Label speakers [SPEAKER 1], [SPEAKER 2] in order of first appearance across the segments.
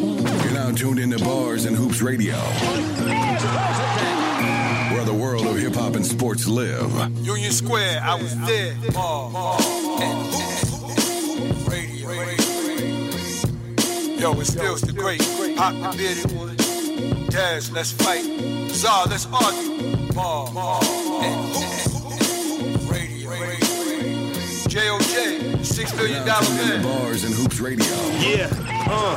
[SPEAKER 1] now tuned into Bars and Hoops Radio, where the world of hip hop and sports live.
[SPEAKER 2] Union Square, I was there. Ball, ball, and- and- radio, radio. Yo, it's still the great. Pop the bearded one. Daz, let's fight. Czar, let's argue. Ball, ball, and- and- radio, radio. JOJ, six billion
[SPEAKER 1] Now
[SPEAKER 2] dollar
[SPEAKER 1] tuned into
[SPEAKER 2] man.
[SPEAKER 1] Bars and Hoops Radio.
[SPEAKER 3] Yeah, uh.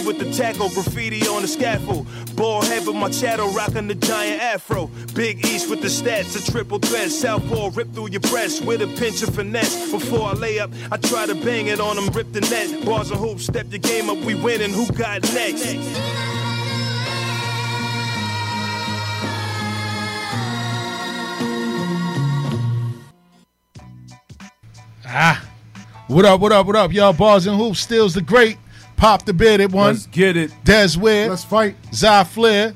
[SPEAKER 3] with the tackle, graffiti on the scaffold. Ball head with my shadow, rocking the giant afro. Big East with the stats, a triple threat. Southpaw rip through your breast with a pinch of finesse. Before I lay up, I try to bang it on them, rip the net. Bars and hoops, step your game up, we winning. Who got next?
[SPEAKER 4] Ah. What up, what up, what up, y'all? Bars and Hoops steals the great. Pop the bearded one.
[SPEAKER 5] Let's get it.
[SPEAKER 4] Des Ware.
[SPEAKER 6] Let's fight.
[SPEAKER 4] Zy Flair.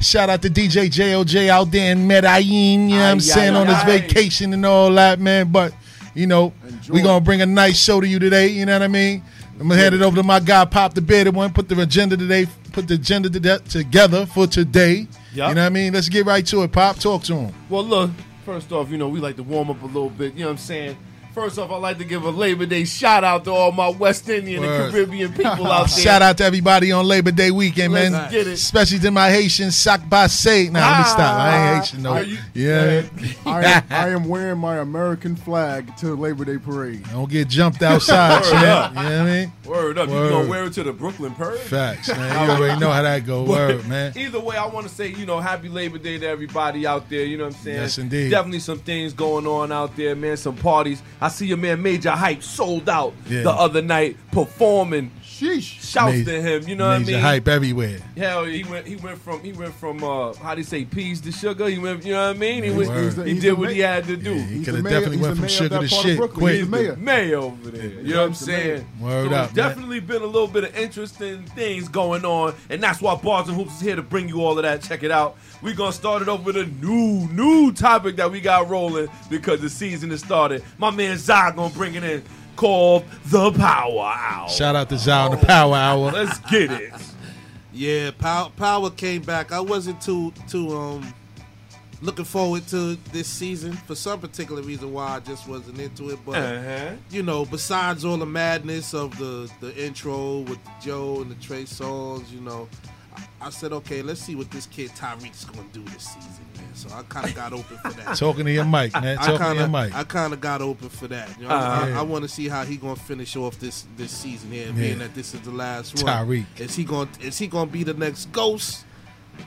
[SPEAKER 4] Shout out to DJ JOJ out there in Medellin, you know what I'm saying, on his vacation and all that, man. But, you know, we going to bring a nice show to you today, you know what I mean? I'm going to hand it over to my guy, Pop the Bearded One, put the agenda today, put the agenda to that- together for today.
[SPEAKER 5] Yeah.
[SPEAKER 4] You know what I mean? Let's get right to it, Pop. Talk to him.
[SPEAKER 6] Well, look, first off, you know, we like to warm up a little bit. You know what I'm saying? First off, I'd like to give a Labor Day shout out to all my West Indian
[SPEAKER 4] Word.
[SPEAKER 6] and Caribbean people out there.
[SPEAKER 4] Shout out to everybody on Labor Day weekend,
[SPEAKER 6] Let's
[SPEAKER 4] man.
[SPEAKER 6] get it.
[SPEAKER 4] Especially to my Haitian Sak Base. Nah,
[SPEAKER 7] Ah,
[SPEAKER 4] let me stop. I
[SPEAKER 8] Ah.
[SPEAKER 4] ain't Haitian, no.
[SPEAKER 6] Are you-
[SPEAKER 4] yeah.
[SPEAKER 8] I am, I am wearing my American flag to the Labor Day parade.
[SPEAKER 4] Don't get jumped outside, champ. You know what I mean?
[SPEAKER 5] Word up.
[SPEAKER 4] Word.
[SPEAKER 5] You gonna wear it to the Brooklyn Purge?
[SPEAKER 4] Facts, man. You already know how that go. Word, man.
[SPEAKER 6] Either way, I want to say, you know, happy Labor Day to everybody out there. You know what I'm saying?
[SPEAKER 4] Yes, indeed.
[SPEAKER 6] Definitely some things going on out there, man. Some parties. I see your man Major Hype sold out
[SPEAKER 4] Yeah.
[SPEAKER 6] the other night performing.
[SPEAKER 8] Sheesh.
[SPEAKER 6] Shouts
[SPEAKER 4] Major-
[SPEAKER 6] to him. You know what I
[SPEAKER 4] Major
[SPEAKER 6] mean?
[SPEAKER 4] hype everywhere.
[SPEAKER 6] Hell, he went. He went from. He went from. Uh, how do you say peas to sugar? He went. You know what I mean? He, went,
[SPEAKER 4] Word.
[SPEAKER 6] he
[SPEAKER 8] He's
[SPEAKER 6] did
[SPEAKER 8] the
[SPEAKER 6] what he
[SPEAKER 8] ma-
[SPEAKER 6] had to do.
[SPEAKER 4] He
[SPEAKER 8] He's
[SPEAKER 4] could
[SPEAKER 8] the
[SPEAKER 4] have
[SPEAKER 8] mayor-
[SPEAKER 4] definitely
[SPEAKER 8] he's
[SPEAKER 4] went from
[SPEAKER 8] the mayor of
[SPEAKER 4] sugar
[SPEAKER 8] that
[SPEAKER 4] to
[SPEAKER 8] part of
[SPEAKER 4] shit
[SPEAKER 8] Brooklyn.
[SPEAKER 4] quick.
[SPEAKER 8] He's the mayor.
[SPEAKER 6] May over there. You know what I'm saying?
[SPEAKER 4] Word
[SPEAKER 6] so
[SPEAKER 4] up,
[SPEAKER 6] There's definitely been a little bit of interesting things going on, and that's why Bars and Hoops is here to bring you all of that. Check it out. We're gonna start it off with a new, new topic that we got rolling because the season has started. My man Zai gonna bring it in called the Power Hour.
[SPEAKER 4] Shout out to Zao and the Power Hour.
[SPEAKER 6] Let's get it.
[SPEAKER 7] Yeah, power, power came back. I wasn't too too um looking forward to this season for some particular reason why I just wasn't into it. But
[SPEAKER 6] Uh-huh.
[SPEAKER 7] you know, besides all the madness of the the intro with Joe and the Trey songs, you know, I, I said, okay, let's see what this kid Tyreek's gonna do this season, man. So I kind of got open for that.
[SPEAKER 4] Talking to your mic, man.
[SPEAKER 7] I
[SPEAKER 4] Talking to
[SPEAKER 7] kind
[SPEAKER 4] your
[SPEAKER 7] of
[SPEAKER 4] mic.
[SPEAKER 7] I kind of got open for that. You know, I,
[SPEAKER 6] Uh-huh.
[SPEAKER 7] I want to see how he gonna finish off this this season here,
[SPEAKER 4] Yeah.
[SPEAKER 7] being that this is the last
[SPEAKER 4] Tyreek.
[SPEAKER 7] one. Is he gonna is he gonna be the next ghost,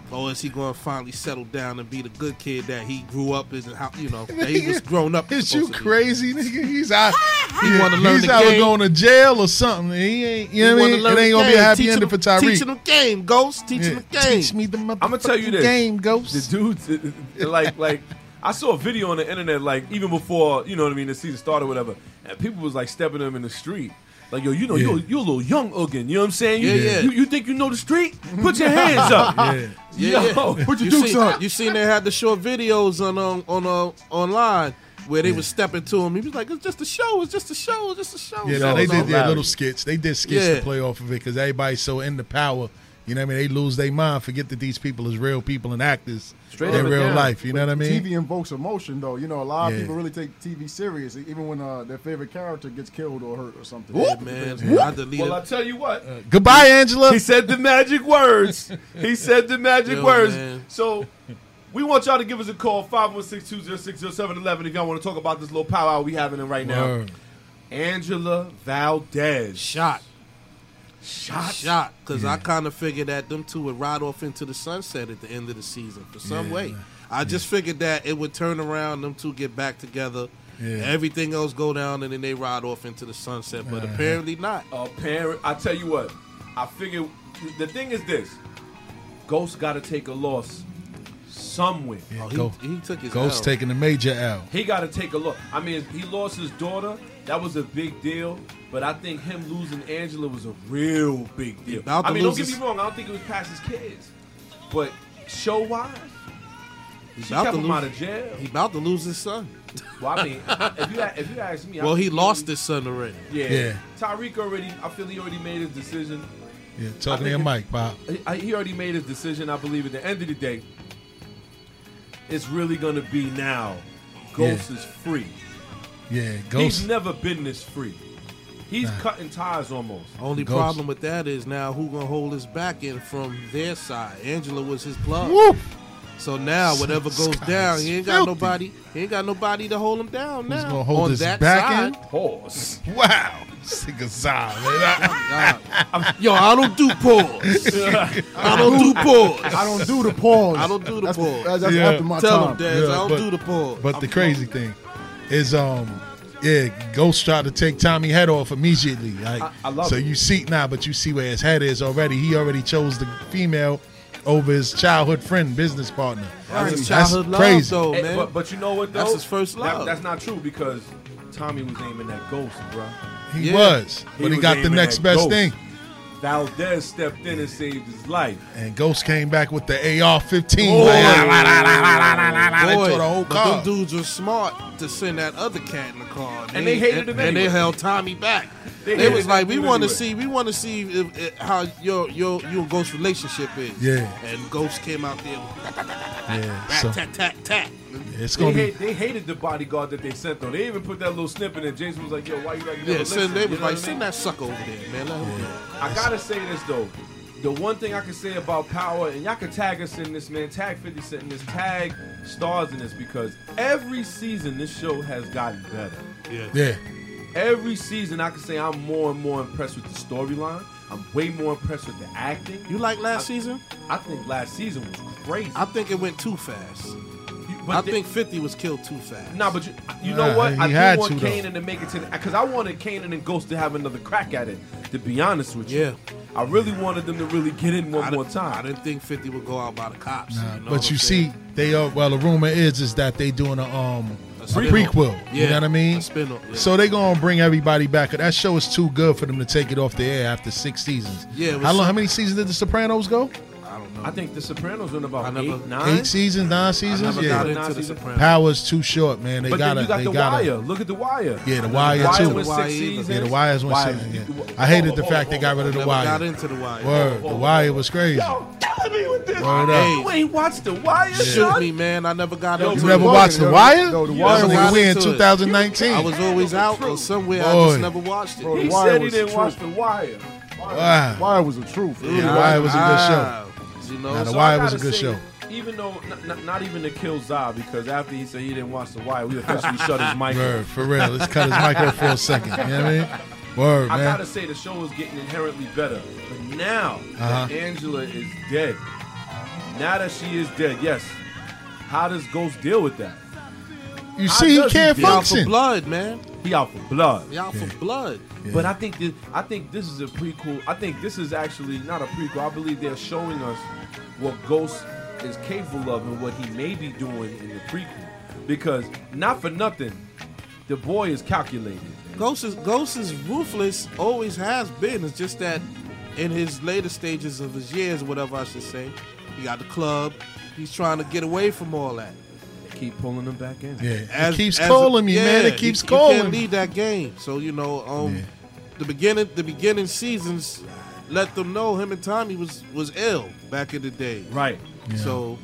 [SPEAKER 7] or is he gonna finally settle down and be the good kid that he grew up in? and How you know that he was grown up.
[SPEAKER 4] Is you
[SPEAKER 7] supposed to be?
[SPEAKER 4] crazy, nigga? He's out.
[SPEAKER 7] He wanna learn
[SPEAKER 4] he's
[SPEAKER 7] the
[SPEAKER 4] out
[SPEAKER 7] game.
[SPEAKER 4] going to jail or something. He ain't. You know
[SPEAKER 7] He
[SPEAKER 4] what I
[SPEAKER 7] wanna
[SPEAKER 4] mean?
[SPEAKER 7] learn
[SPEAKER 4] It ain't
[SPEAKER 7] the
[SPEAKER 4] gonna be a
[SPEAKER 7] game.
[SPEAKER 4] happy
[SPEAKER 7] Teach
[SPEAKER 4] ending
[SPEAKER 7] him-
[SPEAKER 4] for Tyreek.
[SPEAKER 7] Teaching him game, ghost. Teaching him
[SPEAKER 4] Yeah.
[SPEAKER 7] game.
[SPEAKER 4] Teach me the motherfucking
[SPEAKER 6] I'ma tell you this.
[SPEAKER 4] game, Ghost.
[SPEAKER 6] The dudes, it- it- like, like I saw a video on the internet, like even before you know what I mean, the season started, or whatever, and people was like stepping them in the street. Like yo, you know
[SPEAKER 4] Yeah.
[SPEAKER 6] you're, you're a little young Ugin, you know what I'm saying? You,
[SPEAKER 7] Yeah, yeah.
[SPEAKER 6] You, you think you know the street? Put your hands up.
[SPEAKER 4] Yeah.
[SPEAKER 7] Yeah,
[SPEAKER 6] Yo.
[SPEAKER 7] yeah.
[SPEAKER 8] Put your
[SPEAKER 7] you
[SPEAKER 8] dukes
[SPEAKER 7] seen,
[SPEAKER 8] up.
[SPEAKER 7] You seen they had the short videos on on on uh, online where they was stepping to him. He was like, "It's just a show. It's just a show. It's just a show."
[SPEAKER 4] Yeah,
[SPEAKER 7] So
[SPEAKER 4] no, they
[SPEAKER 7] it's
[SPEAKER 4] did
[SPEAKER 7] all
[SPEAKER 4] their
[SPEAKER 7] loud.
[SPEAKER 4] little skits. They did skits
[SPEAKER 7] Yeah.
[SPEAKER 4] to play off of it because everybody's so in the power. You know what I mean? They lose their mind, forget that these people is real people and actors
[SPEAKER 6] Straight
[SPEAKER 4] in
[SPEAKER 6] up and
[SPEAKER 4] real
[SPEAKER 6] down.
[SPEAKER 4] life. You know what I mean?
[SPEAKER 8] TV invokes emotion, though. You know, a lot of
[SPEAKER 4] Yeah.
[SPEAKER 8] people really take TV serious, even when uh, their favorite character gets killed or hurt or something.
[SPEAKER 7] Man, I deleted.
[SPEAKER 6] Well, I tell you what,
[SPEAKER 4] Uh, Goodbye, Angela.
[SPEAKER 6] he said the magic words. He said the magic
[SPEAKER 7] Yo,
[SPEAKER 6] words.
[SPEAKER 7] man.
[SPEAKER 6] So we want y'all to give us a call 516-206-0711 if y'all want to talk about this little powwow we having in right now.
[SPEAKER 4] Word.
[SPEAKER 6] Angela Valdez.
[SPEAKER 7] shot,
[SPEAKER 6] Shot.
[SPEAKER 7] shot. Because I kind of figured that them two would ride off into the sunset at the end of the season for some
[SPEAKER 4] Yeah.
[SPEAKER 7] way. I just figured that it would turn around, them two get back together,
[SPEAKER 4] Yeah.
[SPEAKER 7] everything else go down, and then they ride off into the sunset. But apparently not.
[SPEAKER 6] Apparent. I tell you what, I figure the thing is this: Ghost got to take a loss somewhere.
[SPEAKER 4] Yeah,
[SPEAKER 7] Oh, he,
[SPEAKER 4] Ghost,
[SPEAKER 7] he took his
[SPEAKER 4] Ghost
[SPEAKER 7] L.
[SPEAKER 4] taking a major L.
[SPEAKER 6] He got to take a look. I mean, he lost his daughter. That was a big deal. But I think him losing Angela was a real big deal.
[SPEAKER 7] about
[SPEAKER 6] I
[SPEAKER 7] to
[SPEAKER 6] mean, don't
[SPEAKER 7] lose
[SPEAKER 6] get me
[SPEAKER 7] his-
[SPEAKER 6] wrong. I don't think it was past his kids. But show wise,
[SPEAKER 7] He
[SPEAKER 6] she
[SPEAKER 7] about
[SPEAKER 6] kept
[SPEAKER 7] to
[SPEAKER 6] him
[SPEAKER 7] lose-
[SPEAKER 6] out of jail.
[SPEAKER 7] He about to lose his son.
[SPEAKER 6] Well, I mean, if you, if you ask me, I
[SPEAKER 7] Well, he
[SPEAKER 6] feel-
[SPEAKER 7] lost his son already.
[SPEAKER 6] Yeah.
[SPEAKER 4] Yeah.
[SPEAKER 6] Tyreek already, I feel he already made his decision.
[SPEAKER 4] Yeah, talking
[SPEAKER 6] I
[SPEAKER 4] to your
[SPEAKER 6] think
[SPEAKER 4] mic, Pop.
[SPEAKER 6] He- I- He already made his decision. I believe at the end of the day, it's really going to be now. Ghost is free.
[SPEAKER 4] Yeah,
[SPEAKER 6] He's
[SPEAKER 4] Ghost.
[SPEAKER 6] never been this free. He's cutting ties almost.
[SPEAKER 7] Only
[SPEAKER 4] Ghost.
[SPEAKER 7] problem with that is now who gonna hold his back in from their side. Angela was his plug.
[SPEAKER 4] Woo!
[SPEAKER 7] So now whatever
[SPEAKER 4] This
[SPEAKER 7] goes
[SPEAKER 4] guy
[SPEAKER 7] down,
[SPEAKER 4] is
[SPEAKER 7] he ain't got
[SPEAKER 4] filthy.
[SPEAKER 7] nobody. He ain't got nobody to hold him down now.
[SPEAKER 4] gonna hold
[SPEAKER 7] on
[SPEAKER 4] his
[SPEAKER 7] that
[SPEAKER 4] back
[SPEAKER 7] side.
[SPEAKER 6] Pause.
[SPEAKER 4] Wow. Sick as I, man.
[SPEAKER 7] Yo, I don't do pause. I don't do
[SPEAKER 8] I
[SPEAKER 7] pause.
[SPEAKER 8] don't do the pause.
[SPEAKER 7] I don't do the
[SPEAKER 8] that's,
[SPEAKER 7] pause.
[SPEAKER 8] That's, that's
[SPEAKER 4] Yeah.
[SPEAKER 8] after my
[SPEAKER 7] Tell
[SPEAKER 8] time.
[SPEAKER 7] him, Daz,
[SPEAKER 4] Yeah,
[SPEAKER 7] I don't
[SPEAKER 4] but-
[SPEAKER 7] do the pause.
[SPEAKER 4] But the
[SPEAKER 7] I'm-
[SPEAKER 4] crazy thing is, um, yeah, Ghost tried to take Tommy head off immediately. Like,
[SPEAKER 6] I- I love
[SPEAKER 4] so
[SPEAKER 6] it.
[SPEAKER 4] you see now, but you see where his head is already. He already chose the female over his childhood friend, business partner.
[SPEAKER 7] That's his
[SPEAKER 4] That's
[SPEAKER 7] childhood love,
[SPEAKER 4] crazy.
[SPEAKER 7] though,
[SPEAKER 6] Eh,
[SPEAKER 7] man.
[SPEAKER 6] But, but you know what, though?
[SPEAKER 7] That's his first
[SPEAKER 6] That-
[SPEAKER 7] love.
[SPEAKER 6] that's not true because Tommy was aiming at Ghost, bro.
[SPEAKER 4] He
[SPEAKER 7] Yeah.
[SPEAKER 4] was, but he,
[SPEAKER 6] was
[SPEAKER 4] got the
[SPEAKER 6] aiming
[SPEAKER 4] next
[SPEAKER 6] at
[SPEAKER 4] best
[SPEAKER 6] Ghost.
[SPEAKER 4] thing.
[SPEAKER 6] Valdez stepped in and saved his life.
[SPEAKER 4] And Ghost came back with the AR-15.
[SPEAKER 7] Boy.
[SPEAKER 4] Like, la, la, la, la, la, la, la, la. They
[SPEAKER 7] Boy,
[SPEAKER 4] tore the whole
[SPEAKER 7] but
[SPEAKER 4] car.
[SPEAKER 7] them dudes were smart to send that other cat in the car,
[SPEAKER 6] And they hated
[SPEAKER 7] and,
[SPEAKER 6] him
[SPEAKER 7] and they
[SPEAKER 6] anyway.
[SPEAKER 7] held Tommy back.
[SPEAKER 6] They
[SPEAKER 7] They,
[SPEAKER 6] hated
[SPEAKER 7] was
[SPEAKER 6] that
[SPEAKER 7] like, "We
[SPEAKER 6] dude
[SPEAKER 7] want to
[SPEAKER 6] anyway.
[SPEAKER 7] see, we want to see if, if, how your your your ghost relationship is."
[SPEAKER 4] Yeah.
[SPEAKER 7] and Ghost came out there with
[SPEAKER 4] yeah,
[SPEAKER 7] rat
[SPEAKER 4] so,
[SPEAKER 7] tat tat tat.
[SPEAKER 4] it's
[SPEAKER 6] They,
[SPEAKER 4] gonna be
[SPEAKER 6] hate, they hated the bodyguard that they sent though. They even put that little snippet in. Jason was like, "Yo, why you like?"
[SPEAKER 7] Yeah, send, they was
[SPEAKER 6] I
[SPEAKER 7] like,
[SPEAKER 6] mean?
[SPEAKER 7] "Send that sucker over there, man." Let him do
[SPEAKER 6] I gotta say this though. The one thing I can say about power, and y'all can tag us in this, man. Tag 50 Cent in this. Tag stars in this because every season this show has gotten better.
[SPEAKER 4] yeah.
[SPEAKER 6] Every season I can say I'm more and more impressed with the storyline. I'm way more impressed with the acting.
[SPEAKER 7] it. You like last season?
[SPEAKER 6] I think last season was crazy.
[SPEAKER 7] I think it went too fast.
[SPEAKER 6] But
[SPEAKER 7] I
[SPEAKER 6] the-
[SPEAKER 7] think Fifty was killed too fast.
[SPEAKER 6] Nah, but you, you
[SPEAKER 4] Nah,
[SPEAKER 6] know what?
[SPEAKER 4] he
[SPEAKER 6] I
[SPEAKER 4] had
[SPEAKER 6] do want
[SPEAKER 4] to, though.
[SPEAKER 6] Kanan to make it to the because I wanted Kanan and Ghost to have another crack at it. To be honest with you,
[SPEAKER 7] Yeah.
[SPEAKER 6] I really wanted them to really get in one
[SPEAKER 7] I
[SPEAKER 6] more
[SPEAKER 7] didn't-
[SPEAKER 6] time.
[SPEAKER 7] I didn't think Fifty would go out by the cops.
[SPEAKER 4] Nah,
[SPEAKER 7] know what
[SPEAKER 4] but you
[SPEAKER 7] I'm
[SPEAKER 4] see,
[SPEAKER 7] saying?
[SPEAKER 4] they are. Well, the rumor is is that they doing a um
[SPEAKER 7] A
[SPEAKER 4] a
[SPEAKER 7] spin-off.
[SPEAKER 4] prequel. You
[SPEAKER 7] Yeah,
[SPEAKER 4] know what I mean?
[SPEAKER 7] a spin-off, yeah.
[SPEAKER 4] So they gonna bring everybody back. That show is too good for them to take it off the air after six seasons.
[SPEAKER 7] Yeah, it was-
[SPEAKER 4] How long? How many seasons did The Sopranos go?
[SPEAKER 7] I don't know.
[SPEAKER 6] I think The Sopranos in about
[SPEAKER 7] I never-
[SPEAKER 6] eight, nine.
[SPEAKER 4] Eight seasons, nine
[SPEAKER 7] I
[SPEAKER 4] seasons.
[SPEAKER 7] never
[SPEAKER 4] Yeah.
[SPEAKER 7] got
[SPEAKER 6] it.
[SPEAKER 7] into the
[SPEAKER 6] Nazis-
[SPEAKER 7] Sopranos.
[SPEAKER 4] Power's too short, man. They
[SPEAKER 6] but
[SPEAKER 4] gotta.
[SPEAKER 6] then you got
[SPEAKER 4] they
[SPEAKER 6] the
[SPEAKER 4] gotta.
[SPEAKER 6] Wire. Look at the Wire.
[SPEAKER 4] Yeah, The Wire
[SPEAKER 6] Wire
[SPEAKER 4] too.
[SPEAKER 6] was
[SPEAKER 7] Wire
[SPEAKER 6] six
[SPEAKER 7] either.
[SPEAKER 6] seasons.
[SPEAKER 4] Yeah, the Wire's one
[SPEAKER 6] Wire-
[SPEAKER 4] season. Yeah. I hated the
[SPEAKER 6] Oh,
[SPEAKER 4] fact
[SPEAKER 6] oh,
[SPEAKER 4] they got rid of the
[SPEAKER 7] Never
[SPEAKER 4] Wire.
[SPEAKER 7] got into the wire.
[SPEAKER 4] Word, the Wire was crazy.
[SPEAKER 6] Yo, telling me with this.
[SPEAKER 4] Word
[SPEAKER 7] up.
[SPEAKER 6] You ain't watched the Wire,
[SPEAKER 7] Shoot
[SPEAKER 6] son?
[SPEAKER 7] me, man. I never got
[SPEAKER 6] Yo,
[SPEAKER 7] into
[SPEAKER 4] you
[SPEAKER 7] it.
[SPEAKER 4] never
[SPEAKER 8] Wire,
[SPEAKER 4] watched the
[SPEAKER 8] yo.
[SPEAKER 4] Wire?
[SPEAKER 8] Yo, The
[SPEAKER 4] That
[SPEAKER 8] Wire
[SPEAKER 4] nigga,
[SPEAKER 7] got
[SPEAKER 4] we in
[SPEAKER 7] into it.
[SPEAKER 4] 2019.
[SPEAKER 7] I was always out or somewhere. I
[SPEAKER 4] Boy.
[SPEAKER 7] just never watched it.
[SPEAKER 8] Bro,
[SPEAKER 6] He
[SPEAKER 8] The Wire
[SPEAKER 6] said he
[SPEAKER 8] was
[SPEAKER 6] didn't
[SPEAKER 8] true.
[SPEAKER 6] watch the Wire.
[SPEAKER 4] wow.
[SPEAKER 8] Wire was the truth. Ah,
[SPEAKER 4] Yeah, The Wire was a good show.
[SPEAKER 7] You know,
[SPEAKER 4] Nah, The
[SPEAKER 7] so-
[SPEAKER 4] Wire
[SPEAKER 6] I
[SPEAKER 4] was a
[SPEAKER 6] gotta
[SPEAKER 4] good
[SPEAKER 6] say,
[SPEAKER 4] show.
[SPEAKER 6] Even though, not, not, not even to kill Zod, because after he said he didn't watch The Wire, we officially shut his mic off.
[SPEAKER 4] Word, for real. Let's cut his mic off for a second. You know what I mean? Word,
[SPEAKER 6] I
[SPEAKER 4] man.
[SPEAKER 6] gotta say the show is getting inherently better. But now
[SPEAKER 4] Uh-huh.
[SPEAKER 6] that Angela is dead, now that she is dead, yes. How does Ghost deal with that?
[SPEAKER 4] You see,
[SPEAKER 6] does
[SPEAKER 4] he
[SPEAKER 6] he
[SPEAKER 4] can't
[SPEAKER 6] feel?
[SPEAKER 7] Y'all for
[SPEAKER 4] function.
[SPEAKER 7] blood, man.
[SPEAKER 6] He out for blood.
[SPEAKER 7] Y'all for blood.
[SPEAKER 6] But I think this, I think this is a prequel. I think this is actually not a prequel. I believe they're showing us what Ghost is capable of and what he may be doing in the prequel. Because not for nothing, the boy is calculated.
[SPEAKER 7] Ghost is Ghost is ruthless. Always has been. It's just that in his later stages of his years, whatever I should say, he got the club. He's trying to get away from all that.
[SPEAKER 6] Keep pulling him back in.
[SPEAKER 4] Yeah,
[SPEAKER 7] As-
[SPEAKER 4] it keeps
[SPEAKER 7] as-
[SPEAKER 4] calling me,
[SPEAKER 7] yeah,
[SPEAKER 4] man.
[SPEAKER 7] you-
[SPEAKER 4] It keeps
[SPEAKER 7] you
[SPEAKER 4] calling.
[SPEAKER 7] can't lead that game. So you know, um,
[SPEAKER 4] Yeah.
[SPEAKER 7] the beginning, the beginning seasons, let them know him and Tommy was was ill back in the day.
[SPEAKER 6] Right.
[SPEAKER 7] So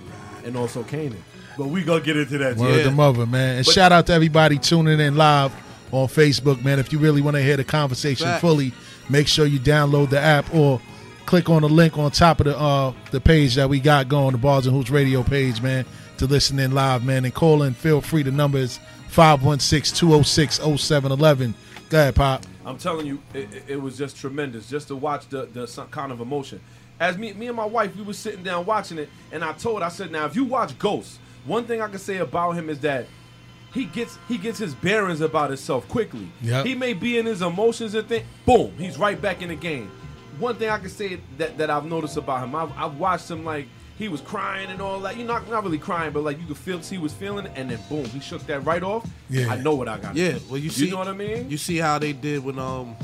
[SPEAKER 6] And also Kanan. But we gonna get into that.
[SPEAKER 4] Word
[SPEAKER 7] Yeah.
[SPEAKER 4] the mother, man. And
[SPEAKER 6] But-
[SPEAKER 4] shout out to everybody tuning in live on Facebook, man. If you really want to hear the conversation
[SPEAKER 7] Facts.
[SPEAKER 4] fully, make sure you download the app or click on the link on top of the uh the page that we got going, the Bars and Hoops Radio page, man, to listen in live, man. And call in, feel free. The number is 516-206-0711. Go ahead, Pop.
[SPEAKER 6] I'm telling you, it, it- it was just tremendous just to watch the the some kind of emotion. As me, me and my wife, we were sitting down watching it, and I told, I said, now if you watch Ghost, one thing I can say about him is that he gets he gets his bearings about himself quickly.
[SPEAKER 4] Yep.
[SPEAKER 6] He may be in his emotions and think, boom, he's right back in the game. one thing I can say that, that I've noticed about him, I've, I've watched him like he was crying and all that. You not not really crying, but like you could feel he was feeling, and then boom, he shook that right off.
[SPEAKER 4] Yeah.
[SPEAKER 6] I know what I got. to
[SPEAKER 7] Yeah,
[SPEAKER 6] do.
[SPEAKER 7] well, you see,
[SPEAKER 6] you know what I mean?
[SPEAKER 7] You see how they did when um,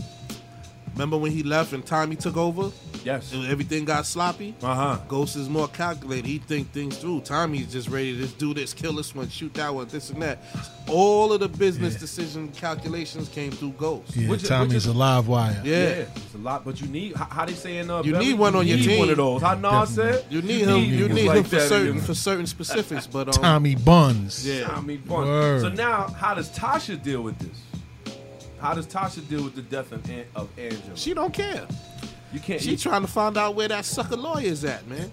[SPEAKER 7] remember when he left and Tommy took over?
[SPEAKER 6] yes.
[SPEAKER 7] and Everything got sloppy.
[SPEAKER 6] Uh huh.
[SPEAKER 7] Ghost is more calculated. He think things through. Tommy's just ready to just do this, kill this one, shoot that one, this and that. All of the business
[SPEAKER 4] Yeah.
[SPEAKER 7] decision calculations came through Ghost.
[SPEAKER 4] Yeah,
[SPEAKER 6] Which is-
[SPEAKER 4] Tommy's
[SPEAKER 6] which is-
[SPEAKER 4] a live wire.
[SPEAKER 7] Yeah.
[SPEAKER 6] Yeah. it's a lot, but you need. How, how they saying? Uh,
[SPEAKER 7] You
[SPEAKER 6] Belly?
[SPEAKER 7] need one on your
[SPEAKER 6] need
[SPEAKER 7] team.
[SPEAKER 6] One of those. How Nas
[SPEAKER 4] Definitely.
[SPEAKER 6] said,
[SPEAKER 7] You need him. You
[SPEAKER 6] niggas
[SPEAKER 7] need
[SPEAKER 6] like
[SPEAKER 7] him for
[SPEAKER 6] that in
[SPEAKER 7] certain
[SPEAKER 6] your-
[SPEAKER 7] for certain specifics. But um,
[SPEAKER 4] Tommy Buns.
[SPEAKER 7] Yeah.
[SPEAKER 6] I mean, fun.
[SPEAKER 4] Word.
[SPEAKER 6] So now, how does Tasha deal with this? How does Tasha deal with the death of, An- of Angela?
[SPEAKER 7] she don't care.
[SPEAKER 6] you can't.
[SPEAKER 7] She
[SPEAKER 6] you-
[SPEAKER 7] trying to find out where that sucker lawyer's at, man.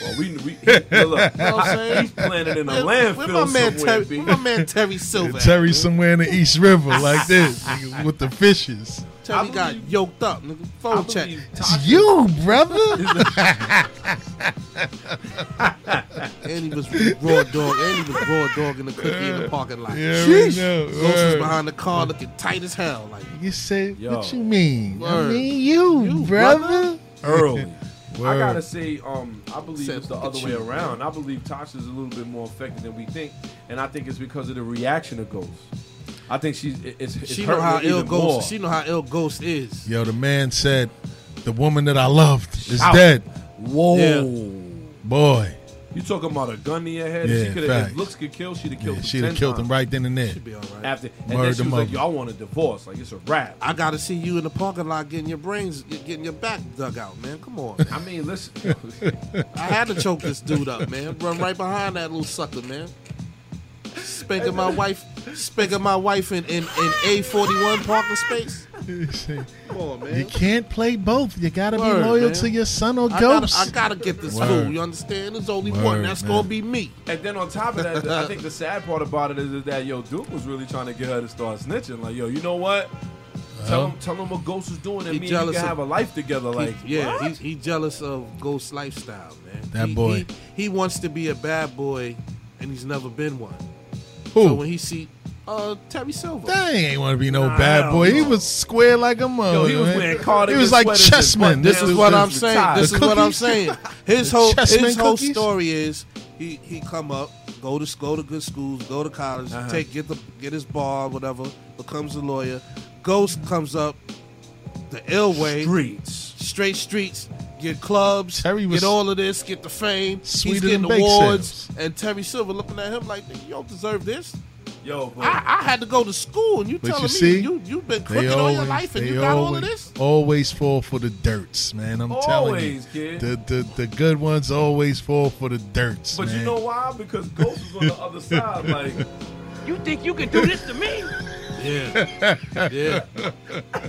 [SPEAKER 6] well, we, we, he, look, look,
[SPEAKER 7] You know what I'm saying?
[SPEAKER 6] he's planted in a
[SPEAKER 7] Where-
[SPEAKER 6] landfill
[SPEAKER 7] where my man
[SPEAKER 6] somewhere.
[SPEAKER 7] Terry,
[SPEAKER 6] B.
[SPEAKER 7] where my man Terry Silver. at,
[SPEAKER 4] Terry
[SPEAKER 7] man?
[SPEAKER 4] somewhere in the East River like this nigga, with the fishes.
[SPEAKER 7] Terry
[SPEAKER 6] I
[SPEAKER 7] got
[SPEAKER 6] believe-
[SPEAKER 7] yoked up. Nigga.
[SPEAKER 6] I
[SPEAKER 7] Phone
[SPEAKER 6] believe
[SPEAKER 7] check.
[SPEAKER 4] It's
[SPEAKER 6] Tasha-
[SPEAKER 4] you, brother.
[SPEAKER 7] And he was raw dog. And he was raw dog in the cookie in the parking lot.
[SPEAKER 4] Yeah, we know.
[SPEAKER 7] Ghost was
[SPEAKER 4] Word.
[SPEAKER 7] behind the car looking tight as hell. Like
[SPEAKER 4] You said,
[SPEAKER 6] Yo.
[SPEAKER 4] what you mean? I
[SPEAKER 7] Word.
[SPEAKER 4] mean you,
[SPEAKER 7] You,
[SPEAKER 4] brother.
[SPEAKER 6] early. I
[SPEAKER 4] Word.
[SPEAKER 6] gotta say, um, I believe
[SPEAKER 7] Said
[SPEAKER 6] it's the
[SPEAKER 7] look
[SPEAKER 6] other
[SPEAKER 7] at
[SPEAKER 6] way
[SPEAKER 7] you,
[SPEAKER 6] around. I believe Tasha's a little bit more affected than we think, and I think it's because of the reaction of Ghost. I think she's it- it's, it's
[SPEAKER 7] she know
[SPEAKER 6] hurting
[SPEAKER 7] how
[SPEAKER 6] her
[SPEAKER 7] ill
[SPEAKER 6] even more.
[SPEAKER 7] Ghost. She know how ill Ghost is.
[SPEAKER 4] Yo, the man said, the woman that I loved is
[SPEAKER 6] Shout.
[SPEAKER 4] dead.
[SPEAKER 6] Whoa.
[SPEAKER 4] Boy,
[SPEAKER 6] You talking about a gun to your head?
[SPEAKER 4] Yeah,
[SPEAKER 6] she could have.
[SPEAKER 4] facts.
[SPEAKER 6] If looks could kill, she'd have killed
[SPEAKER 4] yeah,
[SPEAKER 6] him.
[SPEAKER 4] she'd have
[SPEAKER 6] 10
[SPEAKER 4] killed
[SPEAKER 6] times
[SPEAKER 4] him right then and there.
[SPEAKER 7] She'd be all right.
[SPEAKER 6] after. And
[SPEAKER 4] Word
[SPEAKER 6] then
[SPEAKER 4] to
[SPEAKER 6] she was like,
[SPEAKER 4] mother.
[SPEAKER 6] "Yo, I want a divorce. Like it's a wrap."
[SPEAKER 7] I gotta see you in the parking lot getting your brains, getting your back dug out, man. Come on.
[SPEAKER 6] I mean, listen.
[SPEAKER 7] I had to choke this dude up, man. Run right behind that little sucker, man. Spanking my wife, spanking my wife in in, in A forty one parking space. Come on,
[SPEAKER 4] you
[SPEAKER 7] man.
[SPEAKER 4] can't play both. You gotta
[SPEAKER 7] Word,
[SPEAKER 4] be loyal
[SPEAKER 7] man.
[SPEAKER 4] to your son or
[SPEAKER 7] I gotta,
[SPEAKER 4] ghost.
[SPEAKER 7] I gotta get this
[SPEAKER 4] Word.
[SPEAKER 7] fool. You understand? There's only one.
[SPEAKER 4] Word,
[SPEAKER 7] That's
[SPEAKER 4] man.
[SPEAKER 7] gonna be me.
[SPEAKER 6] and then on top of that, I think the sad part about it is, is that yo Duke was really trying to get her to start snitching. Like, yo, you know what? Tell him, tell him what Ghost is doing, and
[SPEAKER 7] He
[SPEAKER 6] me and you
[SPEAKER 7] jealous
[SPEAKER 6] can
[SPEAKER 7] of-
[SPEAKER 6] have a life together. Like,
[SPEAKER 7] He- yeah,
[SPEAKER 6] what?
[SPEAKER 7] he's he jealous of Ghost lifestyle, man.
[SPEAKER 4] That
[SPEAKER 7] He-
[SPEAKER 4] boy.
[SPEAKER 7] He, he wants to be a bad boy, and he's never been one. So
[SPEAKER 4] Who?
[SPEAKER 7] when he see uh Terry Silver,
[SPEAKER 4] Dang, ain't want to be no bad boy. He was square like a mother.
[SPEAKER 6] Yo, he was wearing Cardigan
[SPEAKER 4] He was like
[SPEAKER 6] sweaters and
[SPEAKER 4] chessman. This
[SPEAKER 6] button-down
[SPEAKER 4] is
[SPEAKER 6] suits.
[SPEAKER 4] what
[SPEAKER 7] what
[SPEAKER 4] I'm.
[SPEAKER 7] I'm saying.
[SPEAKER 6] retired.
[SPEAKER 4] The
[SPEAKER 7] This
[SPEAKER 4] cookies?
[SPEAKER 7] is what I'm saying. His whole
[SPEAKER 4] chessmen
[SPEAKER 7] his whole
[SPEAKER 4] cookies?
[SPEAKER 7] story is he he come up, go to go to good schools, go to college,
[SPEAKER 4] Uh-huh.
[SPEAKER 7] take get the get his bar, whatever, becomes a lawyer. Ghost comes up the ill way,
[SPEAKER 6] streets.
[SPEAKER 7] straight streets, get clubs,
[SPEAKER 4] Terry was
[SPEAKER 7] get all of this, get the fame.
[SPEAKER 4] sweeter
[SPEAKER 7] He's getting
[SPEAKER 4] than bake
[SPEAKER 7] awards,
[SPEAKER 4] sales.
[SPEAKER 7] and Terry Silver looking at him like, "Nigga, you don't deserve this.
[SPEAKER 6] Yo, but
[SPEAKER 7] I, I had to go to school, and you
[SPEAKER 4] But
[SPEAKER 7] telling
[SPEAKER 4] you
[SPEAKER 7] me
[SPEAKER 4] see,
[SPEAKER 7] you you've been
[SPEAKER 4] They
[SPEAKER 7] crooked all
[SPEAKER 4] always,
[SPEAKER 7] your life, and
[SPEAKER 4] they
[SPEAKER 7] you got
[SPEAKER 4] always,
[SPEAKER 7] all of this."
[SPEAKER 4] always fall for the dirts, man. I'm
[SPEAKER 6] Always,
[SPEAKER 4] telling you,
[SPEAKER 6] kid.
[SPEAKER 4] the, the the good ones always fall for the dirts.
[SPEAKER 6] but
[SPEAKER 4] man.
[SPEAKER 6] you know why? Because Ghost was on the other side. Like,
[SPEAKER 5] You think you can do this to me?
[SPEAKER 7] Yeah, yeah.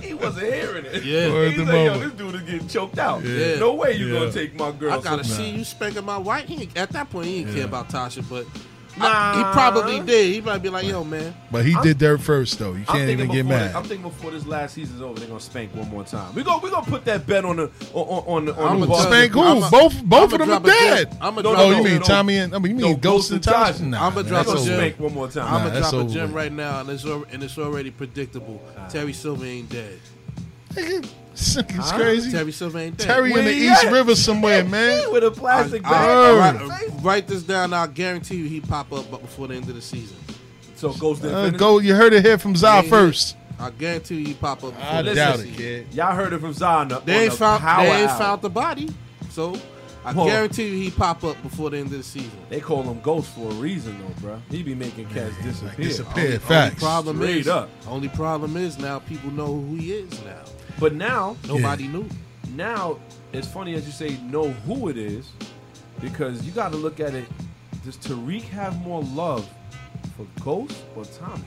[SPEAKER 6] he wasn't hearing it.
[SPEAKER 7] Yeah.
[SPEAKER 4] Word
[SPEAKER 6] he's
[SPEAKER 4] to
[SPEAKER 6] like, yo,
[SPEAKER 4] mama.
[SPEAKER 6] this dude is getting choked out.
[SPEAKER 7] Yeah.
[SPEAKER 6] No way you
[SPEAKER 4] Oh, Yeah.
[SPEAKER 6] gonna take my girl.
[SPEAKER 7] I gotta
[SPEAKER 6] So-
[SPEAKER 7] see you spanking my wife. He ain't, at that point, he didn't care about Tasha, but
[SPEAKER 6] Nah.
[SPEAKER 7] I- he probably did. He might be like, "Yo, man,
[SPEAKER 4] But he
[SPEAKER 6] I'm-
[SPEAKER 4] did dirt first, though. You
[SPEAKER 6] I'm
[SPEAKER 4] can't
[SPEAKER 6] thinking
[SPEAKER 4] even get
[SPEAKER 6] before
[SPEAKER 4] mad.
[SPEAKER 6] This, I'm thinking before this last season's over, they're gonna spank one more time. We go, we gonna put that bet on the on on, on, on the
[SPEAKER 7] I'ma tell
[SPEAKER 6] bar.
[SPEAKER 4] Spank who?
[SPEAKER 7] you, I'ma-
[SPEAKER 4] both both
[SPEAKER 7] I'ma
[SPEAKER 4] of them are
[SPEAKER 7] drop a dead-
[SPEAKER 4] dead.
[SPEAKER 7] I'ma
[SPEAKER 4] oh,
[SPEAKER 7] drop
[SPEAKER 4] you
[SPEAKER 7] a-
[SPEAKER 4] mean
[SPEAKER 6] no.
[SPEAKER 4] Tommy and I mean you mean
[SPEAKER 6] No,
[SPEAKER 4] Ghost and Tasha? Nah,
[SPEAKER 7] I'ma
[SPEAKER 4] man,
[SPEAKER 7] drop
[SPEAKER 6] They
[SPEAKER 4] that's
[SPEAKER 7] a
[SPEAKER 6] gonna
[SPEAKER 7] dead.
[SPEAKER 4] over.
[SPEAKER 6] spank one more time.
[SPEAKER 7] I'm
[SPEAKER 4] Nah,
[SPEAKER 7] gonna
[SPEAKER 4] that's
[SPEAKER 7] drop a
[SPEAKER 4] over
[SPEAKER 7] gem
[SPEAKER 4] with.
[SPEAKER 7] right now, and it's al- and it's already predictable. Terry Silver ain't dead.
[SPEAKER 4] It's crazy.
[SPEAKER 7] Terry Silver ain't dead.
[SPEAKER 4] Terry in the
[SPEAKER 6] Where he
[SPEAKER 4] East
[SPEAKER 6] at?
[SPEAKER 4] River somewhere, man.
[SPEAKER 6] with a
[SPEAKER 7] I-
[SPEAKER 6] plastic
[SPEAKER 7] I-
[SPEAKER 4] Bird.
[SPEAKER 6] bag.
[SPEAKER 7] I- I- write this down. I guarantee you, he pop up bu- before the end of the season.
[SPEAKER 6] So Ghost didn't
[SPEAKER 4] Uh,
[SPEAKER 6] finish.
[SPEAKER 4] go, you heard it here from Zai
[SPEAKER 7] Yeah.
[SPEAKER 4] first.
[SPEAKER 7] I guarantee you, he pop up. Before
[SPEAKER 4] I
[SPEAKER 7] the end of
[SPEAKER 4] doubt
[SPEAKER 7] the
[SPEAKER 4] it,
[SPEAKER 7] season.
[SPEAKER 4] kid.
[SPEAKER 6] Y'all heard it from Zion. uh,
[SPEAKER 7] They ain't found.
[SPEAKER 6] Power
[SPEAKER 7] They ain't
[SPEAKER 6] Hour.
[SPEAKER 7] found the body, so I
[SPEAKER 6] Huh.
[SPEAKER 7] guarantee you, he pop up before the end of the season.
[SPEAKER 6] They call him Ghost for a reason, though, bruh. He be making cats disappear.
[SPEAKER 4] Disappear,
[SPEAKER 7] Only
[SPEAKER 4] facts.
[SPEAKER 7] problem
[SPEAKER 6] Straight
[SPEAKER 7] is,
[SPEAKER 6] up.
[SPEAKER 7] only problem is now people know who he is now.
[SPEAKER 6] But now,
[SPEAKER 7] Nobody knew.
[SPEAKER 6] now it's funny as you say, know who it is, because you got to look at it. Does Tariq have more love for Ghost or Tommy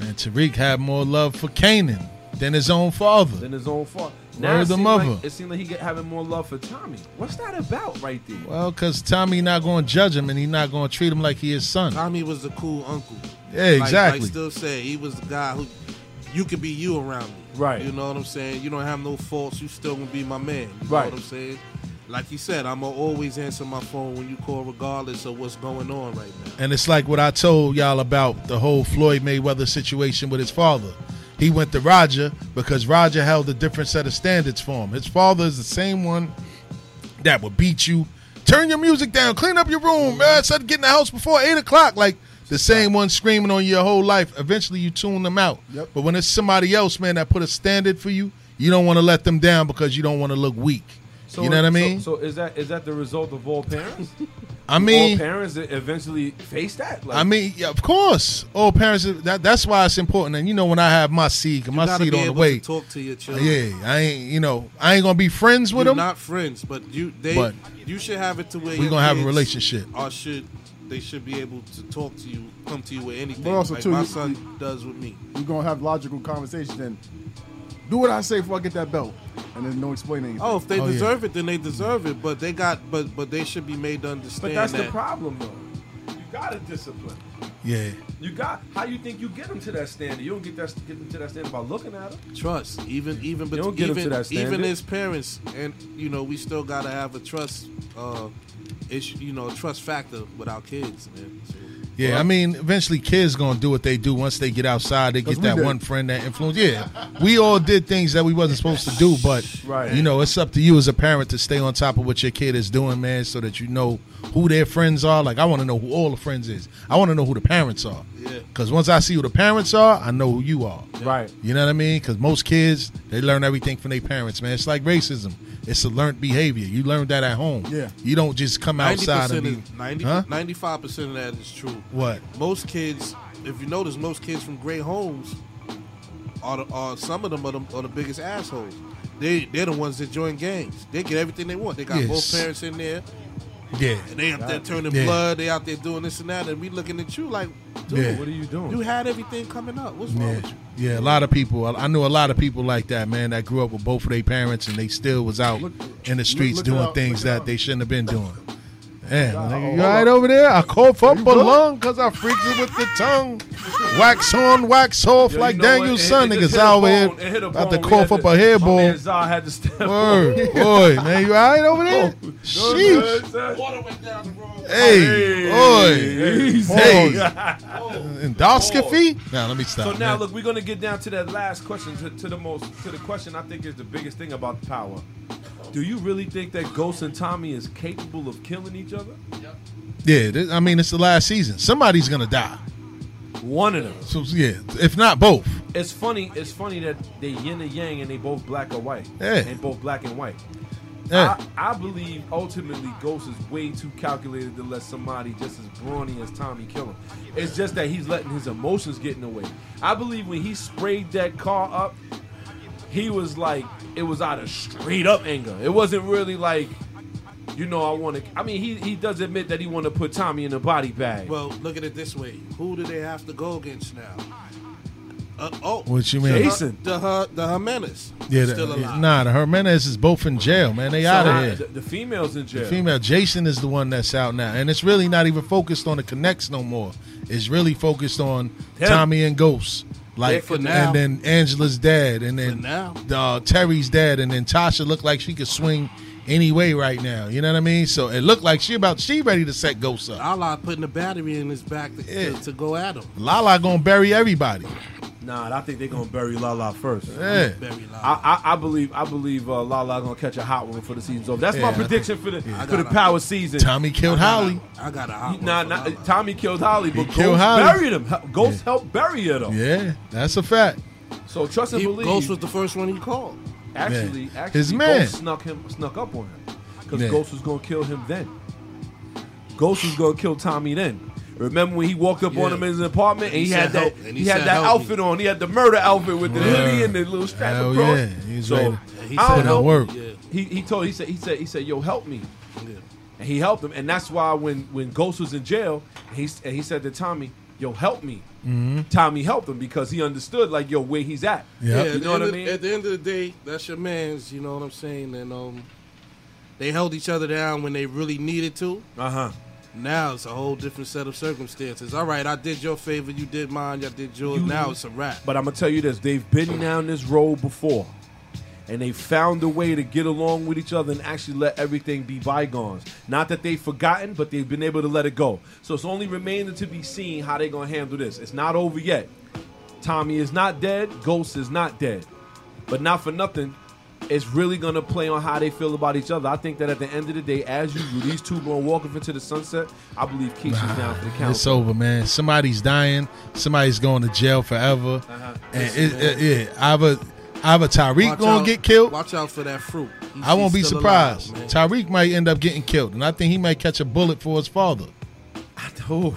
[SPEAKER 4] Man, Tariq had more love for Canaan than his own father.
[SPEAKER 6] than his own father?
[SPEAKER 4] Word
[SPEAKER 6] Now it
[SPEAKER 4] the
[SPEAKER 6] seems
[SPEAKER 4] mother.
[SPEAKER 6] Like, it seemed like he get having more love for Tommy. What's that about, right there?
[SPEAKER 4] Well, because Tommy not going to judge him and he not going to treat him like he his son.
[SPEAKER 7] Tommy was the cool uncle.
[SPEAKER 4] Yeah,
[SPEAKER 7] Like- Like,
[SPEAKER 4] exactly.
[SPEAKER 7] still say he was the guy who you could be you around me.
[SPEAKER 6] Right.
[SPEAKER 7] You know what I'm saying? You don't have no faults. You still gonna be my man. You
[SPEAKER 6] Right.
[SPEAKER 7] know what I'm saying? Like he said, I'ma always answer my phone when you call, regardless of what's going on right now.
[SPEAKER 4] And it's like what I told y'all about the whole Floyd Mayweather situation with his father. He He went to Roger because Roger held a different set of standards for him. His father is the same one that would beat you. Turn your music down. Clean up your room. Man, start getting the house before eight o'clock. Like the same one screaming on your whole life. Eventually, you tune them out.
[SPEAKER 8] Yep.
[SPEAKER 4] But when it's somebody else, man, that put a standard for you, you don't want to let them down because you don't want to look weak. you know what I mean?
[SPEAKER 6] So, so is that is that the result of all parents?
[SPEAKER 4] I mean,
[SPEAKER 6] all parents that eventually face that. Like,
[SPEAKER 4] I mean, yeah, of course, all parents. That, that's why it's important. And you know, when I have my seed, 'cause
[SPEAKER 7] You
[SPEAKER 4] my
[SPEAKER 7] gotta
[SPEAKER 4] seed
[SPEAKER 7] be
[SPEAKER 4] on the
[SPEAKER 7] able
[SPEAKER 4] way. Uh,
[SPEAKER 7] to talk to your children.
[SPEAKER 4] Yeah, I ain't. You know, I ain't gonna be friends with
[SPEAKER 7] You're
[SPEAKER 4] them.
[SPEAKER 7] not friends, but you they
[SPEAKER 4] But
[SPEAKER 7] you should have it to where
[SPEAKER 4] We
[SPEAKER 7] your
[SPEAKER 4] gonna have a
[SPEAKER 7] kids
[SPEAKER 4] relationship.
[SPEAKER 7] Or should they should be able to talk to you, come to you with anything?
[SPEAKER 8] But also,
[SPEAKER 7] like
[SPEAKER 8] too,
[SPEAKER 7] my
[SPEAKER 8] you-
[SPEAKER 7] son does with me.
[SPEAKER 8] You're gonna have logical conversation and do what I say before I get that belt. And there's no explaining.
[SPEAKER 7] Oh, if they
[SPEAKER 4] Oh, yeah.
[SPEAKER 7] deserve it, then they deserve it. But they got but but they should be made to understand.
[SPEAKER 6] but that's
[SPEAKER 7] that.
[SPEAKER 6] the problem, though. You gotta discipline.
[SPEAKER 4] Yeah,
[SPEAKER 6] You got how you think you get them to that standard. You don't get that get them to that standard by looking at them.
[SPEAKER 7] trust even even
[SPEAKER 6] You
[SPEAKER 7] but
[SPEAKER 6] don't get 'em to
[SPEAKER 7] even,
[SPEAKER 6] that standard.
[SPEAKER 7] even as parents and you know we still gotta have a trust uh issue you know a trust factor with our kids man so,
[SPEAKER 4] yeah. I mean, eventually, kids gonna do what they do once they get outside. They
[SPEAKER 8] 'Cause
[SPEAKER 4] get
[SPEAKER 8] we
[SPEAKER 4] that
[SPEAKER 8] did.
[SPEAKER 4] one friend that influence. Yeah, we all did things that we wasn't supposed to do, but
[SPEAKER 6] Right.
[SPEAKER 4] you know, it's up to you as a parent to stay on top of what your kid is doing, man, so that you know who their friends are. Like, I want to know who all the friends is. I want to know who the parents are.
[SPEAKER 7] Yeah.
[SPEAKER 4] Because once I see who the parents are, I know who you are.
[SPEAKER 6] Right.
[SPEAKER 4] You know what I mean? Because most kids, they learn everything from their parents, man. It's like racism. It's a learned behavior. You learn that at home.
[SPEAKER 8] Yeah.
[SPEAKER 4] You don't just come outside
[SPEAKER 7] 90%
[SPEAKER 4] and be.
[SPEAKER 7] is, 90,
[SPEAKER 4] Huh?
[SPEAKER 7] 95% of that is true
[SPEAKER 4] What?
[SPEAKER 7] most kids if you notice most kids from great homes are, the- are some of them are the, are the biggest assholes they, they're the ones that join gangs they get everything they want they got
[SPEAKER 4] Yes.
[SPEAKER 7] both parents in there
[SPEAKER 4] Yeah.
[SPEAKER 7] and they out there turning
[SPEAKER 4] Yeah.
[SPEAKER 7] blood they out there doing this and that and we looking at you like dude
[SPEAKER 4] Yeah.
[SPEAKER 6] What are you doing?
[SPEAKER 7] You had everything coming up. What's wrong
[SPEAKER 4] Yeah.
[SPEAKER 7] with you?
[SPEAKER 4] Yeah, a lot of people. I I know a lot of people like that, man, that grew up with both of their parents and they still was out in the streets
[SPEAKER 8] look it
[SPEAKER 4] doing
[SPEAKER 8] up,
[SPEAKER 4] things
[SPEAKER 8] look it
[SPEAKER 4] that
[SPEAKER 8] up.
[SPEAKER 4] they shouldn't have been doing. Man, nigga,
[SPEAKER 8] hold
[SPEAKER 4] you all right
[SPEAKER 8] up.
[SPEAKER 4] over there? I cough up
[SPEAKER 8] You
[SPEAKER 4] a
[SPEAKER 8] good?
[SPEAKER 4] lung because I freaked it with the tongue. Wax on, wax off,
[SPEAKER 6] Yo, you
[SPEAKER 4] like
[SPEAKER 6] know what?
[SPEAKER 4] Daniel's
[SPEAKER 6] It-
[SPEAKER 4] son.
[SPEAKER 6] it just
[SPEAKER 4] Niggas
[SPEAKER 6] hit a
[SPEAKER 4] out here
[SPEAKER 6] bone. It hit a
[SPEAKER 4] about to
[SPEAKER 6] bone. We
[SPEAKER 4] cough
[SPEAKER 6] had
[SPEAKER 4] up a hair
[SPEAKER 6] my
[SPEAKER 4] ball.
[SPEAKER 6] man Zah had to step up.
[SPEAKER 4] Word, boy, man, you all right over there?
[SPEAKER 6] Oh, Good,
[SPEAKER 4] Sheesh.
[SPEAKER 6] son.
[SPEAKER 4] Hey, boy. Hey. Endoscopy? Now, let me
[SPEAKER 6] Oh, So
[SPEAKER 4] stop.
[SPEAKER 6] now,
[SPEAKER 4] man.
[SPEAKER 6] look, we're gonna get down to that last question, to, to the most, to the question I think is the biggest thing about power. Do you really think that Ghost and Tommy is capable of killing each other?
[SPEAKER 4] Yeah, this, I mean, it's the last season. Somebody's going to die.
[SPEAKER 6] One of them.
[SPEAKER 4] So, yeah, if not both.
[SPEAKER 6] It's funny. It's funny that they yin and yang, and they both black or white,
[SPEAKER 4] Yeah.
[SPEAKER 6] and both black and white.
[SPEAKER 4] Yeah.
[SPEAKER 6] I, I believe ultimately Ghost is way too calculated to let somebody just as brawny as Tommy kill him. It's just that he's letting his emotions get in the way. I believe when he sprayed that car up, he was like, it was out of straight up anger. It wasn't really like, you know, I want to. I mean, he he does admit that he want to put Tommy in a body bag.
[SPEAKER 7] Well, look at it this way. Who do they have to go against now? Uh, oh,
[SPEAKER 4] What you mean?
[SPEAKER 6] Jason.
[SPEAKER 7] The the, the Jimenez.
[SPEAKER 4] yeah, the-
[SPEAKER 7] still alive.
[SPEAKER 4] nah, the Hermanes is both in jail, man. They out of here.
[SPEAKER 6] The, the females in jail.
[SPEAKER 4] Female Jason is the one that's out now, and it's really not even focused on the connects no more. It's really focused on
[SPEAKER 6] Him.
[SPEAKER 4] Tommy and Ghost, like
[SPEAKER 7] for now.
[SPEAKER 4] and then Angela's dad, and then
[SPEAKER 7] now.
[SPEAKER 4] Uh, Terry's dad, and then Tasha looked like she could swing any way right now. You know what I mean? So it looked like she about she ready to set Ghost up.
[SPEAKER 7] Allah putting a battery in his back to, to-
[SPEAKER 4] Yeah.
[SPEAKER 7] to go at him.
[SPEAKER 4] Lala gonna bury everybody.
[SPEAKER 6] Nah, I think they're gonna bury Lala first.
[SPEAKER 4] Yeah.
[SPEAKER 7] Very loud.
[SPEAKER 6] I, I, I believe I believe uh, Lala gonna catch a hot one for the season's over. That's
[SPEAKER 4] Yeah,
[SPEAKER 6] my
[SPEAKER 4] I think-
[SPEAKER 6] prediction for the
[SPEAKER 7] I
[SPEAKER 6] for the
[SPEAKER 7] got a-
[SPEAKER 6] power season.
[SPEAKER 4] Tommy killed Holly.
[SPEAKER 7] I got a hot
[SPEAKER 6] Nah,
[SPEAKER 7] one for
[SPEAKER 6] nah,
[SPEAKER 7] Allah.
[SPEAKER 6] Tommy killed Holly, but Ghost
[SPEAKER 4] killed Holly.
[SPEAKER 6] buried him. Hel- Ghost helped bury her though.
[SPEAKER 4] Yeah, that's a fact.
[SPEAKER 6] So trust and
[SPEAKER 7] He-
[SPEAKER 6] believe.
[SPEAKER 7] Ghost was the first one he called.
[SPEAKER 6] actually,
[SPEAKER 4] Yeah.
[SPEAKER 6] actually,
[SPEAKER 4] His man.
[SPEAKER 6] Ghost snuck him, snuck up on him, because
[SPEAKER 4] Yeah.
[SPEAKER 6] Ghost was gonna kill him then. Ghost was gonna kill Tommy then. Remember when he walked up on
[SPEAKER 7] Yeah.
[SPEAKER 6] him in his apartment and,
[SPEAKER 7] And
[SPEAKER 6] he,
[SPEAKER 7] he
[SPEAKER 6] had
[SPEAKER 7] said,
[SPEAKER 6] that
[SPEAKER 7] "Help," and
[SPEAKER 6] he,
[SPEAKER 7] he
[SPEAKER 6] had
[SPEAKER 7] said,
[SPEAKER 6] that
[SPEAKER 7] "Help me."
[SPEAKER 6] outfit on. He had the murder outfit with the hoodie
[SPEAKER 4] Word.
[SPEAKER 6] and the little strap
[SPEAKER 4] Hell
[SPEAKER 6] across.
[SPEAKER 4] yeah. He's
[SPEAKER 6] so
[SPEAKER 4] ready.
[SPEAKER 7] And he
[SPEAKER 6] I
[SPEAKER 7] said,
[SPEAKER 6] don't know.
[SPEAKER 4] "Help." Work.
[SPEAKER 7] Yeah.
[SPEAKER 6] He, he told he said he said he said yo help me
[SPEAKER 7] yeah.
[SPEAKER 6] and he helped him and that's why when when Ghost was in jail he s- and he said to Tommy yo help me
[SPEAKER 7] Mm-hmm.
[SPEAKER 6] Tommy helped him because he understood like yo where he's at
[SPEAKER 4] Yeah.
[SPEAKER 7] Yeah,
[SPEAKER 6] you
[SPEAKER 7] at the
[SPEAKER 6] know what
[SPEAKER 7] end
[SPEAKER 6] I
[SPEAKER 7] of-
[SPEAKER 6] mean
[SPEAKER 7] At the end of the day, that's your man's. You know what I'm saying? And um, they held each other down when they really needed to.
[SPEAKER 6] uh
[SPEAKER 4] Uh-huh.
[SPEAKER 6] huh
[SPEAKER 7] Now it's a whole different set of circumstances. All right, I did your favor, you did mine, I did yours. now it's a wrap.
[SPEAKER 6] but I'm gonna tell you this they've been down this road before and they found a way to get along with each other and actually let everything be bygones not that they've forgotten but they've been able to let it go so it's only remaining to be seen how they're gonna handle this it's not over yet Tommy is not dead. Ghost is not dead. But not for nothing. It's really gonna play on how they feel about each other. I think that at the end of the day, as usual, these two going walking into the sunset. I believe Keisha's down for the count.
[SPEAKER 4] It's over, man. Somebody's dying. Somebody's going to jail forever.
[SPEAKER 6] Uh-huh.
[SPEAKER 4] And it, it, it, either either Tyreek
[SPEAKER 7] Watch
[SPEAKER 4] gonna
[SPEAKER 7] out-
[SPEAKER 4] get killed.
[SPEAKER 7] Watch out for that fruit. He-
[SPEAKER 4] I won't be
[SPEAKER 7] he's still alive,
[SPEAKER 4] surprised.
[SPEAKER 7] man.
[SPEAKER 4] Tyreek might end up getting killed, and I think he might catch a bullet for his father.
[SPEAKER 6] Ooh.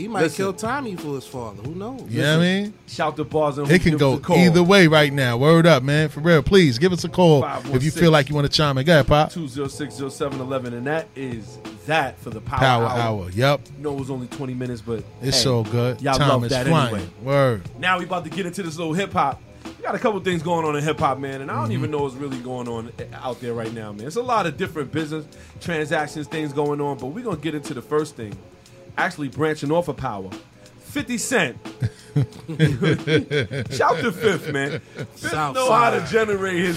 [SPEAKER 7] he might
[SPEAKER 6] Listen.
[SPEAKER 7] kill Tommy for his father. Who knows?
[SPEAKER 4] You know what I mean?
[SPEAKER 6] Shout the bars and
[SPEAKER 4] It can
[SPEAKER 6] give us
[SPEAKER 4] go
[SPEAKER 6] a call.
[SPEAKER 4] either way right now. Word up, man. For real. Please give us a call if you
[SPEAKER 6] 516.
[SPEAKER 4] feel like you want to chime in. Go ahead, Pop.
[SPEAKER 6] 2060711, and that is that for the power,
[SPEAKER 4] Power
[SPEAKER 6] hour.
[SPEAKER 4] hour. Yep.
[SPEAKER 6] No, it was only 20 minutes, but
[SPEAKER 4] It's
[SPEAKER 6] hey,
[SPEAKER 4] so good.
[SPEAKER 6] Y'all
[SPEAKER 4] Time
[SPEAKER 6] love
[SPEAKER 4] is
[SPEAKER 6] that
[SPEAKER 4] flying.
[SPEAKER 6] anyway.
[SPEAKER 4] Word.
[SPEAKER 6] Now we about to get into this little hip hop. We got a couple things going on in hip hop, man, and I don't even know what's really going on out there right now, man. It's a lot of different business transactions, things going on, but we're gonna get into the first thing. Actually branching off of power. 50 Cent. Shout to Fifth, man. Fifth
[SPEAKER 7] South
[SPEAKER 6] know how to
[SPEAKER 7] side.
[SPEAKER 6] generate his,
[SPEAKER 4] 50.
[SPEAKER 6] his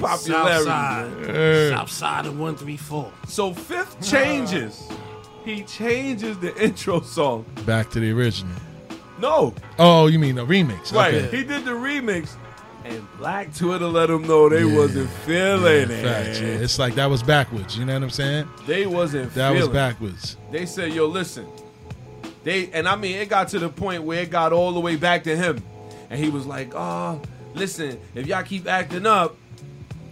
[SPEAKER 7] South
[SPEAKER 6] popularity, man.
[SPEAKER 7] side. South side of 134.
[SPEAKER 6] So Fifth changes. he changes the intro song.
[SPEAKER 4] Back to the original.
[SPEAKER 6] No,
[SPEAKER 4] Oh, you mean a remix?
[SPEAKER 6] right.
[SPEAKER 4] Okay.
[SPEAKER 6] He did the remix, and Black Twitter let him know they
[SPEAKER 4] Yeah.
[SPEAKER 6] wasn't feeling it.
[SPEAKER 4] Facts, yeah. It's like that was backwards. You know what I'm saying?
[SPEAKER 6] They wasn't
[SPEAKER 4] That was
[SPEAKER 6] feeling.
[SPEAKER 4] backwards.
[SPEAKER 6] They said, "Yo, listen." They and I mean, it got to the point where it got all the way back to him, and he was like, "Oh, listen, if y'all keep acting up."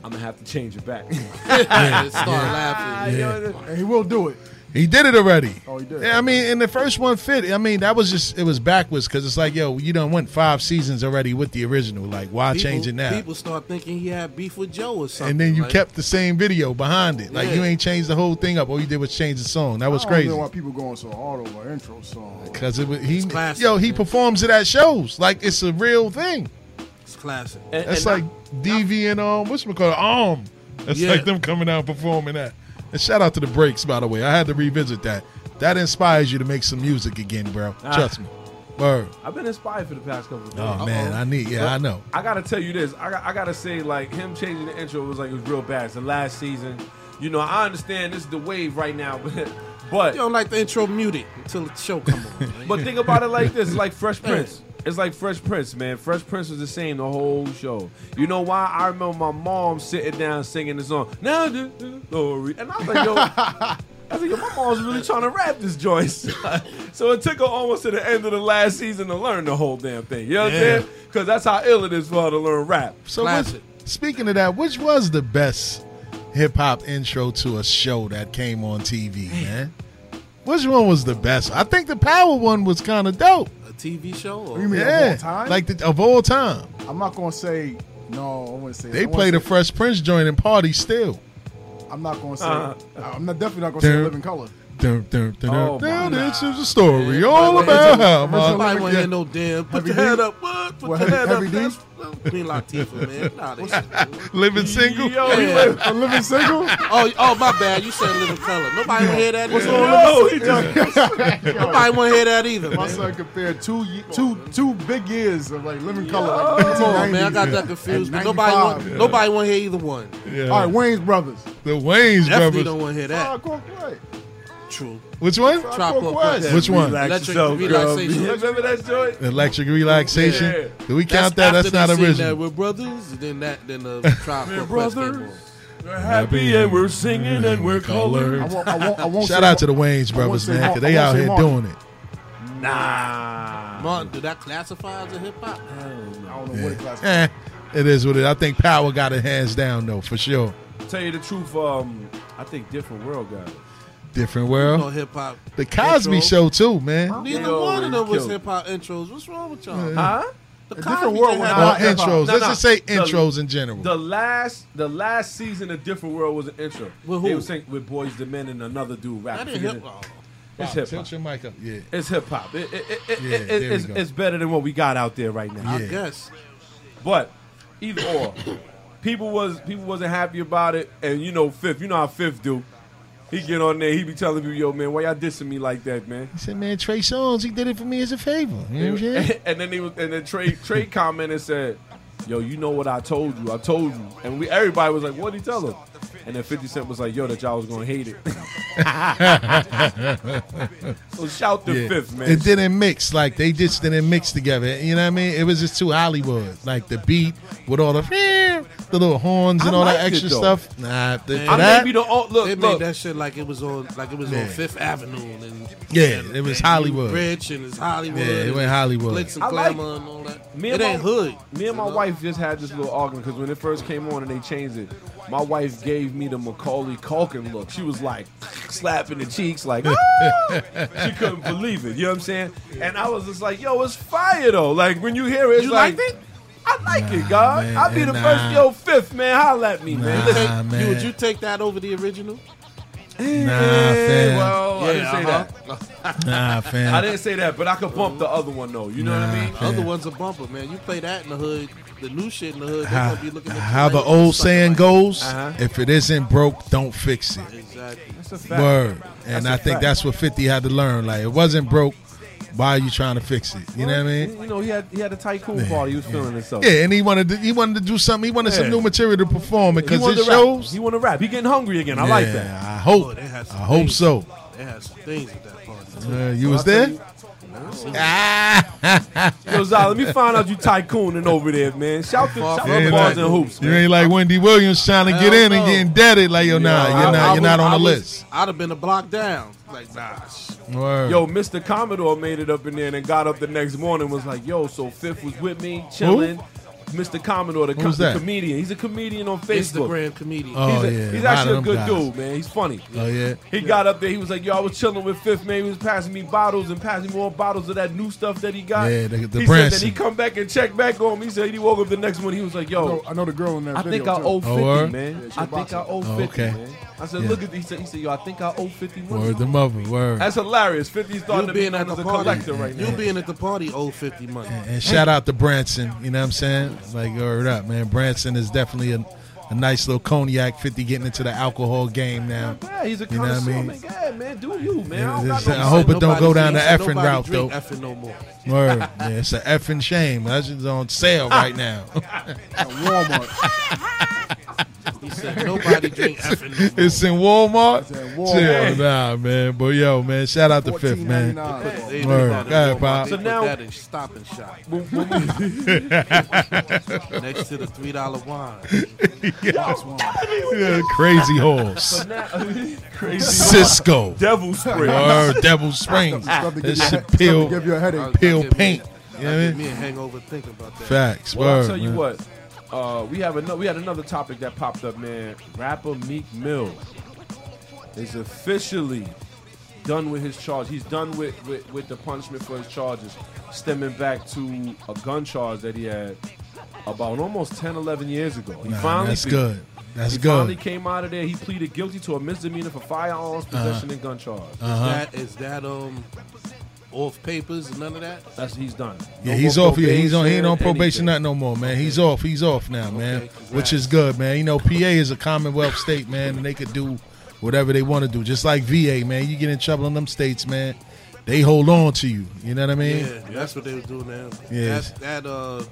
[SPEAKER 6] I'm gonna have to change it back.
[SPEAKER 7] And start laughing.
[SPEAKER 4] Yeah.
[SPEAKER 8] And he will do it.
[SPEAKER 4] He did it already.
[SPEAKER 8] Oh, he did.
[SPEAKER 4] Yeah, I mean, in the first one fit. I mean, that was just it was backwards because it's like, yo, you done went five seasons already with the original. Like, why
[SPEAKER 7] People-
[SPEAKER 4] change it now?
[SPEAKER 7] People start thinking he had beef with Joe or something.
[SPEAKER 4] and then you
[SPEAKER 7] like,
[SPEAKER 4] kept the same video behind it. Like you
[SPEAKER 7] Yeah.
[SPEAKER 4] ain't changed the whole thing up. All you did was change the song. That was
[SPEAKER 8] I don't
[SPEAKER 4] crazy.
[SPEAKER 8] know why people going so hard over an intro song.
[SPEAKER 4] Cause it was he,
[SPEAKER 7] classic,
[SPEAKER 4] yo, he
[SPEAKER 7] man.
[SPEAKER 4] performs it at shows. Like it's a real thing.
[SPEAKER 7] It's classic.
[SPEAKER 6] And-
[SPEAKER 4] That's
[SPEAKER 6] and I-
[SPEAKER 4] like DV and um, what's call Arm. That's
[SPEAKER 7] Yeah.
[SPEAKER 4] like them coming out and performing that. And shout out to the breaks, by the way. I had to revisit that. That inspires you to make some music again, bro. Trust me. Word.
[SPEAKER 6] I've been inspired for the past couple of days.
[SPEAKER 4] Oh man, I need. Yeah, I know.
[SPEAKER 6] I gotta tell you this. I, got- I gotta say, like him changing the intro was like it was real bad. It's the last season. You know, I understand this is the wave right now, but
[SPEAKER 7] You
[SPEAKER 6] but
[SPEAKER 7] don't like the intro, mute it until the show come on. man.
[SPEAKER 6] but think about it like this: it's like Fresh Prince. It's like Fresh Prince, man. Fresh Prince was the same the whole show. You know why? I remember my mom sitting down singing the song. Now the glory, and I was like, yo. I was like, yo, my mom's really trying to rap this joint. so it took her almost to the end of the last season to learn the whole damn thing. You know what I'm saying? Because that's how ill it is for her to learn rap.
[SPEAKER 4] So which,
[SPEAKER 7] Classic.
[SPEAKER 4] speaking of that, which was the best hip hop intro to a show that came on TV, man? Which one was the best? I think the Power one was kind of dope.
[SPEAKER 7] a TV show? Or,
[SPEAKER 8] You mean of all
[SPEAKER 4] yeah,
[SPEAKER 8] time?
[SPEAKER 4] like the, oh. of all time,
[SPEAKER 8] I'm not gonna say no. I wouldn't say. I
[SPEAKER 4] they
[SPEAKER 8] wouldn't
[SPEAKER 4] played
[SPEAKER 8] say-
[SPEAKER 4] a Fresh Prince joint in party still.
[SPEAKER 8] I'm not gonna say.
[SPEAKER 7] Uh-huh.
[SPEAKER 6] Uh,
[SPEAKER 8] I'm not definitely not gonna say
[SPEAKER 4] Dude.
[SPEAKER 8] Living Color.
[SPEAKER 4] Dun, dun, dun, dun,
[SPEAKER 6] Oh,
[SPEAKER 4] dun.
[SPEAKER 6] my
[SPEAKER 4] This is a story
[SPEAKER 7] God.
[SPEAKER 4] all
[SPEAKER 7] Everybody
[SPEAKER 4] about how
[SPEAKER 8] original-
[SPEAKER 4] my
[SPEAKER 7] Nobody want
[SPEAKER 8] Yeah.
[SPEAKER 7] to hear no damn. Put
[SPEAKER 8] Heavy
[SPEAKER 7] the head
[SPEAKER 8] D?
[SPEAKER 7] up. What? Put
[SPEAKER 8] What,
[SPEAKER 7] the
[SPEAKER 8] Heavy-
[SPEAKER 7] head
[SPEAKER 8] Heavy D?
[SPEAKER 7] up. That's Queen Latifah, man. Nah, they-
[SPEAKER 4] living single.
[SPEAKER 6] Yo, he
[SPEAKER 7] Yeah.
[SPEAKER 8] A living single?
[SPEAKER 7] Oh, oh, my bad. You said Living Color. Nobody want to hear that. either.
[SPEAKER 6] No, he just
[SPEAKER 7] Nobody want to hear that either.
[SPEAKER 8] My
[SPEAKER 7] Man.
[SPEAKER 8] son compared two ye- two two big years of like Living Color. Like
[SPEAKER 7] Come on,
[SPEAKER 8] 1990s.
[SPEAKER 7] Oh, man. I got that confused. But nobody want
[SPEAKER 8] Yeah.
[SPEAKER 7] nobody want to hear either one.
[SPEAKER 4] Yeah.
[SPEAKER 8] All right, Wayne's Brothers.
[SPEAKER 4] the Wayne's
[SPEAKER 7] Definitely
[SPEAKER 4] brothers.
[SPEAKER 7] don't want to hear that.
[SPEAKER 8] Hardcore Quake.
[SPEAKER 7] True.
[SPEAKER 4] Which one?
[SPEAKER 7] Tropical
[SPEAKER 8] Quest.
[SPEAKER 7] Quest.
[SPEAKER 4] Which one?
[SPEAKER 7] Electric
[SPEAKER 6] yourself,
[SPEAKER 7] relaxation.
[SPEAKER 6] girl. Remember that joint?
[SPEAKER 4] Electric relaxation.
[SPEAKER 6] Yeah.
[SPEAKER 4] Do we count that? That's
[SPEAKER 7] after they
[SPEAKER 4] not
[SPEAKER 7] sing
[SPEAKER 4] original.
[SPEAKER 7] That we're brothers. Then that. Then the Tropical Quest. came
[SPEAKER 6] brothers.
[SPEAKER 7] on.
[SPEAKER 6] We're happy and we're singing and we're colored.
[SPEAKER 8] I won't, I won't, I won't
[SPEAKER 4] Shout
[SPEAKER 8] say
[SPEAKER 4] out to the
[SPEAKER 8] Mar-
[SPEAKER 4] Wayne's brothers,
[SPEAKER 8] say
[SPEAKER 4] man,
[SPEAKER 8] Mar-
[SPEAKER 4] because they
[SPEAKER 8] I
[SPEAKER 4] out
[SPEAKER 8] won't
[SPEAKER 4] here
[SPEAKER 8] say Mar-
[SPEAKER 4] doing it.
[SPEAKER 6] Nah.
[SPEAKER 7] Martin, do that classify as a hip hop?
[SPEAKER 8] I don't know what it classifies.
[SPEAKER 4] Eh, it is what it. I think Power got it hands down though, for sure.
[SPEAKER 6] Tell you the truth, um, I think different world got it.
[SPEAKER 4] Different
[SPEAKER 7] No
[SPEAKER 4] world.
[SPEAKER 7] hip hop.
[SPEAKER 4] The Cosby
[SPEAKER 7] intro.
[SPEAKER 4] Show too, man.
[SPEAKER 7] Neither
[SPEAKER 6] They
[SPEAKER 7] one of
[SPEAKER 6] already
[SPEAKER 7] them was
[SPEAKER 6] killed.
[SPEAKER 7] hip hop intros. What's wrong with y'all?
[SPEAKER 6] Huh?
[SPEAKER 7] The
[SPEAKER 8] different
[SPEAKER 7] Cosby
[SPEAKER 8] world
[SPEAKER 7] Show
[SPEAKER 8] when
[SPEAKER 7] had
[SPEAKER 8] I
[SPEAKER 4] Or
[SPEAKER 8] was
[SPEAKER 7] a-
[SPEAKER 8] hip
[SPEAKER 4] intros.
[SPEAKER 8] hop.
[SPEAKER 6] No,
[SPEAKER 4] Let's
[SPEAKER 6] no.
[SPEAKER 4] just say
[SPEAKER 6] The-
[SPEAKER 4] intros in general.
[SPEAKER 6] The last, the last season of Different World was an intro.
[SPEAKER 7] With
[SPEAKER 6] They
[SPEAKER 7] who?
[SPEAKER 6] were singing with Boys the Men and another dude
[SPEAKER 7] That
[SPEAKER 6] rapping.
[SPEAKER 7] ain't hip hop.
[SPEAKER 6] It's hip hop.
[SPEAKER 4] Tilt your mic up. Yeah.
[SPEAKER 6] It's hip hop. It, it, it, it,
[SPEAKER 4] Yeah,
[SPEAKER 6] it-
[SPEAKER 4] there we
[SPEAKER 6] it's,
[SPEAKER 4] go.
[SPEAKER 6] it's better than what we got out there right now.
[SPEAKER 7] I
[SPEAKER 4] Yeah.
[SPEAKER 7] guess.
[SPEAKER 6] But either or, people was people wasn't happy about it, and you know Fifth, you know how Fifth do. He get on there, he be telling people, "Yo, man, why y'all dissing me like that, man?"
[SPEAKER 4] He said, man, Trey Songz, he did it for me as a favor. You know what I'm saying?
[SPEAKER 6] and then he was, and then Trey Trey commented and said, "Yo, you know what I told you? I told you." And we everybody was like, "What would he tell him?" And then 50 Cent was like, yo, that y'all was going to hate it. so shout the
[SPEAKER 4] Yeah.
[SPEAKER 6] fifth, man.
[SPEAKER 4] It didn't mix. Like they just didn't mix together. You know what I mean? It was just too Hollywood. Like the beat with all the the little horns and
[SPEAKER 6] I
[SPEAKER 4] all that
[SPEAKER 6] liked it,
[SPEAKER 4] extra
[SPEAKER 6] though.
[SPEAKER 4] stuff. Nah, th- for
[SPEAKER 6] I may
[SPEAKER 4] that,
[SPEAKER 6] be the o- look,
[SPEAKER 7] They made
[SPEAKER 6] look.
[SPEAKER 7] that shit like it was on like it was on Fifth Avenue and
[SPEAKER 4] yeah, it was Hollywood.
[SPEAKER 7] Rich and it's Hollywood.
[SPEAKER 4] Yeah, it
[SPEAKER 7] and
[SPEAKER 4] went Hollywood.
[SPEAKER 7] Glitz and
[SPEAKER 6] I like-
[SPEAKER 7] glamour and all that.
[SPEAKER 6] Me
[SPEAKER 7] it
[SPEAKER 6] and
[SPEAKER 7] ain't
[SPEAKER 6] my,
[SPEAKER 7] hood.
[SPEAKER 6] Me and my wife just had this little argument because when it first came on and they changed it, my wife gave me the Macaulay Culkin look. She was like slapping the cheeks, like "Ah!" she couldn't believe it. You know what I'm saying? And I was just like, "Yo, it's fire though!" Like when you hear it, it's
[SPEAKER 7] You
[SPEAKER 6] like,
[SPEAKER 7] liked it?
[SPEAKER 6] I like it, God.
[SPEAKER 4] man,
[SPEAKER 6] I'll be the
[SPEAKER 4] nah.
[SPEAKER 6] first, yo, fifth man. Holla at me, man.
[SPEAKER 4] Nah,
[SPEAKER 6] Listen,
[SPEAKER 7] Take-
[SPEAKER 4] man.
[SPEAKER 7] you- would you take that over the original?
[SPEAKER 4] Nah,
[SPEAKER 6] eh,
[SPEAKER 4] fam. uh-huh.
[SPEAKER 6] well, I didn't
[SPEAKER 7] Yeah, uh-huh.
[SPEAKER 6] say that.
[SPEAKER 4] Nah, fam.
[SPEAKER 6] I didn't say that, but I could bump the other one though. You know what I mean?
[SPEAKER 7] The other one's a bumper, man. You play that in the hood, the new shit in the hood, they
[SPEAKER 4] how,
[SPEAKER 7] gonna be looking at you
[SPEAKER 4] how the
[SPEAKER 7] like,
[SPEAKER 4] old
[SPEAKER 7] sucker
[SPEAKER 4] saying
[SPEAKER 7] like-
[SPEAKER 4] goes,
[SPEAKER 6] Uh-huh.
[SPEAKER 4] if it isn't broke, don't fix it.
[SPEAKER 7] Exactly.
[SPEAKER 6] That's a fact.
[SPEAKER 4] Word. And
[SPEAKER 6] That's a
[SPEAKER 4] I think
[SPEAKER 6] fact.
[SPEAKER 4] that's what 50 had to learn. Like, it wasn't broke. Why are you trying to fix it? You know what I mean?
[SPEAKER 6] You know, he had he had a tycoon party. He was feeling himself.
[SPEAKER 4] Yeah, and he wanted to, he wanted to do something. He wanted some
[SPEAKER 6] Yeah.
[SPEAKER 4] new material to perform because
[SPEAKER 6] wanted
[SPEAKER 4] it
[SPEAKER 6] to rap.
[SPEAKER 4] shows.
[SPEAKER 6] He want to rap. He getting hungry again. I like
[SPEAKER 4] Yeah,
[SPEAKER 6] that.
[SPEAKER 4] I
[SPEAKER 7] Oh,
[SPEAKER 4] hope.
[SPEAKER 7] they
[SPEAKER 4] I
[SPEAKER 7] had some
[SPEAKER 4] hope
[SPEAKER 7] things.
[SPEAKER 4] so.
[SPEAKER 7] They had some things at that party.
[SPEAKER 4] Uh, you was there? Ah,
[SPEAKER 6] Yo, Zah, let me find out you tycooning over there, man. Shout the shout
[SPEAKER 7] Fuck
[SPEAKER 6] the
[SPEAKER 4] yeah,
[SPEAKER 6] bars
[SPEAKER 4] like-
[SPEAKER 6] and hoops,
[SPEAKER 4] you
[SPEAKER 6] man.
[SPEAKER 4] ain't like Wendy Williams trying to
[SPEAKER 7] Hell
[SPEAKER 4] get in and
[SPEAKER 7] no.
[SPEAKER 4] get indebted. Like, yo, nah,
[SPEAKER 6] I-
[SPEAKER 4] you're
[SPEAKER 6] I
[SPEAKER 4] not, you're
[SPEAKER 6] was-
[SPEAKER 4] not on
[SPEAKER 7] I
[SPEAKER 4] the
[SPEAKER 7] was-
[SPEAKER 4] list.
[SPEAKER 7] I'd have been a block down. Like, nah. sh-
[SPEAKER 4] Word.
[SPEAKER 6] Yo, Mr. Commodore made it up in there and then got up the next morning and was like, yo, so Fifth was with me, chilling. Mr. Commodore, the, com-
[SPEAKER 4] Who's
[SPEAKER 6] the
[SPEAKER 4] that?
[SPEAKER 6] comedian. He's a comedian on Facebook.
[SPEAKER 7] Instagram comedian.
[SPEAKER 4] Oh.
[SPEAKER 6] he's, a-
[SPEAKER 4] yeah,
[SPEAKER 6] he's
[SPEAKER 4] a lot
[SPEAKER 6] actually a
[SPEAKER 4] of them
[SPEAKER 6] good
[SPEAKER 4] guys.
[SPEAKER 6] dude, man. He's funny.
[SPEAKER 4] oh, yeah.
[SPEAKER 6] He got up there. He was like, "Yo, I was chilling with Fifth Man. He was passing me bottles and passing me more bottles of that new stuff that he got."
[SPEAKER 4] Yeah, the- the
[SPEAKER 6] he said
[SPEAKER 4] Branson.
[SPEAKER 6] that he come back and check back on me. He said he woke up the next morning. He was like,
[SPEAKER 8] I know,
[SPEAKER 6] "Yo,
[SPEAKER 8] I know the girl in that
[SPEAKER 6] I
[SPEAKER 8] video.
[SPEAKER 6] think I
[SPEAKER 8] too.
[SPEAKER 6] owe
[SPEAKER 4] Oh,
[SPEAKER 6] 50,
[SPEAKER 4] word?
[SPEAKER 6] man.
[SPEAKER 8] Yeah, she
[SPEAKER 6] I think I
[SPEAKER 8] boxing.
[SPEAKER 6] owe 50,
[SPEAKER 4] Oh, okay.
[SPEAKER 6] man." I said,
[SPEAKER 4] Yeah.
[SPEAKER 6] "Look at," he said, "He said, yo, I think I owe 50 money."
[SPEAKER 4] Word the mother. Word.
[SPEAKER 6] That's hilarious. 50's starting to
[SPEAKER 7] You
[SPEAKER 6] be
[SPEAKER 7] being at
[SPEAKER 6] known
[SPEAKER 7] the
[SPEAKER 6] as a
[SPEAKER 7] party.
[SPEAKER 6] collector right
[SPEAKER 7] you
[SPEAKER 6] now.
[SPEAKER 7] being at the party, old 50 money.
[SPEAKER 4] And shout out to Branson. You know what I'm saying? Like, word up, man. Branson is definitely a, a nice little cognac 50 getting into the alcohol game now.
[SPEAKER 6] Yeah, he's a
[SPEAKER 4] You know what I
[SPEAKER 6] connoisseur,
[SPEAKER 4] mean?
[SPEAKER 6] man. Yeah, man, do you, man? I don't
[SPEAKER 4] Yeah,
[SPEAKER 6] got
[SPEAKER 4] this-
[SPEAKER 6] no-
[SPEAKER 4] I hope it don't
[SPEAKER 7] Nobody
[SPEAKER 4] go down the
[SPEAKER 7] drink-
[SPEAKER 4] effing
[SPEAKER 7] nobody
[SPEAKER 4] route,
[SPEAKER 7] drink
[SPEAKER 4] though.
[SPEAKER 7] effing no more.
[SPEAKER 4] Word. Yeah, it's an effing shame. That shit's on sale right now.
[SPEAKER 8] At Walmart.
[SPEAKER 7] He said, nobody drink effing no more.
[SPEAKER 4] it's in Walmart.
[SPEAKER 8] It's at Walmart.
[SPEAKER 4] Chill, nah, man. But yo, man, shout out to Fifth, man.
[SPEAKER 8] $14.99.
[SPEAKER 7] They
[SPEAKER 4] Word.
[SPEAKER 7] didn't
[SPEAKER 4] Go ahead,
[SPEAKER 7] Walmart.
[SPEAKER 4] Bob.
[SPEAKER 7] They
[SPEAKER 6] So
[SPEAKER 7] put
[SPEAKER 6] now-
[SPEAKER 7] that in Stop and Shop
[SPEAKER 6] When- when we-
[SPEAKER 7] next to the three dollar wine.
[SPEAKER 4] Yeah, crazy horse.
[SPEAKER 6] Crazy
[SPEAKER 4] Cisco.
[SPEAKER 6] devil spray.
[SPEAKER 4] Word. Devil Springs.
[SPEAKER 8] Stuff to give
[SPEAKER 4] That
[SPEAKER 8] you a-
[SPEAKER 4] shit
[SPEAKER 8] stuff to
[SPEAKER 4] peel,
[SPEAKER 8] give you a
[SPEAKER 7] I'll-
[SPEAKER 8] headache.
[SPEAKER 4] peel
[SPEAKER 7] I'll give me-
[SPEAKER 4] paint. You know
[SPEAKER 7] I'll
[SPEAKER 4] what I
[SPEAKER 7] give
[SPEAKER 4] mean?
[SPEAKER 7] me a hangover thinking about that.
[SPEAKER 4] Facts.
[SPEAKER 6] Well,
[SPEAKER 4] word.
[SPEAKER 6] I'll tell you
[SPEAKER 4] man.
[SPEAKER 6] what. Uh, we have another. We had another topic that popped up, man. Rapper Meek Mill is officially done with his charge. He's done with, with, with the punishment for his charges, stemming back to a gun charge that he had about almost 10, 11 years ago. He
[SPEAKER 4] Nah,
[SPEAKER 6] finally
[SPEAKER 4] that's
[SPEAKER 6] be-
[SPEAKER 4] good. That's
[SPEAKER 6] He finally
[SPEAKER 4] good.
[SPEAKER 6] came out of there. He pleaded guilty to a misdemeanor for firearms
[SPEAKER 4] Uh-huh.
[SPEAKER 6] possession and gun charge.
[SPEAKER 7] That is that um off papers and none of that.
[SPEAKER 6] That's he's done.
[SPEAKER 4] Yeah,
[SPEAKER 6] No
[SPEAKER 4] he's
[SPEAKER 6] more
[SPEAKER 4] off. Yeah, he's on. He ain't on
[SPEAKER 6] anything.
[SPEAKER 4] probation not no more, man. He's off. He's off now, man. Which is good, man. You know, PA is a Commonwealth state, man, and they could do whatever they want to do. Just like VA, man. You get in trouble in them states, man. They hold on to you. You know what I mean?
[SPEAKER 7] Yeah, that's what they was doing now.
[SPEAKER 4] Yes.
[SPEAKER 7] That that uh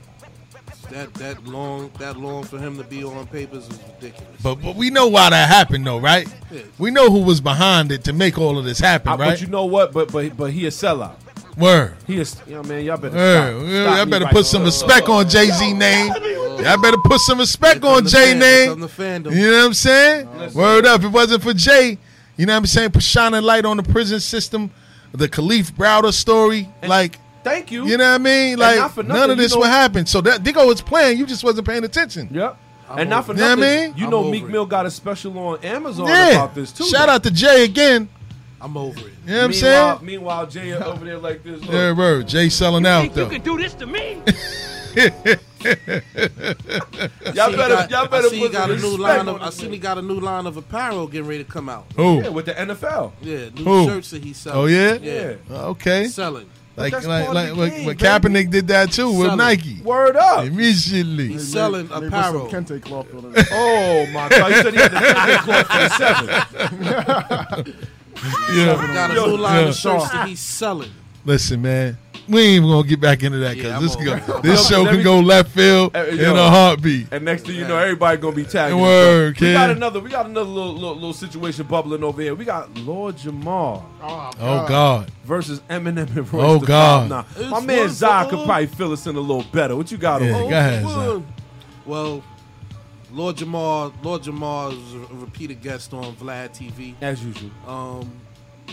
[SPEAKER 7] that that long that long for him to be on papers is ridiculous.
[SPEAKER 4] But but we know why that happened, though, right?
[SPEAKER 7] Yeah.
[SPEAKER 4] We know who was behind it to make all of this happen,
[SPEAKER 6] I-
[SPEAKER 4] right?
[SPEAKER 6] But you know what? But but but he a sellout.
[SPEAKER 4] Word.
[SPEAKER 6] He is, you know, man, y'all better
[SPEAKER 4] Yeah,
[SPEAKER 6] stop.
[SPEAKER 4] yeah,
[SPEAKER 6] Stop
[SPEAKER 4] I
[SPEAKER 6] me
[SPEAKER 4] better
[SPEAKER 6] right
[SPEAKER 4] put some
[SPEAKER 6] now.
[SPEAKER 4] respect on Jay Z name. I better put some respect
[SPEAKER 7] Here come
[SPEAKER 4] on
[SPEAKER 7] the
[SPEAKER 4] Jay
[SPEAKER 7] fan- here
[SPEAKER 4] name.
[SPEAKER 7] come the fandom.
[SPEAKER 4] You know what I'm saying? Word up. If it wasn't for Jay, you know what I'm saying? Put shining light on the prison system, the Khalif Browder story. like,
[SPEAKER 6] Thank you.
[SPEAKER 4] you know what I mean?
[SPEAKER 6] not
[SPEAKER 4] Like,
[SPEAKER 6] for
[SPEAKER 4] none
[SPEAKER 6] nothing,
[SPEAKER 4] of this
[SPEAKER 6] you know-
[SPEAKER 4] would happen. So that Digo was playing. You just wasn't paying attention.
[SPEAKER 6] Yep. and not for
[SPEAKER 4] it. Yeah,
[SPEAKER 6] nothing.
[SPEAKER 4] man.
[SPEAKER 6] You
[SPEAKER 7] I'm
[SPEAKER 6] know,
[SPEAKER 7] over
[SPEAKER 6] Meek
[SPEAKER 7] it.
[SPEAKER 6] Mill got a special on Amazon
[SPEAKER 4] Yeah.
[SPEAKER 6] about this too.
[SPEAKER 4] Shout out to Jay again.
[SPEAKER 7] I'm over it.
[SPEAKER 4] You know what I'm
[SPEAKER 6] meanwhile,
[SPEAKER 4] saying?
[SPEAKER 6] meanwhile, Jay over there like this. Look,
[SPEAKER 4] Yeah, word. Jay selling out,
[SPEAKER 5] Think you
[SPEAKER 4] though.
[SPEAKER 5] can do this to me?
[SPEAKER 6] y'all
[SPEAKER 7] He
[SPEAKER 6] better,
[SPEAKER 7] got-
[SPEAKER 6] y'all
[SPEAKER 7] I
[SPEAKER 6] better
[SPEAKER 7] see he
[SPEAKER 6] put
[SPEAKER 7] got a
[SPEAKER 6] some
[SPEAKER 7] new
[SPEAKER 6] respect
[SPEAKER 7] line of
[SPEAKER 6] on
[SPEAKER 7] I
[SPEAKER 6] this
[SPEAKER 7] see he
[SPEAKER 6] man.
[SPEAKER 7] got a new line of apparel getting ready to come out.
[SPEAKER 6] Yeah,
[SPEAKER 4] Who?
[SPEAKER 6] with the NFL.
[SPEAKER 7] Yeah, new
[SPEAKER 4] Who?
[SPEAKER 7] shirts that he's selling.
[SPEAKER 4] Oh, yeah?
[SPEAKER 7] Yeah.
[SPEAKER 4] Okay.
[SPEAKER 7] Selling.
[SPEAKER 4] Like,
[SPEAKER 6] that's
[SPEAKER 4] like,
[SPEAKER 6] part of
[SPEAKER 4] like,
[SPEAKER 6] the
[SPEAKER 4] like
[SPEAKER 6] game,
[SPEAKER 4] what
[SPEAKER 6] baby.
[SPEAKER 4] Kaepernick did that too with
[SPEAKER 7] Selling.
[SPEAKER 4] Nike.
[SPEAKER 6] Word up.
[SPEAKER 4] Immediately.
[SPEAKER 7] He's selling
[SPEAKER 8] They put
[SPEAKER 7] apparel.
[SPEAKER 8] some kente cloth on it.
[SPEAKER 6] Oh my god! You said he had the ticket clock for the seven.
[SPEAKER 4] Yeah.
[SPEAKER 7] Got a new line
[SPEAKER 4] Yeah.
[SPEAKER 7] of shirts that he's selling.
[SPEAKER 4] Listen, man. we ain't even gonna get back into that
[SPEAKER 7] Yeah, I'm
[SPEAKER 6] Oh,
[SPEAKER 4] because
[SPEAKER 7] over
[SPEAKER 4] this
[SPEAKER 7] it.
[SPEAKER 4] go, this show can go left field
[SPEAKER 6] Hey,
[SPEAKER 4] in
[SPEAKER 6] Eh, yo.
[SPEAKER 4] a heartbeat.
[SPEAKER 6] And next thing you know, everybody gonna be tagging.
[SPEAKER 4] Word,
[SPEAKER 6] we got
[SPEAKER 4] kid.
[SPEAKER 6] another. We got another little, little little situation bubbling over here. We got Lord Jamal
[SPEAKER 4] Oh God,
[SPEAKER 6] versus Eminem and Royce.
[SPEAKER 4] Oh,
[SPEAKER 6] the
[SPEAKER 4] God.
[SPEAKER 6] Five Nine.
[SPEAKER 7] It's
[SPEAKER 6] My man
[SPEAKER 7] one
[SPEAKER 6] Zai
[SPEAKER 7] for
[SPEAKER 6] could
[SPEAKER 7] all.
[SPEAKER 6] probably fill us in a little better. What you got
[SPEAKER 4] Yeah.
[SPEAKER 6] on?
[SPEAKER 4] Go ahead,
[SPEAKER 7] Well, Well, Lord Jamal, Lord Jamal is a repeated guest on Vlad TV.
[SPEAKER 6] As usual.
[SPEAKER 7] Um,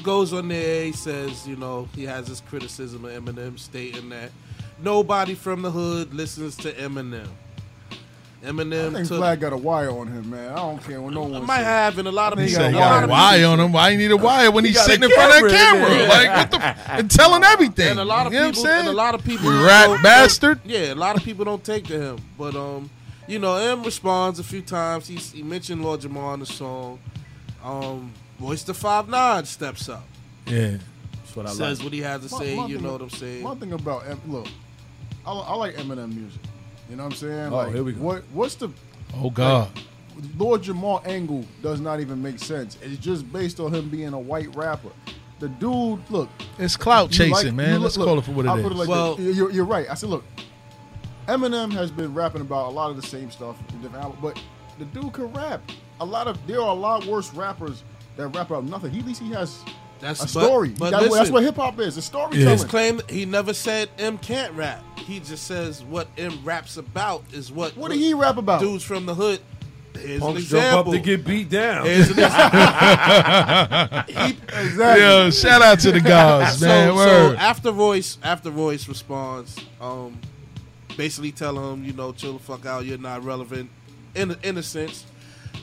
[SPEAKER 7] goes on there, he says, you know, he has his criticism of Eminem, stating that nobody from the hood listens to Eminem.
[SPEAKER 8] I
[SPEAKER 7] Eminem
[SPEAKER 8] think
[SPEAKER 7] took,
[SPEAKER 8] Flag got a wire on him, man. I don't care what no one
[SPEAKER 7] might
[SPEAKER 8] says.
[SPEAKER 7] have, and a lot of
[SPEAKER 8] He
[SPEAKER 4] he
[SPEAKER 7] people,
[SPEAKER 4] said
[SPEAKER 7] a
[SPEAKER 4] he
[SPEAKER 7] lot
[SPEAKER 4] got a
[SPEAKER 7] of
[SPEAKER 4] wire on him. Why he need a wire when
[SPEAKER 6] He
[SPEAKER 4] he's
[SPEAKER 6] got a
[SPEAKER 4] sitting in front of that
[SPEAKER 6] camera in
[SPEAKER 4] camera,
[SPEAKER 6] there.
[SPEAKER 4] like what the f- and telling everything.
[SPEAKER 7] Ah. And a lot of
[SPEAKER 4] you know
[SPEAKER 7] people,
[SPEAKER 4] what I'm saying?
[SPEAKER 7] and a lot of people,
[SPEAKER 4] You rat
[SPEAKER 7] don't-
[SPEAKER 4] bastard.
[SPEAKER 7] Yeah, a lot of people don't take to him, but um, you know, M responds a few times. He he mentioned Lord Jamal in the song. Um, Voice the Five Nine steps up,
[SPEAKER 4] yeah,
[SPEAKER 6] That's what I
[SPEAKER 7] says
[SPEAKER 6] like.
[SPEAKER 7] what he has to
[SPEAKER 8] My-
[SPEAKER 7] say.
[SPEAKER 8] my
[SPEAKER 7] you
[SPEAKER 8] thing-
[SPEAKER 7] know what I'm saying?
[SPEAKER 8] One thing about Em- look, I, li- I like Eminem music. You know what I'm saying?
[SPEAKER 6] Oh,
[SPEAKER 8] like,
[SPEAKER 6] here we go.
[SPEAKER 8] What what's the
[SPEAKER 4] oh God,
[SPEAKER 8] Lord Jamal angle does not even make sense. It's just based on him being a white rapper. The dude, look,
[SPEAKER 4] it's clout
[SPEAKER 8] you
[SPEAKER 4] chasing,
[SPEAKER 8] like- you
[SPEAKER 4] man.
[SPEAKER 8] look-
[SPEAKER 4] Let's
[SPEAKER 8] look,
[SPEAKER 4] call it for what
[SPEAKER 8] I'll
[SPEAKER 4] it
[SPEAKER 8] put it
[SPEAKER 4] is.
[SPEAKER 8] like
[SPEAKER 7] Well-
[SPEAKER 8] this. You're, you're right. I said, look, Eminem has been rapping about a lot of the same stuff, in different albums, but the dude can rap. A lot of there are a lot worse rappers that rap about nothing. He, at least he has
[SPEAKER 7] That's
[SPEAKER 8] a
[SPEAKER 7] but-
[SPEAKER 8] story.
[SPEAKER 7] But
[SPEAKER 8] That-
[SPEAKER 7] listen,
[SPEAKER 8] that's what hip hop is. It's storytelling.
[SPEAKER 7] his claim he never said M can't rap. He just says what M raps about is what.
[SPEAKER 8] What did he rap about?
[SPEAKER 7] Dudes from the hood. Here's an
[SPEAKER 6] Punks jump up
[SPEAKER 7] example.
[SPEAKER 6] to get beat down.
[SPEAKER 7] Here's an example.
[SPEAKER 8] exactly.
[SPEAKER 4] Yo, shout out to the gods, man.
[SPEAKER 7] so, so
[SPEAKER 4] Word.
[SPEAKER 7] after Royce, after Royce responds, um, basically telling him, you know, chill the fuck out, you're not relevant, in in a sense.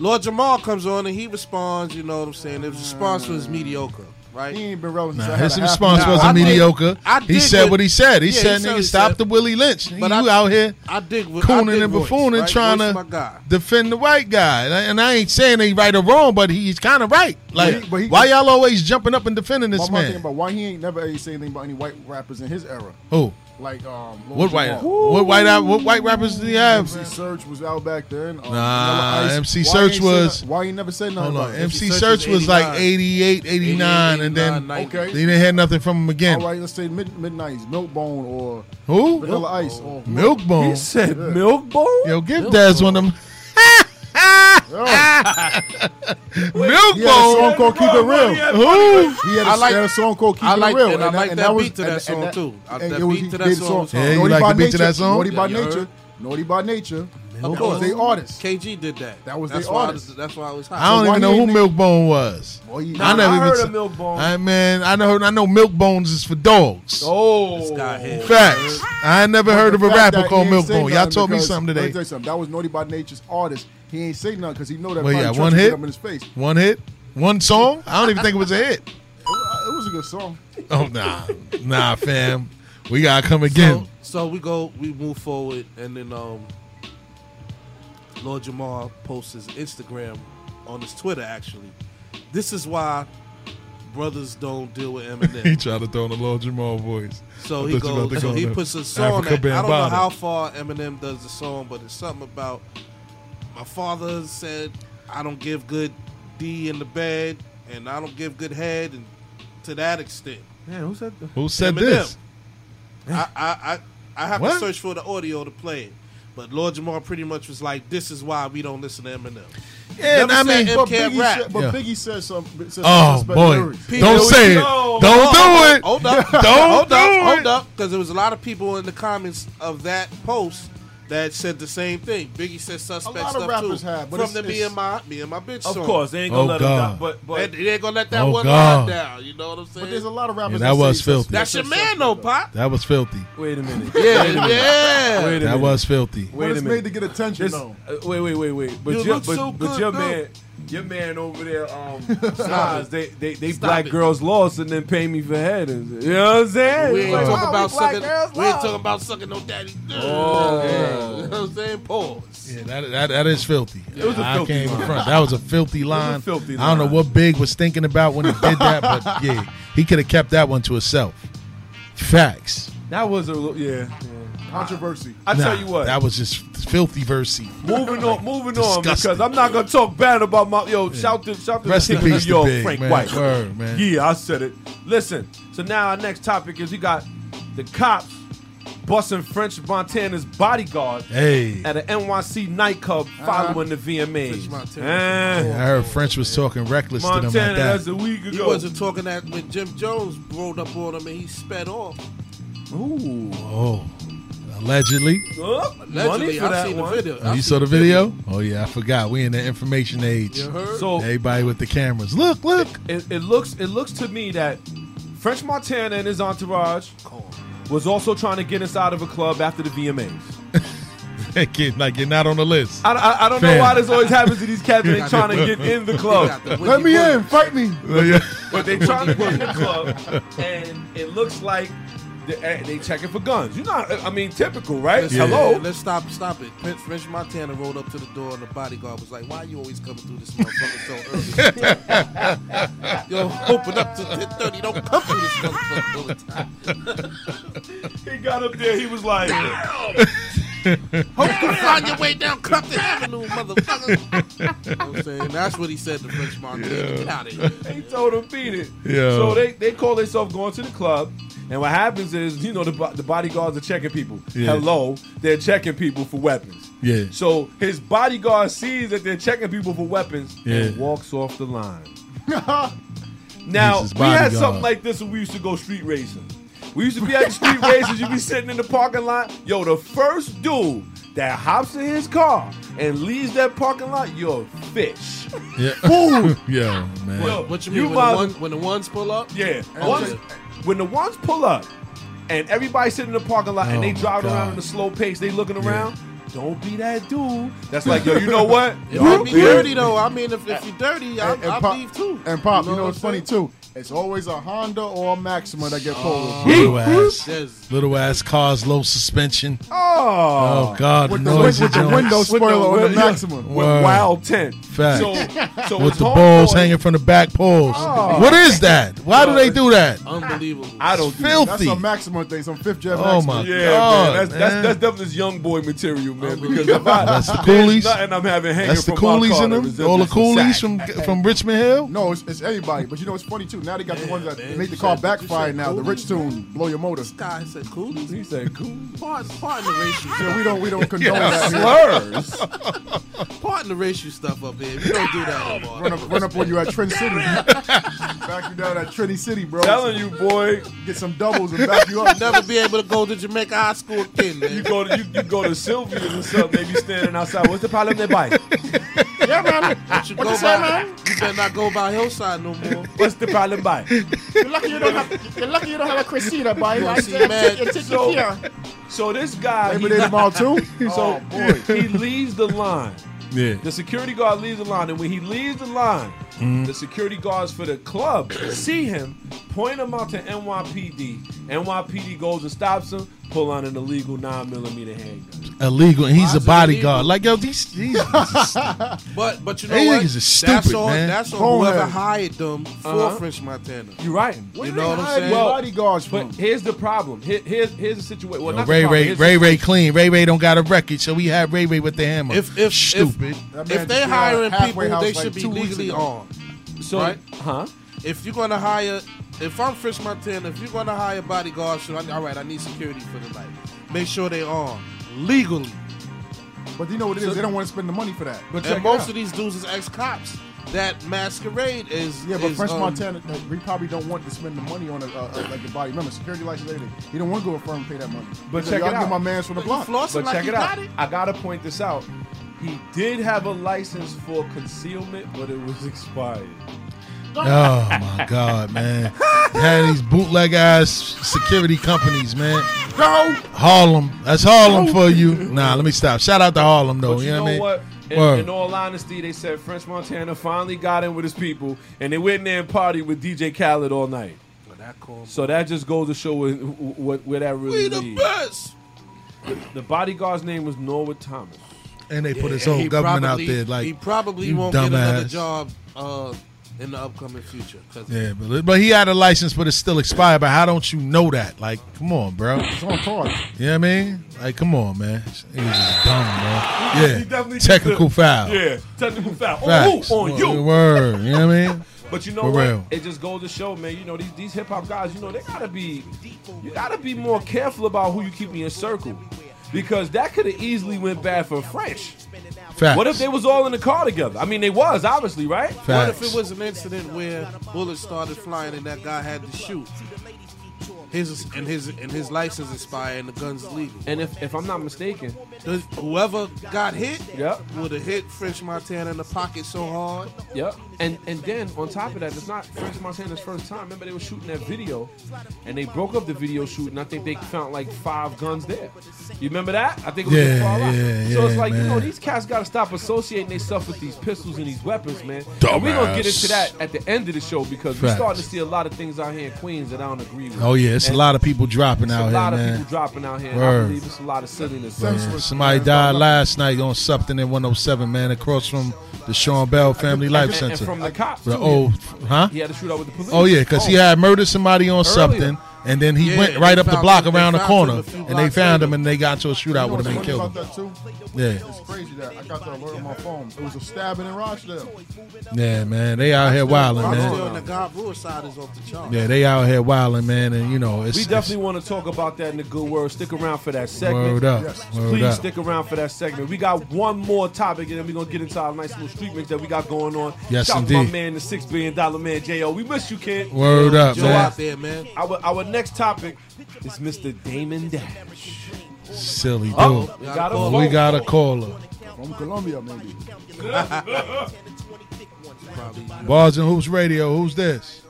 [SPEAKER 7] Lord Jamal comes on and he responds, you know what I'm saying. His response was mediocre, right?
[SPEAKER 8] He ain't been relevant. since
[SPEAKER 4] Nah,
[SPEAKER 8] I had
[SPEAKER 4] his
[SPEAKER 8] a half-
[SPEAKER 4] response
[SPEAKER 7] Nah, I
[SPEAKER 4] wasn't
[SPEAKER 7] did-
[SPEAKER 4] mediocre.
[SPEAKER 7] I
[SPEAKER 4] he
[SPEAKER 7] did
[SPEAKER 4] said
[SPEAKER 7] what-
[SPEAKER 4] what he said. He
[SPEAKER 7] Yeah, he
[SPEAKER 4] said,
[SPEAKER 7] said what
[SPEAKER 4] "Nigga,
[SPEAKER 7] he
[SPEAKER 4] stop
[SPEAKER 7] said.
[SPEAKER 4] the Willie Lynch.
[SPEAKER 7] But
[SPEAKER 4] you
[SPEAKER 7] I-
[SPEAKER 4] out here
[SPEAKER 7] I dig what I dig
[SPEAKER 4] cooning and
[SPEAKER 7] Royce,
[SPEAKER 4] buffooning,
[SPEAKER 7] right?
[SPEAKER 4] trying
[SPEAKER 7] Royce
[SPEAKER 4] to
[SPEAKER 7] my guy.
[SPEAKER 4] defend the white guy. And I, and I ain't saying he right or wrong, but he's kind of right. Like,
[SPEAKER 8] But he- but he-
[SPEAKER 4] why y'all always jumping up and defending
[SPEAKER 8] My-
[SPEAKER 4] this
[SPEAKER 8] my thing
[SPEAKER 4] man?
[SPEAKER 8] about why he ain't never say anything about any white rappers in his era.
[SPEAKER 4] Who?
[SPEAKER 8] Like um,
[SPEAKER 4] What
[SPEAKER 8] Lord
[SPEAKER 4] white?
[SPEAKER 8] Jamal.
[SPEAKER 4] What white? out- What white rappers do you have?
[SPEAKER 8] MC Search was out back then.
[SPEAKER 4] Nah,
[SPEAKER 8] Um, Vanilla Ice.
[SPEAKER 4] MC
[SPEAKER 8] Why
[SPEAKER 4] Search
[SPEAKER 8] ain't say
[SPEAKER 4] was-
[SPEAKER 8] no- why he never said nothing?
[SPEAKER 4] Hold on.
[SPEAKER 8] About it?
[SPEAKER 4] MC Search was like 88, 89, and then
[SPEAKER 7] 89,
[SPEAKER 8] Okay.
[SPEAKER 4] they didn't have nothing from him again.
[SPEAKER 8] All right, let's say mid mid nineties, Milkbone or
[SPEAKER 4] Who?
[SPEAKER 8] Vanilla Ice
[SPEAKER 7] Oh,
[SPEAKER 8] or
[SPEAKER 6] he
[SPEAKER 4] Milkbone.
[SPEAKER 6] said milk bowl.
[SPEAKER 4] Yo, give Daz one of them.
[SPEAKER 8] He had a
[SPEAKER 4] Milkbone.
[SPEAKER 8] song called Keep It Real.
[SPEAKER 4] Who?
[SPEAKER 8] He had a,
[SPEAKER 7] I like-
[SPEAKER 8] he had a song called Keep
[SPEAKER 7] I like-
[SPEAKER 8] It Real.
[SPEAKER 7] and I like that
[SPEAKER 8] was-
[SPEAKER 7] beat to that song, too. I-
[SPEAKER 8] and
[SPEAKER 7] that
[SPEAKER 8] it was-
[SPEAKER 7] beat
[SPEAKER 8] he
[SPEAKER 7] to that
[SPEAKER 8] did
[SPEAKER 7] song
[SPEAKER 4] hard.
[SPEAKER 7] was
[SPEAKER 4] Yeah, you
[SPEAKER 8] Naughty
[SPEAKER 4] like
[SPEAKER 8] by
[SPEAKER 4] the beat to
[SPEAKER 8] nature,
[SPEAKER 4] that song?
[SPEAKER 8] Naughty by
[SPEAKER 7] Yeah, you
[SPEAKER 8] nature.
[SPEAKER 7] heard?
[SPEAKER 8] Naughty by nature.
[SPEAKER 7] Of
[SPEAKER 8] That was
[SPEAKER 7] course.
[SPEAKER 8] they artist.
[SPEAKER 7] KG did that.
[SPEAKER 8] That was
[SPEAKER 7] that's
[SPEAKER 8] their
[SPEAKER 7] why I
[SPEAKER 8] artist.
[SPEAKER 7] was, that's why I was hot.
[SPEAKER 4] I don't
[SPEAKER 8] So why
[SPEAKER 4] even know
[SPEAKER 8] he
[SPEAKER 4] who
[SPEAKER 8] didn't-
[SPEAKER 4] Milkbone was.
[SPEAKER 8] Boy, he-
[SPEAKER 6] I
[SPEAKER 4] never
[SPEAKER 6] heard
[SPEAKER 4] even
[SPEAKER 6] of Milk Bone.
[SPEAKER 4] I man, I know I know Milk Bones is for dogs.
[SPEAKER 6] Oh,
[SPEAKER 7] This guy here.
[SPEAKER 4] Facts. I ain't never heard of a
[SPEAKER 8] The fact
[SPEAKER 4] rapper
[SPEAKER 8] that
[SPEAKER 4] called
[SPEAKER 8] he ain't
[SPEAKER 4] Milk
[SPEAKER 8] say
[SPEAKER 4] Bone. Y'all
[SPEAKER 8] nothing
[SPEAKER 4] told me
[SPEAKER 8] because-
[SPEAKER 4] something
[SPEAKER 8] let me tell
[SPEAKER 4] today.
[SPEAKER 8] you something. That was Naughty by Nature's artist. He ain't say nothing because he know that.
[SPEAKER 4] Well,
[SPEAKER 8] probably
[SPEAKER 4] yeah,
[SPEAKER 8] Church
[SPEAKER 4] one
[SPEAKER 8] would
[SPEAKER 4] hit?
[SPEAKER 8] Up in his face. It,
[SPEAKER 4] One hit, one song. I don't even think it was a hit.
[SPEAKER 8] wa- it was a good song.
[SPEAKER 4] Oh nah, nah, fam. We gotta come again.
[SPEAKER 7] So, so we go, we move forward, and then um, Lord Jamal posts his Instagram on his Twitter. Actually, this is why brothers don't deal with
[SPEAKER 4] he
[SPEAKER 7] Eminem.
[SPEAKER 4] tried to throw in a little Jamal voice.
[SPEAKER 7] so
[SPEAKER 4] I
[SPEAKER 7] he
[SPEAKER 4] thought you about to
[SPEAKER 7] goes, so
[SPEAKER 4] go
[SPEAKER 7] he
[SPEAKER 4] there.
[SPEAKER 7] puts a song.
[SPEAKER 4] Africa
[SPEAKER 7] That, I don't know
[SPEAKER 4] Bambaataa.
[SPEAKER 7] how far Eminem does the song, but it's something about my father said I don't give good D in the bed, and I don't give good head, and to that extent.
[SPEAKER 6] Man, who said that?
[SPEAKER 4] Who said
[SPEAKER 7] Eminem.
[SPEAKER 4] this?
[SPEAKER 7] I, I, I, I have
[SPEAKER 4] What?
[SPEAKER 7] to search for the audio to play it. But Lord Jamal pretty much was like, "This is why we don't listen to Eminem."
[SPEAKER 4] Yeah,
[SPEAKER 7] Never
[SPEAKER 4] I
[SPEAKER 7] said
[SPEAKER 4] mean,
[SPEAKER 7] Em-
[SPEAKER 8] But
[SPEAKER 7] can't
[SPEAKER 8] Biggie,
[SPEAKER 7] rap. E
[SPEAKER 8] said, but
[SPEAKER 4] Yeah.
[SPEAKER 8] Biggie said something. Said
[SPEAKER 4] oh
[SPEAKER 8] some
[SPEAKER 4] boy,
[SPEAKER 8] lyrics.
[SPEAKER 4] don't
[SPEAKER 7] Pete,
[SPEAKER 4] say it.
[SPEAKER 6] no.
[SPEAKER 4] Don't do it.
[SPEAKER 7] Hold up,
[SPEAKER 4] Don't
[SPEAKER 7] hold
[SPEAKER 4] do
[SPEAKER 7] up,
[SPEAKER 4] it.
[SPEAKER 7] hold up, because there was a lot of people in the comments of that post that said the same thing. Biggie said suspect
[SPEAKER 8] A lot of
[SPEAKER 7] stuff
[SPEAKER 8] rappers
[SPEAKER 7] too,
[SPEAKER 8] have, but
[SPEAKER 7] from
[SPEAKER 8] it's-
[SPEAKER 7] the me
[SPEAKER 8] it's-
[SPEAKER 7] and my me and my bitch
[SPEAKER 6] Of
[SPEAKER 7] song.
[SPEAKER 6] course, they ain't gonna
[SPEAKER 4] Oh,
[SPEAKER 6] let
[SPEAKER 4] God.
[SPEAKER 6] him down. But
[SPEAKER 7] they,
[SPEAKER 6] but
[SPEAKER 7] they ain't gonna let that
[SPEAKER 4] Oh,
[SPEAKER 7] one
[SPEAKER 4] God.
[SPEAKER 7] line down. You know what I'm saying?
[SPEAKER 8] But there's a lot of
[SPEAKER 4] Yeah,
[SPEAKER 8] rappers.
[SPEAKER 4] that was
[SPEAKER 8] say
[SPEAKER 4] filthy.
[SPEAKER 7] That's your man, though, pop.
[SPEAKER 4] That was filthy.
[SPEAKER 6] wait a minute.
[SPEAKER 7] Yeah,
[SPEAKER 6] Wait a minute.
[SPEAKER 7] yeah.
[SPEAKER 6] Wait a
[SPEAKER 4] That
[SPEAKER 6] minute.
[SPEAKER 4] was filthy.
[SPEAKER 8] But
[SPEAKER 6] Wait a
[SPEAKER 8] it's
[SPEAKER 6] minute.
[SPEAKER 8] made to get attention
[SPEAKER 6] This-
[SPEAKER 8] though.
[SPEAKER 6] uh, wait, wait, wait, wait. But
[SPEAKER 7] You
[SPEAKER 6] your,
[SPEAKER 7] look
[SPEAKER 6] but,
[SPEAKER 7] so
[SPEAKER 6] but
[SPEAKER 7] good,
[SPEAKER 6] your
[SPEAKER 7] though.
[SPEAKER 6] man, your man over there, um, Nas, they they, they
[SPEAKER 7] Stop
[SPEAKER 6] black
[SPEAKER 7] it.
[SPEAKER 6] girls lost and then pay me for head. and- You know what I'm saying?
[SPEAKER 7] We ain't
[SPEAKER 6] Like,
[SPEAKER 7] talking
[SPEAKER 6] oh,
[SPEAKER 7] about
[SPEAKER 6] we black
[SPEAKER 7] sucking.
[SPEAKER 6] girls
[SPEAKER 7] We ain't
[SPEAKER 6] lost.
[SPEAKER 7] talking about sucking no daddy.
[SPEAKER 6] Oh.
[SPEAKER 7] You know what I'm saying? Pause.
[SPEAKER 4] Yeah, that, that, that is filthy. I
[SPEAKER 6] was a
[SPEAKER 4] I
[SPEAKER 6] filthy
[SPEAKER 4] can't even
[SPEAKER 6] line.
[SPEAKER 4] front. That was a filthy line.
[SPEAKER 6] filthy
[SPEAKER 4] I don't know
[SPEAKER 6] line.
[SPEAKER 4] what Big was thinking about when he did that, but yeah, he could have kept that one to himself. Facts.
[SPEAKER 6] That was a little, yeah.
[SPEAKER 8] Controversy.
[SPEAKER 6] I
[SPEAKER 4] Nah,
[SPEAKER 6] tell you what.
[SPEAKER 4] that was just filthy verse.
[SPEAKER 6] Moving on, moving
[SPEAKER 4] Disgusting.
[SPEAKER 6] on, because I'm not gonna talk bad about my yo. Shout to shout to
[SPEAKER 4] Rest
[SPEAKER 6] the
[SPEAKER 4] in
[SPEAKER 6] king of
[SPEAKER 4] peace,
[SPEAKER 6] New
[SPEAKER 4] to
[SPEAKER 6] York,
[SPEAKER 4] Big
[SPEAKER 6] Frank
[SPEAKER 4] man.
[SPEAKER 6] White.
[SPEAKER 4] Word, man.
[SPEAKER 6] Yeah, I said it. Listen, so now our next topic is we got the cops busting French Montana's bodyguard
[SPEAKER 4] Hey.
[SPEAKER 6] at an NYC nightclub following the
[SPEAKER 7] Uh-huh. French
[SPEAKER 6] VMAs.
[SPEAKER 7] Montana.
[SPEAKER 6] Eh,
[SPEAKER 4] I heard French was talking reckless to them
[SPEAKER 6] Montana,
[SPEAKER 4] at that.
[SPEAKER 6] that's a week
[SPEAKER 7] He
[SPEAKER 6] ago.
[SPEAKER 7] wasn't talking that when Jim Jones rolled up on him and he sped off.
[SPEAKER 6] Ooh,
[SPEAKER 4] oh, allegedly.
[SPEAKER 6] Oh, money
[SPEAKER 7] Allegedly,
[SPEAKER 6] for
[SPEAKER 7] I've
[SPEAKER 6] that
[SPEAKER 7] seen the
[SPEAKER 6] one.
[SPEAKER 7] video.
[SPEAKER 4] Oh, you
[SPEAKER 7] I've
[SPEAKER 4] saw
[SPEAKER 7] seen
[SPEAKER 4] the video? Oh yeah, I forgot. We in the information age.
[SPEAKER 7] You heard?
[SPEAKER 6] So
[SPEAKER 4] Everybody with the cameras. Look, look.
[SPEAKER 6] it, it looks it looks to me that French Montana and his entourage was also trying to get us out of a club after the VMAs.
[SPEAKER 4] Kid, like you're not on the list.
[SPEAKER 6] I, I, I don't
[SPEAKER 4] Fam.
[SPEAKER 6] know why this always happens to these cats. They trying to get in the club,
[SPEAKER 7] Let
[SPEAKER 4] Fight me.
[SPEAKER 6] but they trying to get in the club, and it looks like they, they checking for guns. You know, I I mean, typical, right? Hello.
[SPEAKER 7] Let's stop. Stop it. Prince French Montana rolled up to the door, and the bodyguard was like, "Why you always coming through this motherfucker so early? Yo, open up to ten thirty. Don't come through this motherfucker all the time.
[SPEAKER 6] He got up there. He was like,
[SPEAKER 7] Hope you find your way down Compton Avenue, motherfucker." you know what I'm saying that's what he said to French Montana. Get out of here.
[SPEAKER 6] they told him beat it.
[SPEAKER 4] Yeah.
[SPEAKER 6] So they they call themselves going to the club. And what happens is, you know, the, bo- the bodyguards are checking people.
[SPEAKER 4] Yeah.
[SPEAKER 6] Hello, they're checking people for weapons.
[SPEAKER 4] Yeah.
[SPEAKER 6] So his bodyguard sees that they're checking people for weapons and
[SPEAKER 4] Yeah.
[SPEAKER 6] walks off the line. Now
[SPEAKER 4] He's his
[SPEAKER 6] we had
[SPEAKER 4] bodyguard.
[SPEAKER 6] something like this when we used to go street racing. We used to be at the street races. You'd be sitting in the parking lot. Yo, the first dude that hops in his car and leaves that parking lot, you're a fish.
[SPEAKER 4] Yeah. Yo, man.
[SPEAKER 6] Yo,
[SPEAKER 7] What you mean when,
[SPEAKER 6] might-
[SPEAKER 7] the one, when the ones pull up?
[SPEAKER 6] Yeah,
[SPEAKER 7] Oh,
[SPEAKER 6] once- when the ones pull up and everybody's sitting in the parking lot
[SPEAKER 4] Oh,
[SPEAKER 6] and they
[SPEAKER 4] my
[SPEAKER 6] drive around
[SPEAKER 4] God.
[SPEAKER 6] at a slow pace, they looking around. Don't be that dude. That's like, yo, you know what?
[SPEAKER 7] It might be dirty though. I mean, if, if you're dirty, I,
[SPEAKER 8] And, and
[SPEAKER 7] I
[SPEAKER 8] pop,
[SPEAKER 7] leave too.
[SPEAKER 8] and pop, you know,
[SPEAKER 7] what
[SPEAKER 8] what's
[SPEAKER 7] I'm
[SPEAKER 8] funny too? It's always a Honda or a Maxima that get pulled.
[SPEAKER 7] Uh,
[SPEAKER 4] Little ass.
[SPEAKER 7] saying? There's-
[SPEAKER 4] Little ass cars, low suspension.
[SPEAKER 6] Oh,
[SPEAKER 4] Oh God,
[SPEAKER 8] with
[SPEAKER 4] the
[SPEAKER 8] the, win-
[SPEAKER 4] noise
[SPEAKER 8] with the window spoiler on the Maxima.
[SPEAKER 6] with
[SPEAKER 4] Word.
[SPEAKER 6] wild tent.
[SPEAKER 4] Fact.
[SPEAKER 6] So, so
[SPEAKER 4] with
[SPEAKER 6] his
[SPEAKER 4] the
[SPEAKER 6] homeboy-
[SPEAKER 4] balls hanging from the back poles.
[SPEAKER 8] Oh.
[SPEAKER 4] What is that? Why do they do that?
[SPEAKER 7] Unbelievable.
[SPEAKER 6] I don't. do that.
[SPEAKER 8] That's
[SPEAKER 4] Filthy.
[SPEAKER 8] some Maxima thing, some fifth jet
[SPEAKER 4] Oh,
[SPEAKER 8] Maxima.
[SPEAKER 4] my
[SPEAKER 6] Yeah,
[SPEAKER 4] God,
[SPEAKER 6] man. That's,
[SPEAKER 4] man.
[SPEAKER 6] that's that's definitely young boy material, man. Because if I,
[SPEAKER 4] That's the
[SPEAKER 6] there's
[SPEAKER 4] coolies.
[SPEAKER 6] nothing I'm having hanging
[SPEAKER 4] That's the
[SPEAKER 6] from my
[SPEAKER 4] coolies
[SPEAKER 6] car
[SPEAKER 4] in
[SPEAKER 6] that
[SPEAKER 4] them.
[SPEAKER 6] resembles
[SPEAKER 4] All the
[SPEAKER 6] a
[SPEAKER 4] coolies
[SPEAKER 6] sack.
[SPEAKER 4] from from Richmond Hill.
[SPEAKER 8] No, it's, it's everybody. But you know, it's funny too. Now they got the ones that
[SPEAKER 7] man,
[SPEAKER 8] make the
[SPEAKER 7] you
[SPEAKER 8] car
[SPEAKER 7] said- you
[SPEAKER 8] backfire
[SPEAKER 7] said
[SPEAKER 8] now. The
[SPEAKER 7] cool.
[SPEAKER 8] rich tune, blow your motor.
[SPEAKER 7] This guy said coolies.
[SPEAKER 6] He
[SPEAKER 7] He's
[SPEAKER 6] said, "Cool
[SPEAKER 7] part, part in the racial
[SPEAKER 8] Yeah,
[SPEAKER 7] stuff.
[SPEAKER 8] we don't we don't condone that. here.
[SPEAKER 6] slurs."
[SPEAKER 7] Part in the racial stuff up here. We don't do that anymore.
[SPEAKER 8] Run up, run up on you at Trinity City. back you down at Trinity City, bro.
[SPEAKER 6] Telling you, boy,
[SPEAKER 8] Get some doubles and back you up.
[SPEAKER 7] Never be able to go to Jamaica High School again,
[SPEAKER 6] you
[SPEAKER 7] man.
[SPEAKER 6] go to you, you go to Sylvia's or something. They be standing outside. What's the problem? They bite.
[SPEAKER 8] yeah, man.
[SPEAKER 7] But you, go by, you better not go by Hillside no more.
[SPEAKER 6] What's the problem? Bite.
[SPEAKER 9] You're lucky you don't have. You're lucky you don't have a Christina, boy. I
[SPEAKER 7] see,
[SPEAKER 9] said,
[SPEAKER 7] man.
[SPEAKER 9] take- take
[SPEAKER 6] So-
[SPEAKER 9] it here.
[SPEAKER 6] So this guy, he,
[SPEAKER 8] Labor Day tomorrow too.
[SPEAKER 7] Oh,
[SPEAKER 6] so he leaves the line.
[SPEAKER 4] Yeah.
[SPEAKER 6] The security guard leaves the line, and when he leaves the line,
[SPEAKER 7] Hmm?
[SPEAKER 6] the security guards for the club see him, point him out to NYPD. NYPD goes and stops him, pull out an illegal nine millimeter handgun.
[SPEAKER 4] Illegal. And he's a
[SPEAKER 7] Why is it illegal?
[SPEAKER 4] bodyguard. Like yo, these these
[SPEAKER 7] But but you know
[SPEAKER 4] These
[SPEAKER 7] what?
[SPEAKER 4] niggas is
[SPEAKER 7] that's
[SPEAKER 4] stupid,
[SPEAKER 7] on
[SPEAKER 4] man.
[SPEAKER 7] that's on
[SPEAKER 8] Bonehead.
[SPEAKER 7] whoever hired them for
[SPEAKER 6] Uh-huh.
[SPEAKER 7] French Montana.
[SPEAKER 6] You right?
[SPEAKER 7] You know what I'm saying?
[SPEAKER 6] Well,
[SPEAKER 8] bodyguards from.
[SPEAKER 6] But here's the problem. Here, here's here's the situation. Well,
[SPEAKER 4] Yo,
[SPEAKER 6] not the
[SPEAKER 4] Ray
[SPEAKER 6] problem.
[SPEAKER 4] Ray
[SPEAKER 6] Here's-
[SPEAKER 4] Ray Ray clean. Ray Ray don't got a record, so we have Ray Ray with the hammer.
[SPEAKER 7] If- if- if-
[SPEAKER 4] stupid.
[SPEAKER 8] That man
[SPEAKER 7] if they
[SPEAKER 8] just got
[SPEAKER 7] hiring
[SPEAKER 8] halfway
[SPEAKER 7] people,
[SPEAKER 8] house
[SPEAKER 7] they
[SPEAKER 8] like
[SPEAKER 7] should be
[SPEAKER 8] two weeks
[SPEAKER 7] legally
[SPEAKER 8] ago.
[SPEAKER 7] armed.
[SPEAKER 6] so,
[SPEAKER 7] right?
[SPEAKER 6] huh?
[SPEAKER 7] if you're gonna hire, if I'm Fish Montana, if you're gonna hire bodyguards, so I, all right, I need security for the night. Make sure they are legally.
[SPEAKER 8] But you know what it is? They don't want to spend the money for that.
[SPEAKER 6] But
[SPEAKER 7] and most of these dudes is ex cops that masquerade is.
[SPEAKER 8] Yeah, but
[SPEAKER 7] is,
[SPEAKER 8] French
[SPEAKER 7] um,
[SPEAKER 8] Montana, uh, we probably don't want to spend the money on a, uh, uh, like a body. Remember, security license lady. You don't want to go to a firm and pay that money.
[SPEAKER 6] But
[SPEAKER 8] So
[SPEAKER 6] check
[SPEAKER 8] y'all
[SPEAKER 6] it
[SPEAKER 8] get
[SPEAKER 6] out.
[SPEAKER 8] my man's from the
[SPEAKER 7] But you
[SPEAKER 8] block.
[SPEAKER 7] flossing
[SPEAKER 6] But
[SPEAKER 7] like
[SPEAKER 6] check
[SPEAKER 7] you
[SPEAKER 6] it
[SPEAKER 7] got
[SPEAKER 6] out.
[SPEAKER 7] it.
[SPEAKER 6] I gotta point this out. He did have a license for concealment, but it was expired.
[SPEAKER 4] Oh my God, man! Had these bootleg ass security companies, man.
[SPEAKER 8] Go!
[SPEAKER 4] Harlem, that's Harlem for you. Nah, let me stop. Shout out to Harlem though.
[SPEAKER 6] But you
[SPEAKER 4] know,
[SPEAKER 6] know
[SPEAKER 4] what
[SPEAKER 6] what?
[SPEAKER 4] I mean?
[SPEAKER 6] In, in
[SPEAKER 4] Word.
[SPEAKER 6] all honesty, they said French Montana finally got in with his people, and they went in there and party with DJ Khaled all night. So that just goes to show where, where, where that
[SPEAKER 7] We
[SPEAKER 6] really
[SPEAKER 7] the
[SPEAKER 6] leads.
[SPEAKER 7] best.
[SPEAKER 6] The bodyguard's name was Norwood Thomas.
[SPEAKER 4] and they put his
[SPEAKER 7] And
[SPEAKER 4] whole
[SPEAKER 7] he
[SPEAKER 4] government
[SPEAKER 7] probably-
[SPEAKER 4] out there. Like
[SPEAKER 7] he probably
[SPEAKER 4] you
[SPEAKER 7] won't
[SPEAKER 4] dumbass.
[SPEAKER 7] get another job uh, in the upcoming future. 'cause
[SPEAKER 4] Yeah, but but he had a license, but it's still expired. But how don't you know that? Like, come on, bro.
[SPEAKER 8] It's on card.
[SPEAKER 4] You know what I mean? Like, come on, man. He was just dumb, man.
[SPEAKER 6] He
[SPEAKER 4] Yeah.
[SPEAKER 6] definitely
[SPEAKER 4] Technical
[SPEAKER 6] just
[SPEAKER 4] foul.
[SPEAKER 6] Yeah, technical foul.
[SPEAKER 4] Facts.
[SPEAKER 6] On who? On you.
[SPEAKER 4] Word. You know what I mean?
[SPEAKER 6] But you know
[SPEAKER 4] For
[SPEAKER 6] what?
[SPEAKER 4] real.
[SPEAKER 6] It just goes to show, man. You know these these hip hop guys. You know they gotta be, you gotta be more careful about who you keep in your circle, because that could have easily went bad for French.
[SPEAKER 4] Facts.
[SPEAKER 6] What if they was all in the car together? I mean, they was obviously, right?
[SPEAKER 7] What if
[SPEAKER 4] Facts.
[SPEAKER 7] it was an incident where bullets started flying and that guy had to shoot? His and his and his license expired and the gun's legal.
[SPEAKER 6] And if, if I'm not mistaken,
[SPEAKER 7] Does- Whoever got hit
[SPEAKER 6] Yep.
[SPEAKER 7] would have hit French Montana in the pocket so hard.
[SPEAKER 6] Yep. Uh, And and then on top of that, it's not French Montana's first time. Remember they were shooting that video, and they broke up the video shoot, and I think they found like five guns there. You remember that? I think it was
[SPEAKER 4] Yeah,
[SPEAKER 6] in Far Rock.
[SPEAKER 4] yeah,
[SPEAKER 6] So it's
[SPEAKER 4] yeah,
[SPEAKER 6] like you know
[SPEAKER 4] man.
[SPEAKER 6] these cats gotta stop associating themselves with these pistols and these weapons, man. And We're gonna get
[SPEAKER 4] Dumbass.
[SPEAKER 6] into that at the end of the show because we're
[SPEAKER 4] Facts.
[SPEAKER 6] starting to see a lot of things out here in Queens that I don't agree with.
[SPEAKER 4] Oh yeah, it's
[SPEAKER 6] And
[SPEAKER 4] a lot of people dropping
[SPEAKER 6] it's a
[SPEAKER 4] out
[SPEAKER 6] lot
[SPEAKER 4] here,
[SPEAKER 6] of
[SPEAKER 4] man.
[SPEAKER 6] people dropping out here. and I
[SPEAKER 4] Word.
[SPEAKER 6] believe it's a lot of silliness.
[SPEAKER 8] Sense-
[SPEAKER 4] Man, Somebody died last night on something in 107, man, across from the Sean Bell Family Life
[SPEAKER 6] And, and
[SPEAKER 4] Center.
[SPEAKER 6] from the cops,
[SPEAKER 4] The
[SPEAKER 6] too.
[SPEAKER 4] old, huh?
[SPEAKER 6] he had a shootout with the police.
[SPEAKER 4] Oh yeah, because he had murdered somebody on something, and then he
[SPEAKER 7] Yeah,
[SPEAKER 4] went
[SPEAKER 7] and
[SPEAKER 4] right
[SPEAKER 7] they
[SPEAKER 4] up the
[SPEAKER 7] found
[SPEAKER 4] block
[SPEAKER 7] him- they
[SPEAKER 4] around the
[SPEAKER 7] found him
[SPEAKER 4] corner,
[SPEAKER 7] a few
[SPEAKER 4] and they
[SPEAKER 7] blocks
[SPEAKER 4] found
[SPEAKER 7] later.
[SPEAKER 4] him, and they got into a shootout with him and
[SPEAKER 8] Funny
[SPEAKER 4] killed
[SPEAKER 8] about
[SPEAKER 4] him.
[SPEAKER 8] that too.
[SPEAKER 4] Yeah,
[SPEAKER 8] It's crazy that I got the alert on my phone. It was a stabbing in Rochdale.
[SPEAKER 4] yeah, man, they out here wilding,
[SPEAKER 7] I'm
[SPEAKER 4] man.
[SPEAKER 7] still in the God Brewer side is off the chart.
[SPEAKER 4] Yeah, they out here wilding, man, and you know it's,
[SPEAKER 6] We
[SPEAKER 4] it's-
[SPEAKER 6] definitely want to talk about that in the good word. Stick around for that segment.
[SPEAKER 4] word up,
[SPEAKER 8] Yes.
[SPEAKER 4] word
[SPEAKER 6] Please
[SPEAKER 4] up.
[SPEAKER 6] stick around for that segment. We got one more topic, and then we're gonna get into our nice little street mix that we got going on.
[SPEAKER 4] Yes,
[SPEAKER 6] Shout out to my
[SPEAKER 4] indeed.
[SPEAKER 6] man, the six billion dollar man, Jo. We miss you, kid.
[SPEAKER 4] Word up,
[SPEAKER 7] Joe
[SPEAKER 4] man.
[SPEAKER 7] out there, man.
[SPEAKER 6] Our, our next topic is Mr. Damon Dash.
[SPEAKER 4] Silly dude.
[SPEAKER 6] Oh, we got a
[SPEAKER 4] Well,
[SPEAKER 6] phone.
[SPEAKER 4] we got a caller.
[SPEAKER 8] From Colombia, maybe.
[SPEAKER 4] Bars and Hoops Radio. Who's this?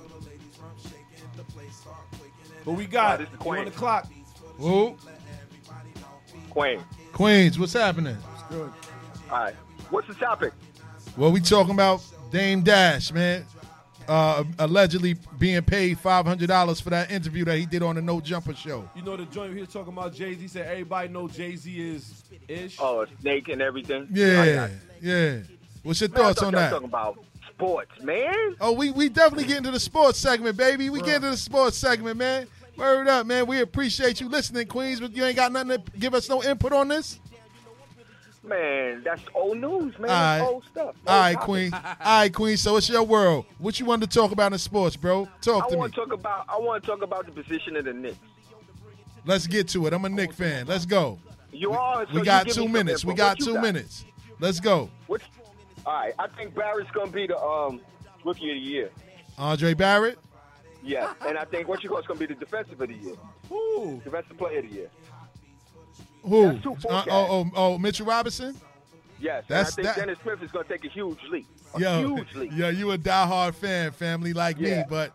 [SPEAKER 6] but we got
[SPEAKER 10] Uh, this is
[SPEAKER 6] you
[SPEAKER 10] Quinn.
[SPEAKER 6] on the clock.
[SPEAKER 4] Who?
[SPEAKER 10] Queen.
[SPEAKER 4] Queens. What's happening?
[SPEAKER 8] Good.
[SPEAKER 10] All right. What's the topic?
[SPEAKER 4] Well, we talking about Dame Dash, man. Uh, allegedly being paid five hundred dollars for that interview that he did on the No Jumper show.
[SPEAKER 6] You know the joint here talking about Jay Z. Said everybody know Jay Z is ish.
[SPEAKER 10] Oh, a snake and everything. I
[SPEAKER 4] Yeah,
[SPEAKER 10] got it.
[SPEAKER 4] yeah. What's your
[SPEAKER 10] Man, I
[SPEAKER 4] thoughts
[SPEAKER 10] thought
[SPEAKER 4] on
[SPEAKER 10] y'all
[SPEAKER 4] that?
[SPEAKER 10] Talking about sports, man.
[SPEAKER 4] Oh, we we definitely get into the sports segment, baby. We get into the sports segment, man. Word up, man. We appreciate you listening, Queens, but you ain't got nothing to give us no input on this.
[SPEAKER 10] Man, that's old news, man.
[SPEAKER 4] All right.
[SPEAKER 10] That's old stuff. Old
[SPEAKER 4] All right,
[SPEAKER 10] topic.
[SPEAKER 4] Queen. All right, Queen. So it's your world. What you wanted to talk about in sports, bro? Talk
[SPEAKER 10] I
[SPEAKER 4] to me.
[SPEAKER 10] want to talk about. I want to talk about the position of the Knicks.
[SPEAKER 4] Let's get to it. I'm a Nick fan. Let's go.
[SPEAKER 10] You are. so
[SPEAKER 4] We
[SPEAKER 10] you
[SPEAKER 4] got
[SPEAKER 10] give me
[SPEAKER 4] two
[SPEAKER 10] some
[SPEAKER 4] minutes. We
[SPEAKER 10] info.
[SPEAKER 4] got
[SPEAKER 10] What you
[SPEAKER 4] two minutes. Let's go.
[SPEAKER 10] What- all right. I think Barrett's gonna be the um, rookie of the year.
[SPEAKER 4] Andre Barrett.
[SPEAKER 10] Yeah, and I think what you call is gonna be the defensive of the year, defensive player of the year.
[SPEAKER 4] Who?
[SPEAKER 10] That's two
[SPEAKER 4] Uh,
[SPEAKER 10] forecasts.
[SPEAKER 4] oh, oh, oh, Mitchell Robinson.
[SPEAKER 10] Yes,
[SPEAKER 4] That's
[SPEAKER 10] and I think
[SPEAKER 4] that-
[SPEAKER 10] Dennis Smith is gonna take a huge leap. A
[SPEAKER 4] Yo,
[SPEAKER 10] huge leap.
[SPEAKER 4] yo, you a diehard fan, family like me,
[SPEAKER 10] Yeah.
[SPEAKER 4] but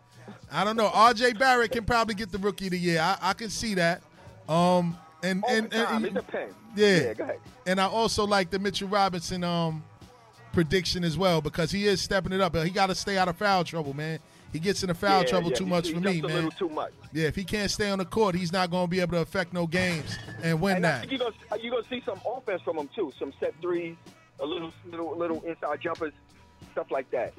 [SPEAKER 4] I don't know. RJ Barrett can probably get the rookie of the year. I, I can see that. Um, and
[SPEAKER 10] Over
[SPEAKER 4] and,
[SPEAKER 10] time,
[SPEAKER 4] and
[SPEAKER 10] it depends.
[SPEAKER 4] yeah.
[SPEAKER 10] go ahead.
[SPEAKER 4] and I also like the Mitchell Robinson um prediction as well because he is stepping it up. But he got to stay out of foul trouble, man. He gets into foul
[SPEAKER 10] Yeah,
[SPEAKER 4] trouble
[SPEAKER 10] yeah,
[SPEAKER 4] too
[SPEAKER 10] he-
[SPEAKER 4] much
[SPEAKER 10] he
[SPEAKER 4] for me,
[SPEAKER 10] jumps A
[SPEAKER 4] man.
[SPEAKER 10] little too much.
[SPEAKER 4] Yeah, if he can't stay on the court, he's not going to be able to affect no games and win
[SPEAKER 10] And I
[SPEAKER 4] that.
[SPEAKER 10] think you're gonna you gonna see some offense from him too. Some set threes, a little little little inside jumpers, stuff like that.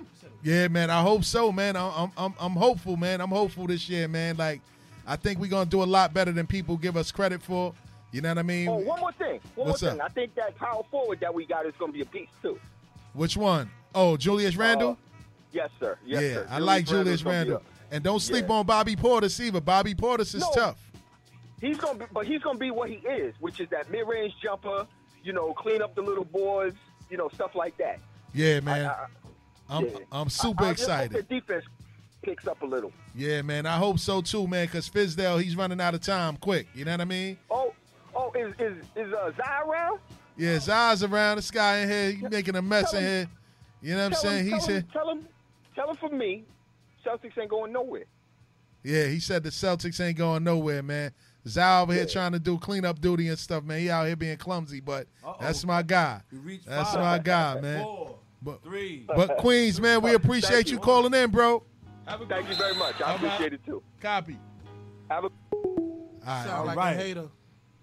[SPEAKER 4] Yeah, man. I hope so, man. I- I'm I'm I'm hopeful, man. I'm hopeful this year, man. Like, I think we're gonna do a lot better than people give us credit for. You know what I mean?
[SPEAKER 10] Oh, one more thing. One
[SPEAKER 4] What's
[SPEAKER 10] more
[SPEAKER 4] up?
[SPEAKER 10] thing. I think that power forward that we got is gonna be a piece too.
[SPEAKER 4] Which one? Oh, Julius Randle.
[SPEAKER 10] Yes, sir. Uh, Yes,
[SPEAKER 4] yeah,
[SPEAKER 10] sir.
[SPEAKER 4] I like
[SPEAKER 10] Randle's
[SPEAKER 4] Julius
[SPEAKER 10] gonna be
[SPEAKER 4] Randle. And don't sleep
[SPEAKER 10] Yeah.
[SPEAKER 4] on Bobby Portis either. Bobby Portis is
[SPEAKER 10] No.
[SPEAKER 4] tough.
[SPEAKER 10] a- he's gonna, be, but he's gonna be what he is, which is that mid-range jumper. You know, clean up the little boards. You know, stuff like that.
[SPEAKER 4] Yeah, man.
[SPEAKER 10] I-
[SPEAKER 4] I, am
[SPEAKER 10] Yeah.
[SPEAKER 4] I'm super
[SPEAKER 10] I- I just hope
[SPEAKER 4] excited.
[SPEAKER 10] The defense picks up a little.
[SPEAKER 4] Yeah, man. I hope so too, man. Cause Fizdale, he's running out of time quick. You know what I mean?
[SPEAKER 10] Oh, oh, is is is uh, Zion around?
[SPEAKER 4] Yeah, Zai's around. This guy in here, he's making a mess
[SPEAKER 10] Tell
[SPEAKER 4] in
[SPEAKER 10] him-
[SPEAKER 4] here. You know what I'm
[SPEAKER 10] tell
[SPEAKER 4] saying?
[SPEAKER 10] Him,
[SPEAKER 4] he's
[SPEAKER 10] tell
[SPEAKER 4] here.
[SPEAKER 10] him, tell him, tell him for me, Celtics ain't going nowhere.
[SPEAKER 4] Yeah, he said the Celtics ain't going nowhere, man. Zao over here trying to do cleanup duty and stuff, man. He out here being clumsy, but that's my guy.
[SPEAKER 6] We reached
[SPEAKER 4] That's
[SPEAKER 6] five,
[SPEAKER 4] my guy, man.
[SPEAKER 6] four,
[SPEAKER 4] But,
[SPEAKER 6] three.
[SPEAKER 4] but Queens, man, we appreciate
[SPEAKER 10] Thank
[SPEAKER 4] you
[SPEAKER 10] you.
[SPEAKER 4] calling in, bro.
[SPEAKER 6] Have a good
[SPEAKER 10] Thank you very much. I
[SPEAKER 4] All right.
[SPEAKER 10] appreciate it too.
[SPEAKER 4] Copy.
[SPEAKER 10] Have a
[SPEAKER 4] All right.
[SPEAKER 7] Sound like
[SPEAKER 6] Alright.
[SPEAKER 7] a hater.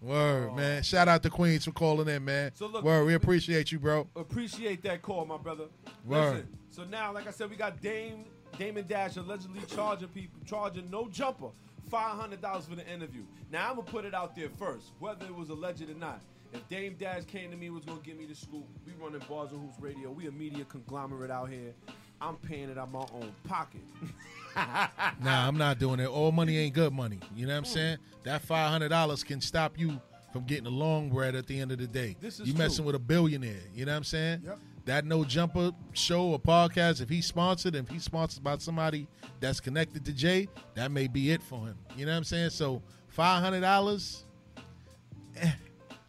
[SPEAKER 4] Word, man. Shout out to Queens for calling in, man.
[SPEAKER 6] So look-
[SPEAKER 4] Word, we appreciate you, bro.
[SPEAKER 6] Appreciate that call, my brother.
[SPEAKER 4] Word.
[SPEAKER 6] Listen, so now, like I said, we got Dame Damon Dash allegedly charging people, charging no jumper, five hundred dollars for the interview. Now I'm gonna put it out there first, whether it was alleged or not. If Dame Dash came to me and was gonna give me the scoop, we running Bars and Hoops Radio. We a media conglomerate out here. I'm paying it out my own pocket.
[SPEAKER 4] Nah, I'm not doing it. All money ain't good money. You
[SPEAKER 6] Hmm.
[SPEAKER 4] know what I'm saying? That five hundred dollars can stop you from getting a long bread at the end of the day.
[SPEAKER 6] This is
[SPEAKER 4] you messing
[SPEAKER 6] true.
[SPEAKER 4] with a billionaire. You know what I'm saying?
[SPEAKER 6] Yep.
[SPEAKER 4] That no jumper show or podcast, if he's sponsored, if he's sponsored by somebody that's connected to Jay, that may be it for him. You know what I'm saying? So five hundred dollars. eh,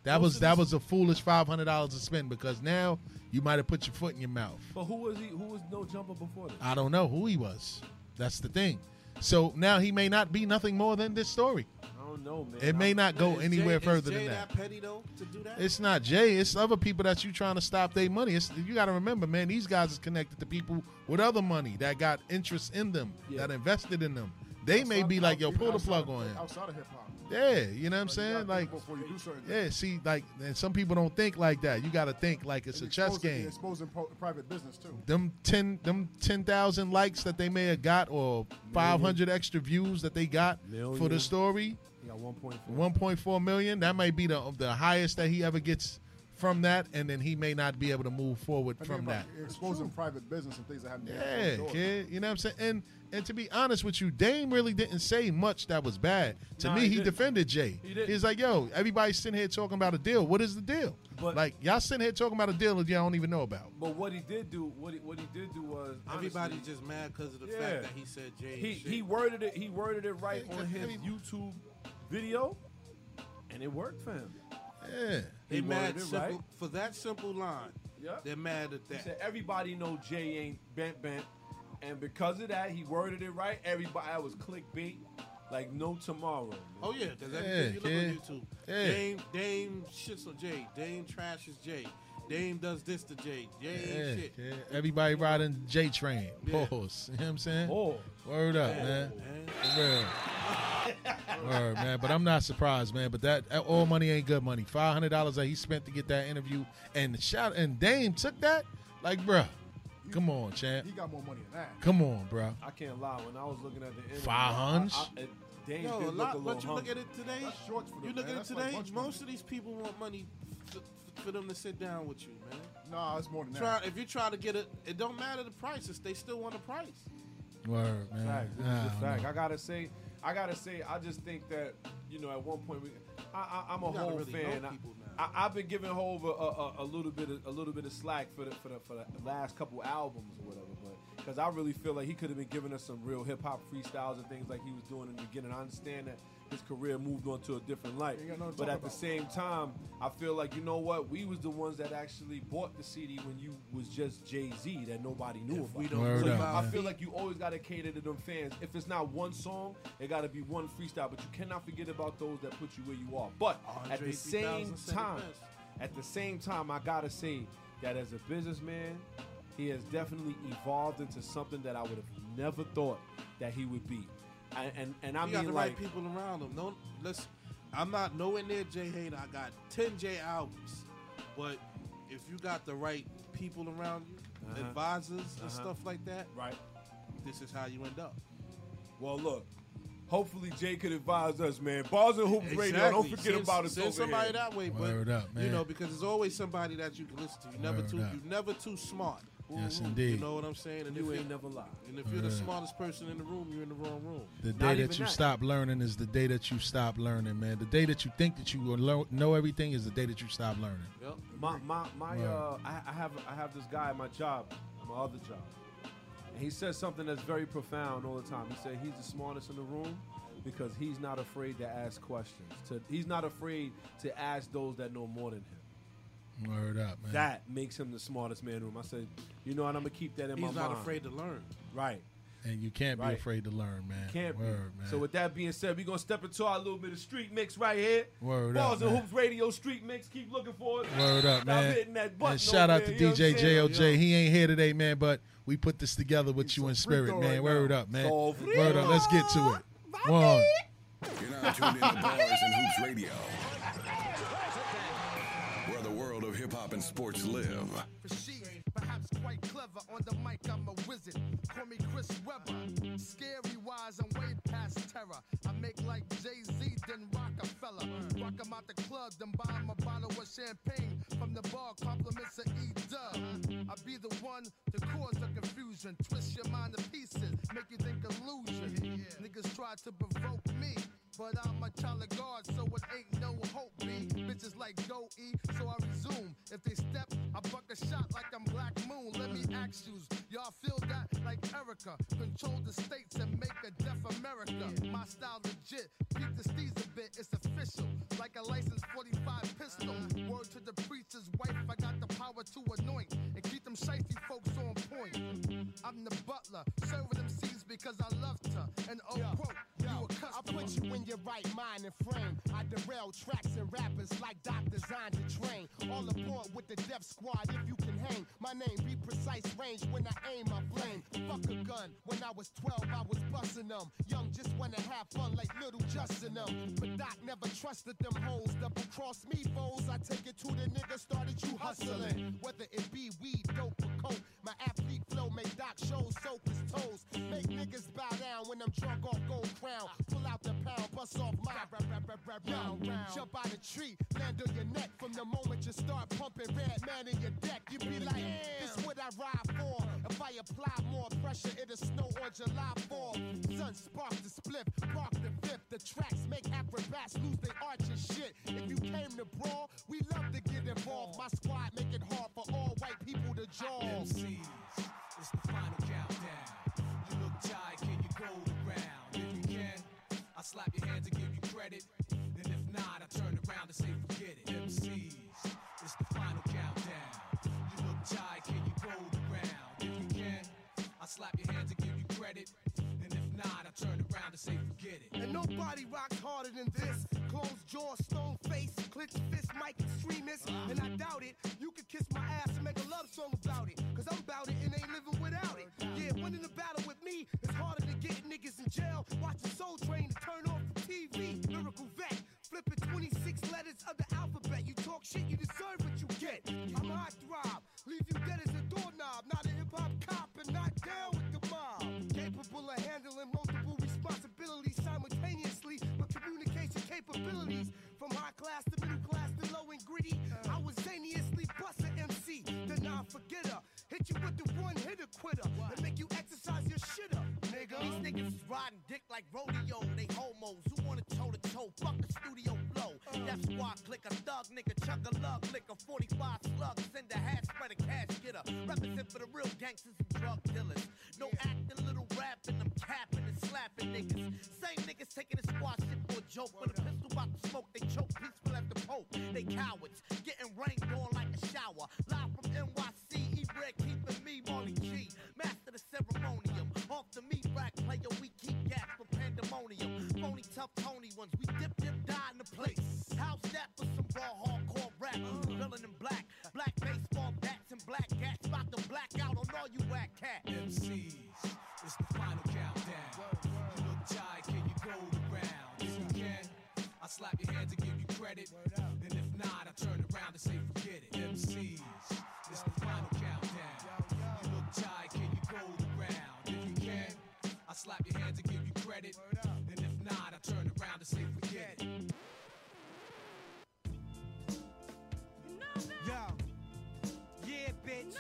[SPEAKER 4] That was that was a foolish five hundred dollars to spend because now you might have put your foot in your mouth.
[SPEAKER 6] But who was he? Who was no jumper before this?
[SPEAKER 4] I don't know who he was. That's the thing. So now he may not be nothing more than this story.
[SPEAKER 6] I don't know, man.
[SPEAKER 4] It may
[SPEAKER 6] I'm-
[SPEAKER 4] not go
[SPEAKER 7] Is
[SPEAKER 4] anywhere
[SPEAKER 7] Jay,
[SPEAKER 4] further
[SPEAKER 7] is Jay
[SPEAKER 4] than
[SPEAKER 7] that.
[SPEAKER 4] that.
[SPEAKER 7] petty though to do that.
[SPEAKER 4] It's not Jay. It's other people that you trying to stop their money. It's, you got to remember, man. These guys is connected to people with other money that got interest in them, that invested in them. They may be like, yo, pull the plug on him.
[SPEAKER 8] Outside of hip hop.
[SPEAKER 4] Yeah, you know what I'm saying?
[SPEAKER 8] gotta
[SPEAKER 4] Like,
[SPEAKER 8] think before you do certain
[SPEAKER 4] yeah. See, like, and some people don't think like that. You got to think like it's a chess
[SPEAKER 8] Exposing-
[SPEAKER 4] game.
[SPEAKER 8] Exposing po- private business too.
[SPEAKER 4] them 10 them 10,000 likes that they may have got or 500 extra views that they got for
[SPEAKER 6] Million.
[SPEAKER 4] the story
[SPEAKER 6] He got one point four.
[SPEAKER 4] 1.4 million that might be the the highest that he ever gets from that and then he may not be able to move forward
[SPEAKER 8] I think
[SPEAKER 4] from that
[SPEAKER 8] about Exposing private business and things that happen.
[SPEAKER 4] yeah kid you know what i'm saying and and to be honest with you dame really didn't say much that was bad to
[SPEAKER 6] Nah,
[SPEAKER 4] me
[SPEAKER 6] he
[SPEAKER 4] he,
[SPEAKER 6] didn't.
[SPEAKER 4] defended jay
[SPEAKER 6] He didn't.
[SPEAKER 4] he's like yo everybody's sitting here talking about a deal what is the deal
[SPEAKER 6] But-
[SPEAKER 4] like y'all sitting here talking about a deal that y'all don't even know about
[SPEAKER 6] But what he did do, what he, what he did do was honestly,
[SPEAKER 7] Everybody just mad because of the
[SPEAKER 6] Yeah.
[SPEAKER 7] fact that he said Jay.
[SPEAKER 6] he
[SPEAKER 7] shit.
[SPEAKER 6] he worded it he worded it right
[SPEAKER 4] Yeah,
[SPEAKER 6] on his
[SPEAKER 4] I mean-
[SPEAKER 6] YouTube video, and it worked for him.
[SPEAKER 4] yeah
[SPEAKER 7] they
[SPEAKER 6] he
[SPEAKER 7] mad
[SPEAKER 6] worded it
[SPEAKER 7] simple,
[SPEAKER 6] right.
[SPEAKER 7] for that simple line.
[SPEAKER 6] Yeah.
[SPEAKER 7] They're mad at
[SPEAKER 6] He said
[SPEAKER 7] that.
[SPEAKER 6] everybody know Jay ain't bent bent, and because of that he worded it right. Everybody I was clickbait, like no tomorrow. man.
[SPEAKER 7] Oh yeah, because
[SPEAKER 4] Yeah,
[SPEAKER 7] everything you look
[SPEAKER 4] kid.
[SPEAKER 7] on YouTube,
[SPEAKER 4] Yeah.
[SPEAKER 7] Dame Dame shits on Jay. Dame trashes Jay. Dame does this to Jay. Jay
[SPEAKER 4] Yeah,
[SPEAKER 7] ain't shit.
[SPEAKER 4] yeah. Everybody riding J train.
[SPEAKER 7] Yeah.
[SPEAKER 4] Pause. You know what I'm saying?
[SPEAKER 6] Pause.
[SPEAKER 4] Word up, man. For real. Word, man. But I'm not surprised, man. But that, that all money ain't good money. Five hundred dollars that he spent to get that interview, and shout and Dame took that. Like, bruh, come on,
[SPEAKER 8] He
[SPEAKER 4] champ.
[SPEAKER 8] got more money than that.
[SPEAKER 4] Come on, bruh.
[SPEAKER 6] I can't lie. When I was looking at the interview,
[SPEAKER 4] Five hunds?
[SPEAKER 6] I- I- it- Dame
[SPEAKER 7] Yo,
[SPEAKER 6] did
[SPEAKER 7] a
[SPEAKER 6] look
[SPEAKER 7] lot.
[SPEAKER 6] a little
[SPEAKER 7] But you look
[SPEAKER 6] humble.
[SPEAKER 7] at it today.
[SPEAKER 8] That's shorts for them,
[SPEAKER 7] you
[SPEAKER 8] man.
[SPEAKER 7] look at it
[SPEAKER 8] That's like
[SPEAKER 7] today.
[SPEAKER 8] lunch money.
[SPEAKER 7] most of these people want money f- f- for them to sit down with you, man.
[SPEAKER 8] Nah, it's more than
[SPEAKER 7] Try
[SPEAKER 8] that.
[SPEAKER 7] if you try to get it. It don't matter the prices. They still want a price.
[SPEAKER 4] Word, man.
[SPEAKER 6] Fact. This is
[SPEAKER 4] I
[SPEAKER 6] a
[SPEAKER 4] don't
[SPEAKER 6] fact.
[SPEAKER 4] know.
[SPEAKER 6] I gotta say, I gotta say, I just think that you know, at one point, we, I, I, I'm a
[SPEAKER 7] You gotta
[SPEAKER 6] whole
[SPEAKER 7] really
[SPEAKER 6] fan.
[SPEAKER 7] know
[SPEAKER 6] I-
[SPEAKER 7] people now.
[SPEAKER 6] I, I've been giving Hove a, a, a little bit, of, a little bit of slack for the for the, for the last couple albums or whatever, but because I really feel like he could have been giving us some real hip hop freestyles and things like he was doing in the beginning. I understand that his career moved on to a different light,
[SPEAKER 8] You got nothing to
[SPEAKER 6] but
[SPEAKER 8] talk
[SPEAKER 6] at the
[SPEAKER 8] about.
[SPEAKER 6] same time, I feel like you know what, we was the ones that actually bought the CD when you was just Jay Z that nobody knew
[SPEAKER 7] If
[SPEAKER 6] about.
[SPEAKER 7] we don't
[SPEAKER 4] Word
[SPEAKER 6] So
[SPEAKER 4] up,
[SPEAKER 6] I
[SPEAKER 4] man.
[SPEAKER 6] feel like you always gotta cater to them fans. If it's not one song, it gotta be one freestyle. But you cannot forget about those that put you where you are. But at
[SPEAKER 7] Andre
[SPEAKER 6] the same
[SPEAKER 7] 3000 said it
[SPEAKER 6] time,
[SPEAKER 7] best.
[SPEAKER 6] at the same time, I gotta say that as a businessman, he has definitely evolved into something that I would have never thought that he would be. And and, and I
[SPEAKER 7] you got
[SPEAKER 6] mean
[SPEAKER 7] the
[SPEAKER 6] like
[SPEAKER 7] right people around them. No, let's. I'm not nowhere near Jay Hater. I got 10 J albums, but if you got the right people around you, advisors and stuff like that,
[SPEAKER 6] Uh-huh. right.
[SPEAKER 7] this is how you end up.
[SPEAKER 6] Well, look. Hopefully, Jay could advise us, man. Bars and Hoops Radio. Don't forget
[SPEAKER 7] Send-
[SPEAKER 6] about us
[SPEAKER 7] Send
[SPEAKER 6] over
[SPEAKER 7] somebody
[SPEAKER 6] here.
[SPEAKER 7] that way, but
[SPEAKER 4] Word up,
[SPEAKER 7] you
[SPEAKER 4] man.
[SPEAKER 7] know because there's always somebody that you can listen to. You never
[SPEAKER 4] Word
[SPEAKER 7] too.
[SPEAKER 4] up.
[SPEAKER 7] You never too smart.
[SPEAKER 4] Yes,
[SPEAKER 7] Ooh, You
[SPEAKER 4] indeed.
[SPEAKER 7] know what I'm saying? And
[SPEAKER 6] you
[SPEAKER 7] if
[SPEAKER 6] ain't
[SPEAKER 7] you're-
[SPEAKER 6] never lie.
[SPEAKER 7] And if you're the
[SPEAKER 4] Word.
[SPEAKER 7] smartest person in the room, you're in the wrong room.
[SPEAKER 4] The
[SPEAKER 6] Not
[SPEAKER 4] day
[SPEAKER 6] even
[SPEAKER 4] that you
[SPEAKER 6] that.
[SPEAKER 4] stop learning is the day that you stop learning, man. The day that you think that you will lear- know everything is the day that you stop learning.
[SPEAKER 7] Yep.
[SPEAKER 6] My my my
[SPEAKER 4] Right.
[SPEAKER 6] uh, I, I have I have this guy at my job, my other job, and he says something that's very profound all the time. He said he's the smartest in the room because he's not afraid to ask questions. To he's not afraid to ask those that know more than him.
[SPEAKER 4] Word up, man.
[SPEAKER 6] That makes him the smartest man in the room. I said, you know what? I'm gonna keep that in my
[SPEAKER 7] He's not
[SPEAKER 6] mind.
[SPEAKER 7] afraid to learn.
[SPEAKER 6] Right.
[SPEAKER 4] And you can't
[SPEAKER 6] Right.
[SPEAKER 4] be afraid to learn, man.
[SPEAKER 6] Can't
[SPEAKER 4] Word,
[SPEAKER 6] be.
[SPEAKER 4] man.
[SPEAKER 6] So with that being said, we're gonna step into our little bit of street mix right here.
[SPEAKER 4] Word
[SPEAKER 6] Balls
[SPEAKER 4] up,
[SPEAKER 6] and
[SPEAKER 4] man.
[SPEAKER 6] Hoops Radio Street Mix. Keep looking for it.
[SPEAKER 4] Word up,
[SPEAKER 6] Stop
[SPEAKER 4] man.
[SPEAKER 6] hitting that button
[SPEAKER 4] and shout
[SPEAKER 6] over
[SPEAKER 4] out to
[SPEAKER 6] there, you know what I'm
[SPEAKER 4] DJ
[SPEAKER 6] saying?
[SPEAKER 4] JLJ. He ain't here today, man, but we put this together with you in spirit,
[SPEAKER 8] frito
[SPEAKER 4] man.
[SPEAKER 8] right
[SPEAKER 4] Word
[SPEAKER 8] now.
[SPEAKER 4] up, man.
[SPEAKER 6] Sofrito.
[SPEAKER 4] Word up. Let's get to it. One.
[SPEAKER 1] You're now tuned into Bars and Hoops Radio, where the world of hip hop and sports live.
[SPEAKER 11] Perhaps quite clever on the mic, I'm a wizard. Call me Chris Webber. Scary wise, I'm way past terror. I make like Jay Z, then Rockefeller. Rock 'em out the club, then buy 'em a bottle of champagne from the bar. Compliments of E Dub. I be the one to cause the confusion. confusion, twist your mind to pieces, make you think illusion. Niggas try to provoke me, but I'm a child of God, so it ain't no hope. Me bitches like go e, so I resume. If they step, I buck a shot like I'm Black Moon. Let me ask yous, y'all feel that like Erica? Control the states and make a deaf America. My style legit, peak the steez a bit, it's official, like a licensed 45 pistol. Word to the preacher's wife, I got the power to anoint and keep them shifty folks on point. I'm the butler, serving them seeds because I loved her. And oh,
[SPEAKER 12] Yo,
[SPEAKER 11] quote, you a customer.
[SPEAKER 12] I put you in your right mind and frame. I derail tracks and rappers like doctors on the train. All aboard with the death squad if you can hang. My name be precise range when I aim, I flame. Fuck a gun. When I was 12, I was busting them. Young just wanna have fun like little Justin them. But Doc never trusted them hoes. Double cross me foes. I take it to the nigga started you hustling. Whether it be weed, dope, or coke. My athlete flow make Doc shows soak his toes. Make niggas bow down when I'm drunk off gold crown. Pull out the pound, bust off my rap, rap, rap, rap, round, round. Jump out a tree, land on your neck. From the moment you start pumping red man in your deck, you be like, this what I ride for. If I apply more pressure, it'll snow on July 4. Sun sparks the split, park the fifth. The tracks make acrobats lose their arch and shit. If you came to brawl, we love to get involved. My squad make it hard for all white people to jaw.
[SPEAKER 13] It's the final countdown. You look tired, can you go the round? If you can, I slap your hands and give you credit. And if not, I turn around and say forget it. MCs, it's the final countdown. You look tired, can you go the round? If you can, I slap your hands and give you credit. And if not, I turn around and say forget it.
[SPEAKER 14] And nobody rocks harder than this. Closed jaw, stone face, clenched fist, mic extremist. And I doubt it. You could kiss my ass and make a love song about it. Cause I'm about it and ain't living without it. Yeah, winning the battle with me is harder than getting niggas in jail. Watching Soul Train to turn off the TV. Miracle vet. Flipping 26 letters of the alphabet. You talk shit, you deserve what you get. I'm a hot throb. Leave you dead as a doorknob. Not a hip hop cop and not down with the mob. Capable of handling multiple responsibilities simultaneously. But communication capabilities from high class to middle class to low and gritty. I was zaniously bust a MC, the non forgetter. Hit you with the one hitter quitter and make you exercise your shit up, nigga.
[SPEAKER 15] These niggas is riding dick like rodeo. They homos who wanna toe to toe. Fuck the studio blow. That's why I click a thug nigga, chuck a lug, lick a 45 slug, send a hat, spread a cash getter. Represent for the real gangsters and drug dealers. No acting, little rapping, I'm capping and slapping niggas. Same niggas taking a squad shit for a joke. When a pistol about to smoke, they choke peaceful at the pope. They cowards, getting rained on like a shower. Live from NYC, E Red keeping me, Marley G. Master the ceremonium. Off the meat rack, player, we keep gas for pandemonium. Phony, tough Tony ones, we dip, dip, die in the place. House that for some raw hardcore rap. Villain in black, black baseball bats and black cats. About to black out on all you whack cats.
[SPEAKER 13] MCs, it's the final countdown. You look tired, can you go the round? If you can, I slap your hands and give you credit. And if not, I turn around and say forget it. MCs, it's the final countdown. You look tired, can you go the round? If you can, I slap your hands and give you credit. And if not, I turn around and say forget it.
[SPEAKER 15] Yo, yeah, bitch.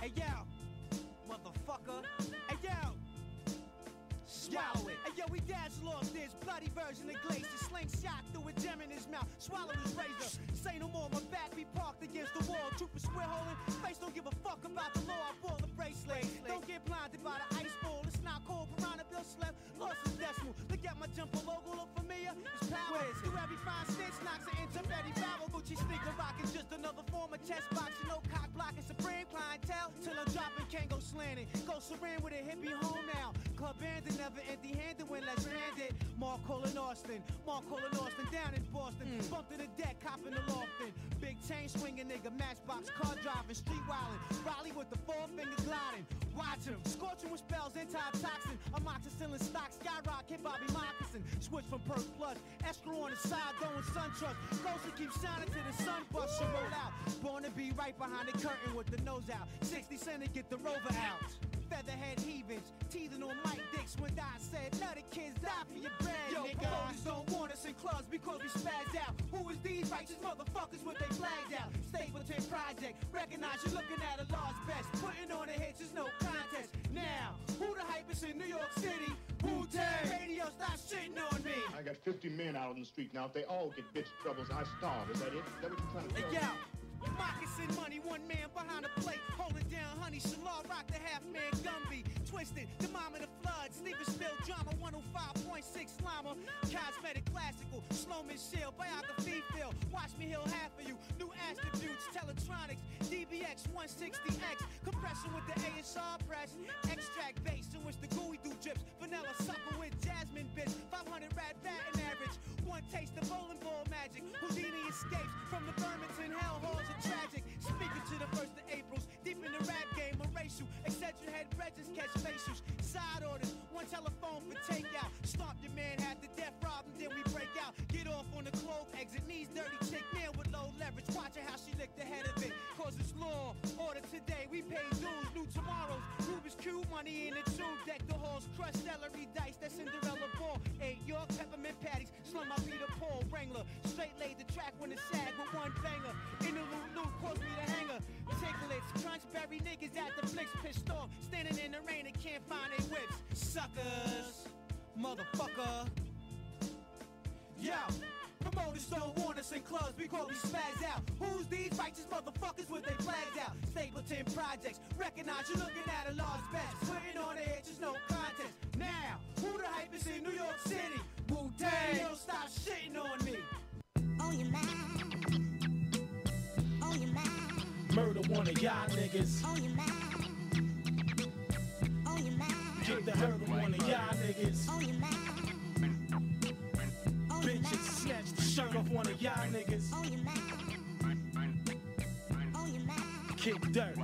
[SPEAKER 15] Hey, yo, motherfucker. Hey, yo. Swallow it. Hey, yo, he dash lost his bloody version of Glacier. Slingshot through a gem in his mouth. Swallow his razor. Say no more, my back be parked against the wall. Trooper square holding. Face don't give a fuck about the law. I wore the bracelet. Don't get blinded by the ice ball. It's not cold. Piranha Bill slept. Lost his decimal. Look at my jumper logo. Look familiar. It's power. Through every fine stitch, knocks an inch of Betty Barrel. Gucci sneaker rockin'. Just another form of chest boxing. No cock blocking. Supreme clientele. Till I'm dropping. Can't go slanting. Go serene with a hippie home now. Club bandit never empty handed when less handed. Mark Colin Austin, Mark Colin Austin down in Boston. Bumped in the deck, copping the loftin. Big chain swinging nigga, matchbox car driving, street wildin'. Raleigh with the four finger gliding. Watch him, scorching with spells, antitoxin. Amoxicillin stock, skyrocket, Bobby Moccasin. Switch from perk plus, escrow on the side, throwing sun trust. Ghost that keep shining till the sun busts and roll out. Born to be right behind the curtain with the nose out. 60 cent to get the rover out. Featherhead heavings, teething on mic dicks when I said, let the kids die for your bread, Yo,
[SPEAKER 12] nigga."
[SPEAKER 15] promoters don't want us in clubs because we spazzed out. Who is these righteous motherfuckers with they flags out? Stapleton Project, recognize you're looking at a large best. Putting on the hits is no contest. Now Who the hypest in New York City? Wu Tang. Radio, stop shitting on me.
[SPEAKER 16] I got 50 men out on the street now. If they all get bitch troubles, I starve. Is that it? Is that what you're trying to
[SPEAKER 15] Hey,
[SPEAKER 16] tell me?
[SPEAKER 15] yo. Moccasin money, one man behind the plate, holding down honey. Shalal rock the half man Gumby, twisted the mom in the floods, leaving spilled drama. 105.6 llama, cosmetic classical, Sloman shell, biography feel. Watch me heal half of you. New attributes, teletronics, DBX 160X, compression with the ASR press, extract base in which the gooey do drips, vanilla supper with jasmine bitch, 500 rat batting average, one taste of bowling ball magic. Houdini escapes from the Burlington hellholes are tragic. Speaking to the first of Aprils, deep in the rap game, erase you. Eccentric head bridges catch facials. Side orders, one telephone for takeout. Stomp your man, have the death problem, then we break out. Get off on the clove exit, knees dirty, chick man with low leverage. Watch her how she licked the head of it. Cause it's law, order today, we pay dues, new tomorrows. Rubik's Cube money in the tube, deck the halls, crush celery dice, that Cinderella ball. Eight York peppermint patties, slum my beat a Paul Wrangler. Straight laid the track when it sag with one banger. Interlude loop, cross me the hanger. Ticklets, crunch berry niggas at the flicks, pissed off. Standing in the rain and can't find their whips. Suckers, motherfucker. Yo, promoters don't want us in clubs because we spaz out. Who's these righteous motherfuckers with they flags out? Stapleton projects, recognize you're looking at a large batch. Putting on the edges, no contest. Now, who the hype is in New York City? Wu Tang, don't stop shitting on me. On your mind, on your mind.
[SPEAKER 17] Murder one of y'all niggas.
[SPEAKER 15] On your mind, on your mind.
[SPEAKER 17] Get the hurt of one of y'all niggas.
[SPEAKER 15] On your mind,
[SPEAKER 17] Bitches snatch the shirt off one of y'all niggas. Kick dirt.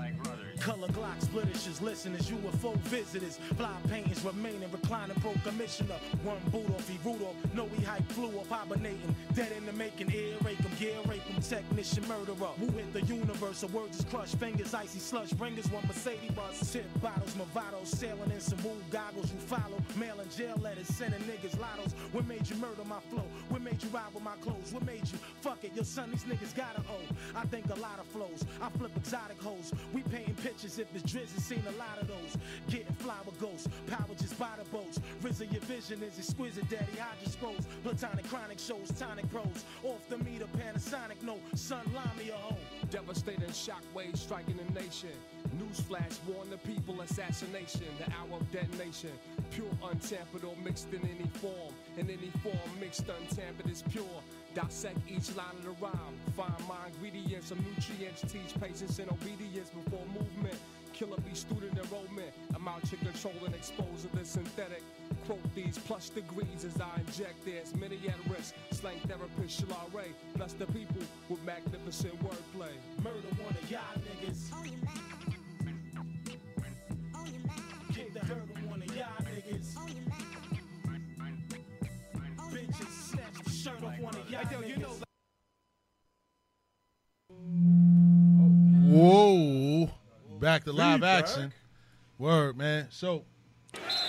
[SPEAKER 17] Color Glock splittishers, listeners, UFO visitors, fly paintings remaining, reclining pro commissioner. One boot off, he Rudolph, no he hype flew off, hibernating, dead in the making, ear rape him, gear rape him, technician murderer. Who hit the universe, a words is crushed, fingers icy slush, bringers one Mercedes bus, tip bottles, Movado, sailing in some woo goggles, you follow, mailing jail letters, sending niggas lottos. What made you murder my flow? What made you ride with my clothes? What made you fuck it? Your son, these niggas gotta owe. I think a lot of flows, I flip exotic hoes. We painting pictures if it's drizzy, seen a lot of those. Getting flower ghosts, power just by the boats. RZA, your vision is exquisite, daddy. I just scrolls, platonic chronic shows, tonic pros. Off the meter, Panasonic, no, oh. son, line me a hoe.
[SPEAKER 18] Devastating shockwaves striking the nation. Newsflash warn the people assassination, the hour of detonation. Pure untampered or mixed in any form. In any form, mixed untampered is pure. Dissect each line of the rhyme. Find my ingredients of nutrients. Teach patience and obedience before movement. Killer be student enrollment. I'm out to control and expose the synthetic. Quote these plus degrees as I inject. There's many at risk. Slang therapist Shalal Ray. Bless the people with magnificent wordplay.
[SPEAKER 17] Murder one of y'all niggas. On your mind. On your mind. Kick the hurt of one of y'all niggas. On your mind. Bitches snatch the shirt off one of y'all niggas.
[SPEAKER 4] Whoa. Back to live
[SPEAKER 6] Feedback.
[SPEAKER 4] action. Word, man. So,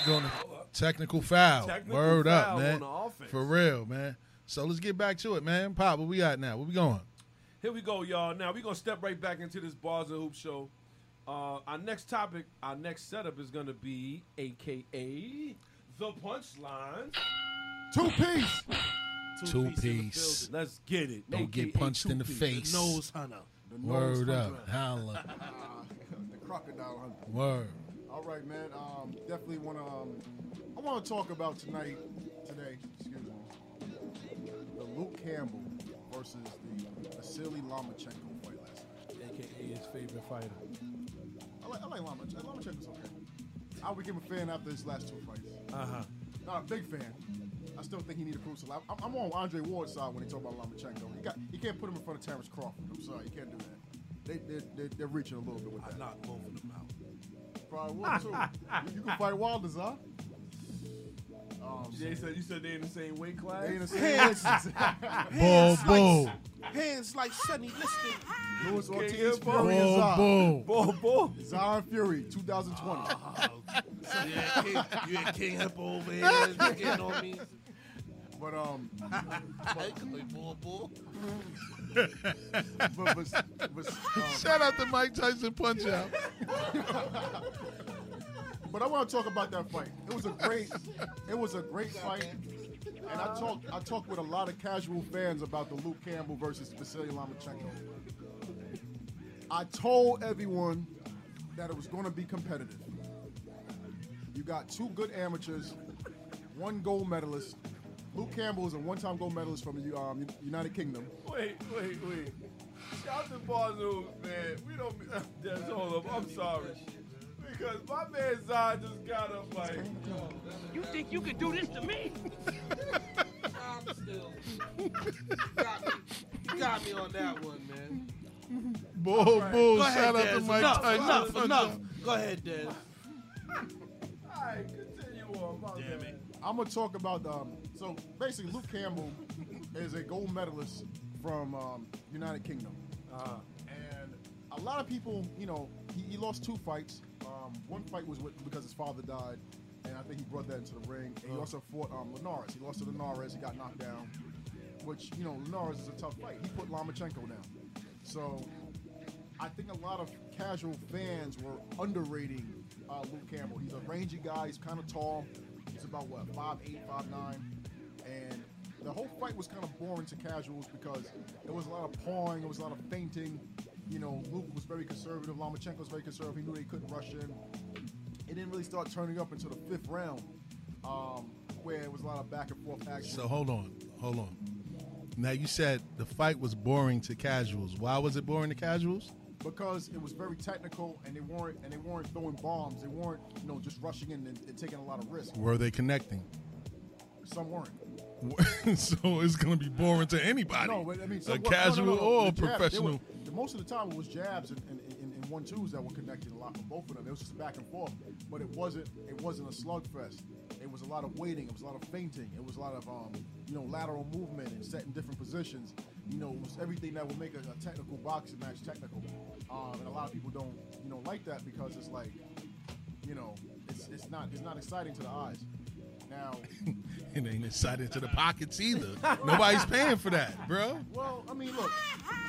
[SPEAKER 4] going to technical foul.
[SPEAKER 6] Technical
[SPEAKER 4] Word
[SPEAKER 6] foul
[SPEAKER 4] up,
[SPEAKER 6] on
[SPEAKER 4] man.
[SPEAKER 6] the offense.
[SPEAKER 4] For real, man. So, let's get back to it, man. Pop, what we got now? Where we going?
[SPEAKER 6] Here we go, y'all. Now we're gonna step right back into this bars and hoop show. Uh, our next topic, our next setup is gonna be AKA the punchlines.
[SPEAKER 8] Two piece.
[SPEAKER 4] Two piece.
[SPEAKER 6] Let's get it.
[SPEAKER 4] Don't get punched in the face.
[SPEAKER 8] nose hunter. The nose
[SPEAKER 4] Word up.
[SPEAKER 8] hunter.
[SPEAKER 4] Holla.
[SPEAKER 8] the crocodile hunter.
[SPEAKER 4] Word.
[SPEAKER 8] All right, man. Um, definitely want to. Um, I want to talk about tonight, today. Excuse me. The Luke Campbell versus the Vasily Lomachenko fight last night, aka his favorite fighter. I like, I like Lomachenko. Lomachenko's okay. I became a fan after his last two fights.
[SPEAKER 6] Uh-huh.
[SPEAKER 8] Not a big fan. I still think he need to prove some. I'm, I'm on Andre Ward's side when they talk about Lomachenko. He got, he can't put him in front of Terrence Crawford. I'm sorry, you can't do that. They, they, they, they're reaching a little bit with that. I knocked both of them out. Probably would too. you, you can fight Wilders, huh? Um,
[SPEAKER 6] Jay said you said they in the same weight class.
[SPEAKER 8] They in the
[SPEAKER 7] Hands,
[SPEAKER 8] same-
[SPEAKER 7] hands
[SPEAKER 4] Boom,
[SPEAKER 7] like, hands like Sonny Liston.
[SPEAKER 8] Luis
[SPEAKER 7] Can't
[SPEAKER 8] Ortiz
[SPEAKER 7] get
[SPEAKER 8] Fury
[SPEAKER 7] both.
[SPEAKER 8] Zara.
[SPEAKER 6] Bo, bo.
[SPEAKER 8] Zara Fury, 2020.
[SPEAKER 7] Oh, So you had King, you had King Hippo over here that's getting on me.
[SPEAKER 8] But um,
[SPEAKER 4] Shout out to Mike Tyson Punch Out.
[SPEAKER 8] but I want to talk about that fight. It was a great, it was a great fight, and I talked I talked with a lot of casual fans about the Luke Campbell versus Vasily Lomachenko. I told everyone that it was going to be competitive. You got two good amateurs, one gold medalist. Luke Campbell is a one-time gold medalist from the um, United Kingdom.
[SPEAKER 6] Wait, wait, wait. Shout to Bars News, man. We don't. be- That's hold up. I'm sorry. Because my man Zod just got up like.
[SPEAKER 5] You think you can do this to me?
[SPEAKER 14] I'm still. Got me, got me on that one, man.
[SPEAKER 4] Bull, bull,
[SPEAKER 14] Go
[SPEAKER 4] shout out
[SPEAKER 14] ahead,
[SPEAKER 4] to
[SPEAKER 14] Dez.
[SPEAKER 4] Mike
[SPEAKER 14] Enough,
[SPEAKER 4] Tyson.
[SPEAKER 14] enough, enough. Go ahead, Dez.
[SPEAKER 6] Alright, continue on. My Damn man.
[SPEAKER 8] I'm gonna talk about um, so basically Luke Campbell is a gold medalist from um, United Kingdom, uh, and a lot of people, you know, he, he lost two fights. Um, one fight was with, because his father died, and I think he brought that into the ring. And he also fought um, Linares. He lost to Linares. He got knocked down, which you know Linares is a tough fight. He put Lomachenko down, so I think a lot of casual fans were underrating uh, Luke Campbell. He's a rangy guy. He's kind of tall. He's about what 5'8", 5'9", and the whole fight was kind of boring to casuals because there was a lot of pawing, there was a lot of fainting. You know, Luke was very conservative. Lomachenko was very conservative. He knew they couldn't rush in. It didn't really start turning up until the fifth round, um, where it was a lot of back and forth action.
[SPEAKER 4] So hold on, hold on. Now you said the fight was boring to casuals. Why was it boring to casuals?
[SPEAKER 8] because it was very technical and they weren't and they weren't throwing bombs. They weren't you know just rushing in and, and taking a lot of risk.
[SPEAKER 4] Were they connecting?
[SPEAKER 8] Some weren't.
[SPEAKER 4] so it's gonna be boring to anybody.
[SPEAKER 8] No, but I mean some
[SPEAKER 4] a
[SPEAKER 8] were- no, no,
[SPEAKER 4] casual
[SPEAKER 8] no, no,
[SPEAKER 4] or a
[SPEAKER 8] the jabs, they were-
[SPEAKER 4] professional.
[SPEAKER 8] the- most of the time it was jabs and, and, and, and one twos that were connected a lot for both of them. It was just back and forth, but it wasn't it wasn't a slugfest. It was a lot of waiting. It was a lot of fainting. It was a lot of um, you know lateral movement and setting different positions. You know, it was everything that would make a, a technical boxing match technical. Um, and a lot of people don't you know like that because it's like you know it's, it's not it's not exciting to the eyes. Now
[SPEAKER 4] It ain't excited to the pockets either. Nobody's paying for that, bro.
[SPEAKER 8] Well, I mean, look,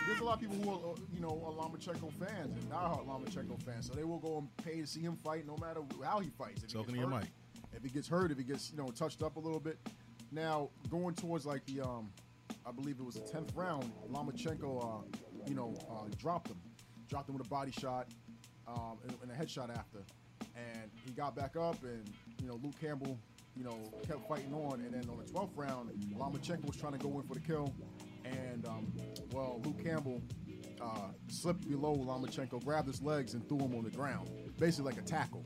[SPEAKER 8] there's a lot of people who are, uh, you know, are Lomachenko fans and diehard Lomachenko fans, so they will go and pay to see him fight, no matter how he fights. If he
[SPEAKER 4] Talking
[SPEAKER 8] gets
[SPEAKER 4] to your
[SPEAKER 8] hurt,
[SPEAKER 4] mic.
[SPEAKER 8] If he gets hurt, if he gets you know touched up a little bit. Now going towards like the, um, I believe it was the tenth round, Lomachenko, uh, you know, uh, dropped him, dropped him with a body shot, um, and, and a headshot after, and he got back up, and you know, Luke Campbell. You know, kept fighting on, and then on the 12th round, Lomachenko was trying to go in for the kill, and um, well, Luke Campbell uh, slipped below Lomachenko, grabbed his legs, and threw him on the ground, basically like a tackle.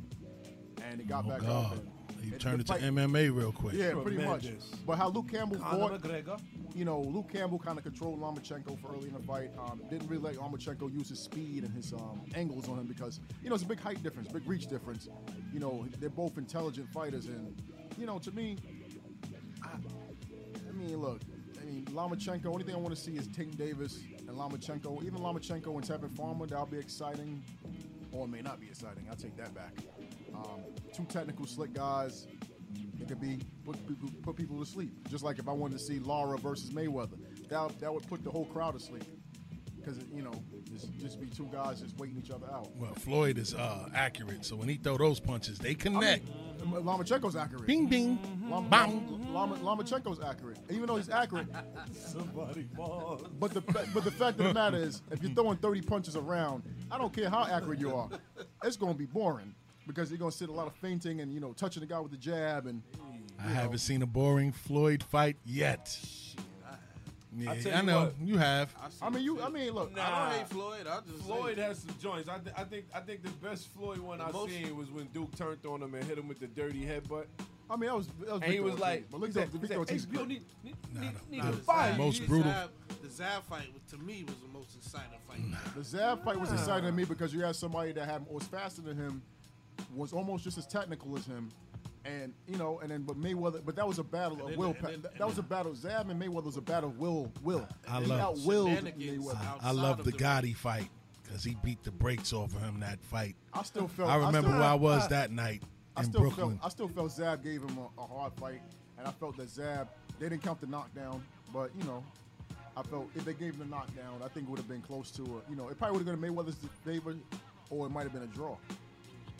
[SPEAKER 8] And he got
[SPEAKER 4] Oh
[SPEAKER 8] back up.
[SPEAKER 4] God,
[SPEAKER 8] and-
[SPEAKER 4] he
[SPEAKER 8] and
[SPEAKER 4] turned
[SPEAKER 8] the
[SPEAKER 4] it to
[SPEAKER 8] fight-
[SPEAKER 4] MMA real quick.
[SPEAKER 8] Yeah, pretty much.
[SPEAKER 4] Tremendous.
[SPEAKER 8] But how Luke Campbell
[SPEAKER 4] Conor
[SPEAKER 8] fought, you know, Luke Campbell kind of controlled Lomachenko for early in the fight. Um, didn't really let Lomachenko use his speed and his um, angles on him because you know it's a big height difference, big reach difference. You know, they're both intelligent fighters, and you know, to me, I mean, look. I mean, Lomachenko. Only thing I want to see is Tink Davis and Lomachenko. Even Lomachenko and Tevin Farmer. That'll be exciting, or it may not be exciting. I'll take that back. Um, two technical slick guys. It could be put people, put people to sleep. Just like if I wanted to see Lara versus Mayweather, that that would put the whole crowd to sleep. Because you know, just just be two guys just waiting each other out.
[SPEAKER 4] Well, Floyd is uh, accurate, so when he throw those punches, they
[SPEAKER 8] I mean,
[SPEAKER 4] connect.
[SPEAKER 8] Lomachenko's accurate.
[SPEAKER 4] Bing, bing,
[SPEAKER 8] Lom-
[SPEAKER 4] bang.
[SPEAKER 8] Lom- Lomachenko's accurate. Even though he's accurate,
[SPEAKER 6] Somebody balls.
[SPEAKER 8] But the fa- but the fact of the matter is, if you're throwing 30 punches around, I don't care how accurate you are, it's gonna be boring because you're gonna sit a lot of fainting and you know touching the guy with the jab and
[SPEAKER 4] I haven't seen a boring Floyd fight yet. Yeah, I, know you have.
[SPEAKER 8] I mean, you. I mean, look.
[SPEAKER 6] Nah.
[SPEAKER 7] Floyd. I just
[SPEAKER 6] Floyd has some joints. I, th- I think I think the best Floyd one
[SPEAKER 7] The
[SPEAKER 6] I
[SPEAKER 7] most-
[SPEAKER 6] seen was when Duke turned on him and hit him with the dirty headbutt.
[SPEAKER 8] I mean, that was, that was
[SPEAKER 6] and he
[SPEAKER 8] Victor
[SPEAKER 6] was
[SPEAKER 8] Ortiz.
[SPEAKER 6] like,
[SPEAKER 8] But look
[SPEAKER 6] he
[SPEAKER 8] at
[SPEAKER 6] said-
[SPEAKER 8] the
[SPEAKER 6] he
[SPEAKER 8] Victor
[SPEAKER 6] said,
[SPEAKER 8] Ortiz
[SPEAKER 6] "Hey, yo,
[SPEAKER 8] cut."
[SPEAKER 6] need, need, need, need
[SPEAKER 7] Nah,
[SPEAKER 6] to
[SPEAKER 7] the
[SPEAKER 6] fight.
[SPEAKER 7] Zab-
[SPEAKER 4] Most
[SPEAKER 7] the
[SPEAKER 4] brutal.
[SPEAKER 7] Zab- the Zab fight was- to me was the most exciting fight.
[SPEAKER 8] The Zab fight was exciting to me because you had somebody that had was faster than him, was almost just as technical as him, and you know, and then but Mayweather, but that was a battle of
[SPEAKER 7] then-
[SPEAKER 8] will.
[SPEAKER 7] and
[SPEAKER 8] pa-
[SPEAKER 7] then-
[SPEAKER 8] that
[SPEAKER 7] and
[SPEAKER 8] was a battle. Zab and Mayweather was a battle of will. Will.
[SPEAKER 4] I
[SPEAKER 8] He
[SPEAKER 4] love
[SPEAKER 8] outwilled
[SPEAKER 7] Shenanigans
[SPEAKER 8] Mayweather.
[SPEAKER 4] I, I love the Gotti fight because he beat the brakes off of him that fight.
[SPEAKER 8] I still felt-
[SPEAKER 4] I
[SPEAKER 8] I
[SPEAKER 4] remember
[SPEAKER 8] still-
[SPEAKER 4] where I was
[SPEAKER 8] I-
[SPEAKER 4] that night
[SPEAKER 8] I
[SPEAKER 4] in
[SPEAKER 8] still
[SPEAKER 4] Brooklyn.
[SPEAKER 8] felt I still felt Zab gave him a, a hard fight, and I felt that Zab they didn't count the knockdown, but you know, I felt if they gave him the knockdown, I think it would have been close to a, you know, it probably would have been Mayweather's favor, or it might have been a draw.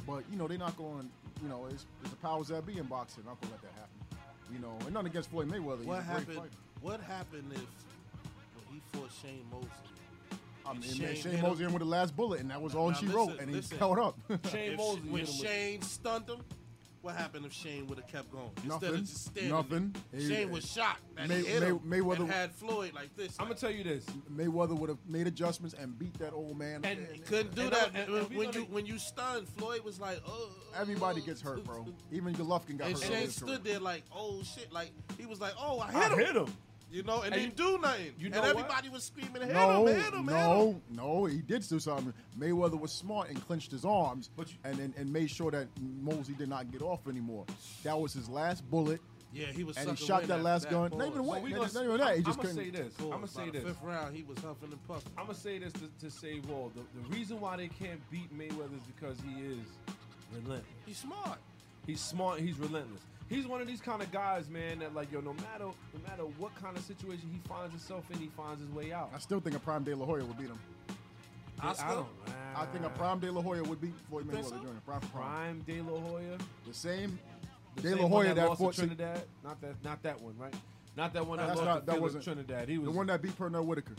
[SPEAKER 8] But you know, they're not going you know, it's, it's the powers that be in boxing. I'm not gonna let that happen. You know, and nothing against Floyd Mayweather.
[SPEAKER 7] What
[SPEAKER 8] He's a
[SPEAKER 7] happened?
[SPEAKER 8] Great fighter.
[SPEAKER 7] What happened if when he fought Shane Mosley?
[SPEAKER 8] I
[SPEAKER 7] and
[SPEAKER 8] mean, Shane, Shane
[SPEAKER 7] hit
[SPEAKER 8] Mosley
[SPEAKER 7] him-
[SPEAKER 8] in with the last bullet, and that was all
[SPEAKER 7] Now
[SPEAKER 8] she
[SPEAKER 7] listen,
[SPEAKER 8] wrote, and he
[SPEAKER 7] listen.
[SPEAKER 8] held up.
[SPEAKER 7] If- when Shane stunned him, what happened if Shane would have kept going instead
[SPEAKER 8] Nothing.
[SPEAKER 7] of just standing?
[SPEAKER 8] Nothing.
[SPEAKER 7] there?
[SPEAKER 8] He-
[SPEAKER 7] Shane was shocked. That
[SPEAKER 8] May-
[SPEAKER 7] he hit
[SPEAKER 8] May-
[SPEAKER 7] him
[SPEAKER 8] Mayweather-
[SPEAKER 7] and had Floyd like this.
[SPEAKER 6] I'm gonna tell you this.
[SPEAKER 8] Mayweather would have made adjustments and beat that old man.
[SPEAKER 7] And he couldn't do
[SPEAKER 8] And
[SPEAKER 7] that
[SPEAKER 8] I'm- and-
[SPEAKER 7] when,
[SPEAKER 8] and we
[SPEAKER 7] when
[SPEAKER 8] gonna-
[SPEAKER 7] you when you stunned. Floyd was like, oh.
[SPEAKER 8] Everybody gets hurt, bro. Even Golovkin got hurt.
[SPEAKER 7] And
[SPEAKER 8] early in
[SPEAKER 7] Shane
[SPEAKER 8] his career.
[SPEAKER 7] stood there like, oh shit, like he was like, oh, I hit
[SPEAKER 8] I
[SPEAKER 7] him.
[SPEAKER 8] hit him.
[SPEAKER 7] You know,
[SPEAKER 8] And
[SPEAKER 7] and, he
[SPEAKER 8] you-
[SPEAKER 7] didn't do nothing.
[SPEAKER 8] you know
[SPEAKER 7] and
[SPEAKER 8] what?
[SPEAKER 7] everybody was screaming, hit
[SPEAKER 8] no,
[SPEAKER 7] him, hit him, hit him.
[SPEAKER 8] no, no, he did do something. Mayweather was smart and clenched his arms and, and and made sure that Mosley did not get off anymore. That was his last bullet.
[SPEAKER 7] Yeah, he was.
[SPEAKER 8] And he
[SPEAKER 7] sucking
[SPEAKER 8] shot
[SPEAKER 7] wind
[SPEAKER 8] that
[SPEAKER 7] after
[SPEAKER 8] last
[SPEAKER 7] that
[SPEAKER 8] gun.
[SPEAKER 7] pause.
[SPEAKER 8] Not even
[SPEAKER 6] Well,
[SPEAKER 8] win.
[SPEAKER 6] we
[SPEAKER 8] Not,
[SPEAKER 6] gonna-
[SPEAKER 8] not even that. He just
[SPEAKER 6] I'ma
[SPEAKER 8] couldn't.
[SPEAKER 6] say this.
[SPEAKER 7] Pause.
[SPEAKER 6] I'ma
[SPEAKER 7] By
[SPEAKER 6] say
[SPEAKER 7] the
[SPEAKER 6] this.
[SPEAKER 7] Fifth round, he was huffing and puffing.
[SPEAKER 6] I'm gonna say this to, to say Wall. The, the reason why they can't beat Mayweather is because he is relentless.
[SPEAKER 7] He's smart.
[SPEAKER 6] He's smart. He's relentless. He's one of these kind of guys, man. That like yo, no matter no matter what kind of situation he finds himself in, he finds his way out.
[SPEAKER 8] I still think a prime De La Hoya would beat him.
[SPEAKER 6] I Oscar? don't-
[SPEAKER 8] I think a prime De La Hoya would beat Floyd
[SPEAKER 6] You think
[SPEAKER 8] Mayweather
[SPEAKER 6] so?
[SPEAKER 8] Jr. Prime,
[SPEAKER 6] prime De La Hoya.
[SPEAKER 8] The same.
[SPEAKER 6] The
[SPEAKER 8] De
[SPEAKER 6] same
[SPEAKER 8] La
[SPEAKER 6] one
[SPEAKER 8] Hoya that
[SPEAKER 6] lost to
[SPEAKER 8] fought to-
[SPEAKER 6] Trinidad. Not that. Not that one, right? Not that one that
[SPEAKER 8] That's
[SPEAKER 6] lost to
[SPEAKER 8] not- that
[SPEAKER 6] Felix
[SPEAKER 8] wasn't-
[SPEAKER 6] Trinidad. He was
[SPEAKER 8] the one that beat Pernell Whitaker.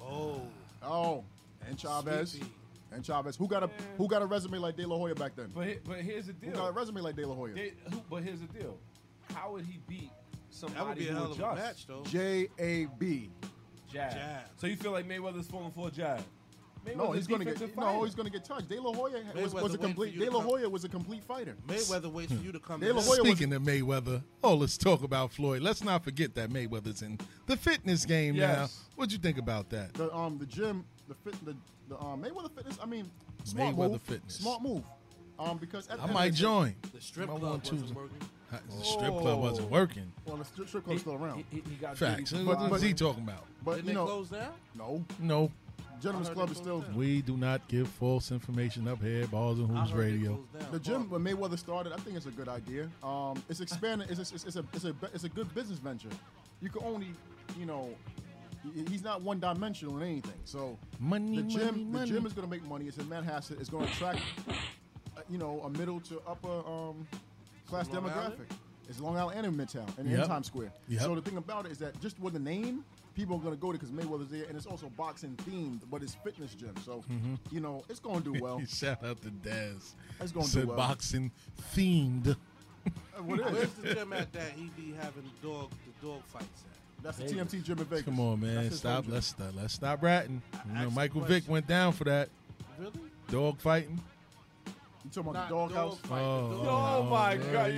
[SPEAKER 7] Oh.
[SPEAKER 8] Oh, and Chavez.
[SPEAKER 6] Sweet
[SPEAKER 8] And Chavez, who got a who got a resume like De La Hoya back then?
[SPEAKER 6] But he- but here's the
[SPEAKER 8] Who
[SPEAKER 6] deal.
[SPEAKER 8] got a resume like De La Hoya?
[SPEAKER 6] They- who- but here's the deal: How would he beat somebody who adjusts?
[SPEAKER 8] J A B.
[SPEAKER 6] Jab. So you feel like Mayweather's falling for a jab?
[SPEAKER 8] No,
[SPEAKER 6] Mayweather's
[SPEAKER 8] he's gonna get
[SPEAKER 6] defensive
[SPEAKER 8] no,
[SPEAKER 6] fighter.
[SPEAKER 8] he's gonna get touched. De La Hoya was,
[SPEAKER 7] Mayweather
[SPEAKER 8] was a
[SPEAKER 7] waiting for
[SPEAKER 8] complete.
[SPEAKER 7] you to
[SPEAKER 8] De La
[SPEAKER 7] come-
[SPEAKER 8] Hoya was a complete fighter.
[SPEAKER 7] Mayweather waits for you to come.
[SPEAKER 8] De La
[SPEAKER 7] in.
[SPEAKER 8] Hoya was-
[SPEAKER 4] Speaking of Mayweather, oh, let's talk about Floyd. Let's not forget that Mayweather's in the fitness game now.
[SPEAKER 8] Yes.
[SPEAKER 4] What'd you think about that?
[SPEAKER 8] The um the gym the fit the, the um Mayweather fitness. I mean, smart
[SPEAKER 4] Mayweather
[SPEAKER 8] move,
[SPEAKER 4] Fitness.
[SPEAKER 8] Smart move. Um, because at
[SPEAKER 4] I
[SPEAKER 8] the
[SPEAKER 4] might
[SPEAKER 8] end of the day- Oh.
[SPEAKER 4] join.
[SPEAKER 7] The strip
[SPEAKER 4] I might
[SPEAKER 7] club
[SPEAKER 4] want to.
[SPEAKER 7] wasn't working.
[SPEAKER 4] Uh, The strip club wasn't working.
[SPEAKER 8] Well, the strip, strip club's still around.
[SPEAKER 6] He, got
[SPEAKER 4] Facts. What is he talking about?
[SPEAKER 8] But
[SPEAKER 7] Didn't
[SPEAKER 8] you
[SPEAKER 7] they
[SPEAKER 8] know,
[SPEAKER 7] close down?
[SPEAKER 8] No,
[SPEAKER 4] No.
[SPEAKER 8] Gentlemen's Club is still.
[SPEAKER 4] We do not give false information up here, at Balls and Hoops Radio.
[SPEAKER 8] The gym when Mayweather started, I think it's a good idea. Um, it's expanding. It's, it's, it's a it's a it's a good business venture. You can only, you know, he- he's not one dimensional in anything. So
[SPEAKER 4] Money,
[SPEAKER 8] the gym,
[SPEAKER 4] money,
[SPEAKER 8] the
[SPEAKER 4] money.
[SPEAKER 8] gym is going to make money. It's in Manhasset. It's going to attract, uh, you know, a middle to upper um, class
[SPEAKER 7] Long
[SPEAKER 8] demographic.
[SPEAKER 7] Island?
[SPEAKER 8] It's Long Island and in Midtown and
[SPEAKER 4] Yep.
[SPEAKER 8] in Times Square.
[SPEAKER 4] Yep.
[SPEAKER 8] So the thing about it is that just with the name, people are going to go to because Mayweather's there, and it's also boxing themed, but it's fitness gym. So
[SPEAKER 4] Mhm.
[SPEAKER 8] you know, it's going to do well.
[SPEAKER 4] Shout out to Daz.
[SPEAKER 8] It's gonna
[SPEAKER 4] Said
[SPEAKER 8] do well.
[SPEAKER 4] boxing themed.
[SPEAKER 8] What is?
[SPEAKER 7] Where's the gym at that he be having dog the dog fights at?
[SPEAKER 8] That's the TMT gym in Vegas.
[SPEAKER 4] Come on, man.
[SPEAKER 8] That's his home
[SPEAKER 4] Stop.
[SPEAKER 8] gym.
[SPEAKER 4] Let's stop. Let's stop ratting. You know,
[SPEAKER 8] asked
[SPEAKER 4] Michael
[SPEAKER 8] the
[SPEAKER 4] Vick
[SPEAKER 8] question.
[SPEAKER 4] went down for that.
[SPEAKER 7] Really?
[SPEAKER 4] Dog fighting.
[SPEAKER 8] You talking
[SPEAKER 7] Not
[SPEAKER 8] about the doghouse?
[SPEAKER 7] dog
[SPEAKER 4] Oh,
[SPEAKER 6] Oh, my
[SPEAKER 4] man.
[SPEAKER 6] God,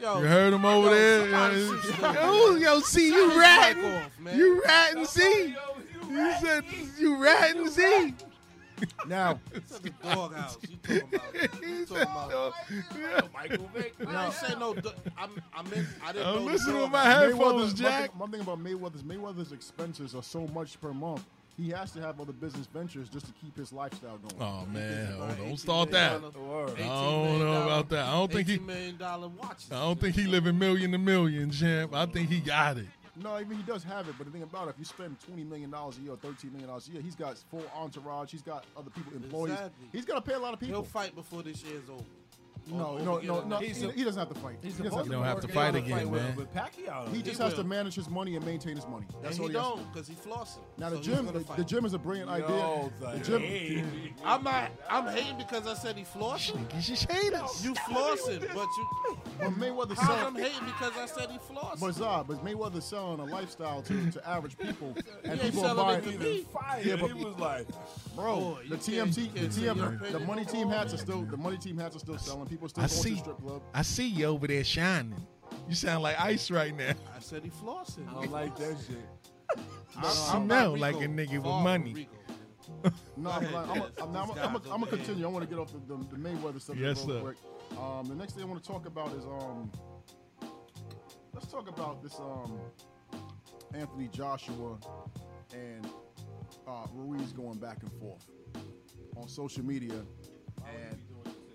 [SPEAKER 6] yo.
[SPEAKER 4] You heard him over there.
[SPEAKER 7] somebody
[SPEAKER 4] Yo,
[SPEAKER 7] shoot
[SPEAKER 4] yo, yo, see you
[SPEAKER 7] Somebody strike
[SPEAKER 4] ratting.
[SPEAKER 7] off, man.
[SPEAKER 4] you ratting, see. You said you ratting, see.
[SPEAKER 8] Now,
[SPEAKER 7] The doghouse. You talking about? You talking about?
[SPEAKER 6] Michael Vick.
[SPEAKER 7] I didn't say no. do- I'm, I meant I didn't know. dog.
[SPEAKER 8] Mayweather's- One thing, one thing about Mayweather's Mayweather's expenses are so much per month. He has to have other business ventures just to keep his lifestyle going.
[SPEAKER 4] Oh man, oh,
[SPEAKER 7] $18
[SPEAKER 4] don't start that. I
[SPEAKER 7] million
[SPEAKER 4] don't know about that. I don't think he.
[SPEAKER 7] $18 million dollar watches.
[SPEAKER 4] I don't think he living million to million, champ. I think he got it.
[SPEAKER 8] No, I mean he does have it, but the thing about it, if you spend twenty million dollars a year, or thirteen million dollars a year, he's got full entourage. He's got other people, employees.
[SPEAKER 7] Exactly.
[SPEAKER 8] He's got to pay a lot of people.
[SPEAKER 7] He'll fight before this year's over.
[SPEAKER 8] No,
[SPEAKER 7] Over
[SPEAKER 8] no,
[SPEAKER 7] again
[SPEAKER 8] no,
[SPEAKER 7] in
[SPEAKER 8] no.
[SPEAKER 7] the
[SPEAKER 8] He,
[SPEAKER 7] season.
[SPEAKER 8] he doesn't have to fight. He doesn't
[SPEAKER 4] supposed to don't have to fight
[SPEAKER 8] He doesn't
[SPEAKER 4] again,
[SPEAKER 8] with-
[SPEAKER 4] man.
[SPEAKER 8] with
[SPEAKER 6] Pacquiao.
[SPEAKER 8] He just
[SPEAKER 7] He
[SPEAKER 8] has to
[SPEAKER 7] will.
[SPEAKER 8] manage his money and maintain his money. That's
[SPEAKER 7] and
[SPEAKER 8] all
[SPEAKER 7] he
[SPEAKER 8] has to do.
[SPEAKER 7] don't because he flossing.
[SPEAKER 8] Now the
[SPEAKER 7] So he's
[SPEAKER 8] gym,
[SPEAKER 7] gonna
[SPEAKER 8] the,
[SPEAKER 7] fight.
[SPEAKER 8] the gym is a brilliant
[SPEAKER 7] Yo,
[SPEAKER 8] idea. The gym,
[SPEAKER 7] I'm not. I'm hating because I said he flossing. You flossing, but you.
[SPEAKER 8] but Mayweather
[SPEAKER 7] How
[SPEAKER 8] selling.
[SPEAKER 7] come I'm hating because I said he flossing?
[SPEAKER 8] But Zah, but Mayweather's selling a lifestyle to, to average people,
[SPEAKER 7] He
[SPEAKER 8] and
[SPEAKER 7] ain't
[SPEAKER 8] people are
[SPEAKER 7] selling it
[SPEAKER 8] buying.
[SPEAKER 7] to me.
[SPEAKER 8] Yeah, but
[SPEAKER 6] was like,
[SPEAKER 8] bro,
[SPEAKER 7] Boy,
[SPEAKER 8] the
[SPEAKER 7] you can't- you
[SPEAKER 8] TMT, the
[SPEAKER 7] can't say you're
[SPEAKER 8] TM,
[SPEAKER 7] afraid
[SPEAKER 8] the
[SPEAKER 7] of
[SPEAKER 8] money
[SPEAKER 7] the
[SPEAKER 8] team
[SPEAKER 7] law,
[SPEAKER 8] hats are still, the money team hats are still selling. People are still
[SPEAKER 4] I
[SPEAKER 8] going to
[SPEAKER 4] see.
[SPEAKER 8] the strip club.
[SPEAKER 4] I see you over there shining. You sound like ice right now.
[SPEAKER 7] I said he flossing.
[SPEAKER 6] I don't like that shit.
[SPEAKER 4] You smell like a nigga with money.
[SPEAKER 8] No, I'm, like, I'm, I'm, I'm, I'm, I'm, gonna continue. I want to get off the, the, the Mayweather subject
[SPEAKER 4] Yes,
[SPEAKER 8] real
[SPEAKER 4] sir.
[SPEAKER 8] quick. Um, the next thing I want to talk about is um, let's talk about this um, Anthony Joshua and uh, Ruiz going back and forth on social media, and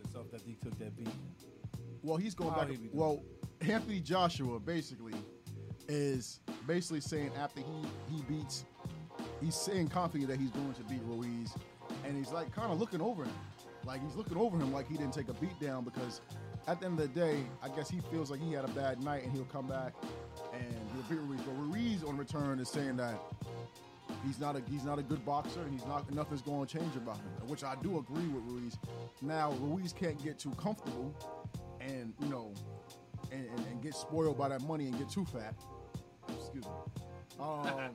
[SPEAKER 6] Stuff that he took that beat.
[SPEAKER 8] well, he's going
[SPEAKER 6] How
[SPEAKER 8] back.
[SPEAKER 6] he be doing?
[SPEAKER 8] well, Anthony Joshua basically is basically saying after he he beats, he's saying confidently that he's going to beat Ruiz, and he's like kind of looking over him, like he's looking over him like he didn't take a beat down because at the end of the day, I guess he feels like he had a bad night and he'll come back and he'll beat Ruiz. But Ruiz on return is saying that he's not a he's not a good boxer and he's not nothing's going to change about him, which I do agree with Ruiz. Now Ruiz can't get too comfortable and you know and, and, and get spoiled by that money and get too fat. Excuse me. Um,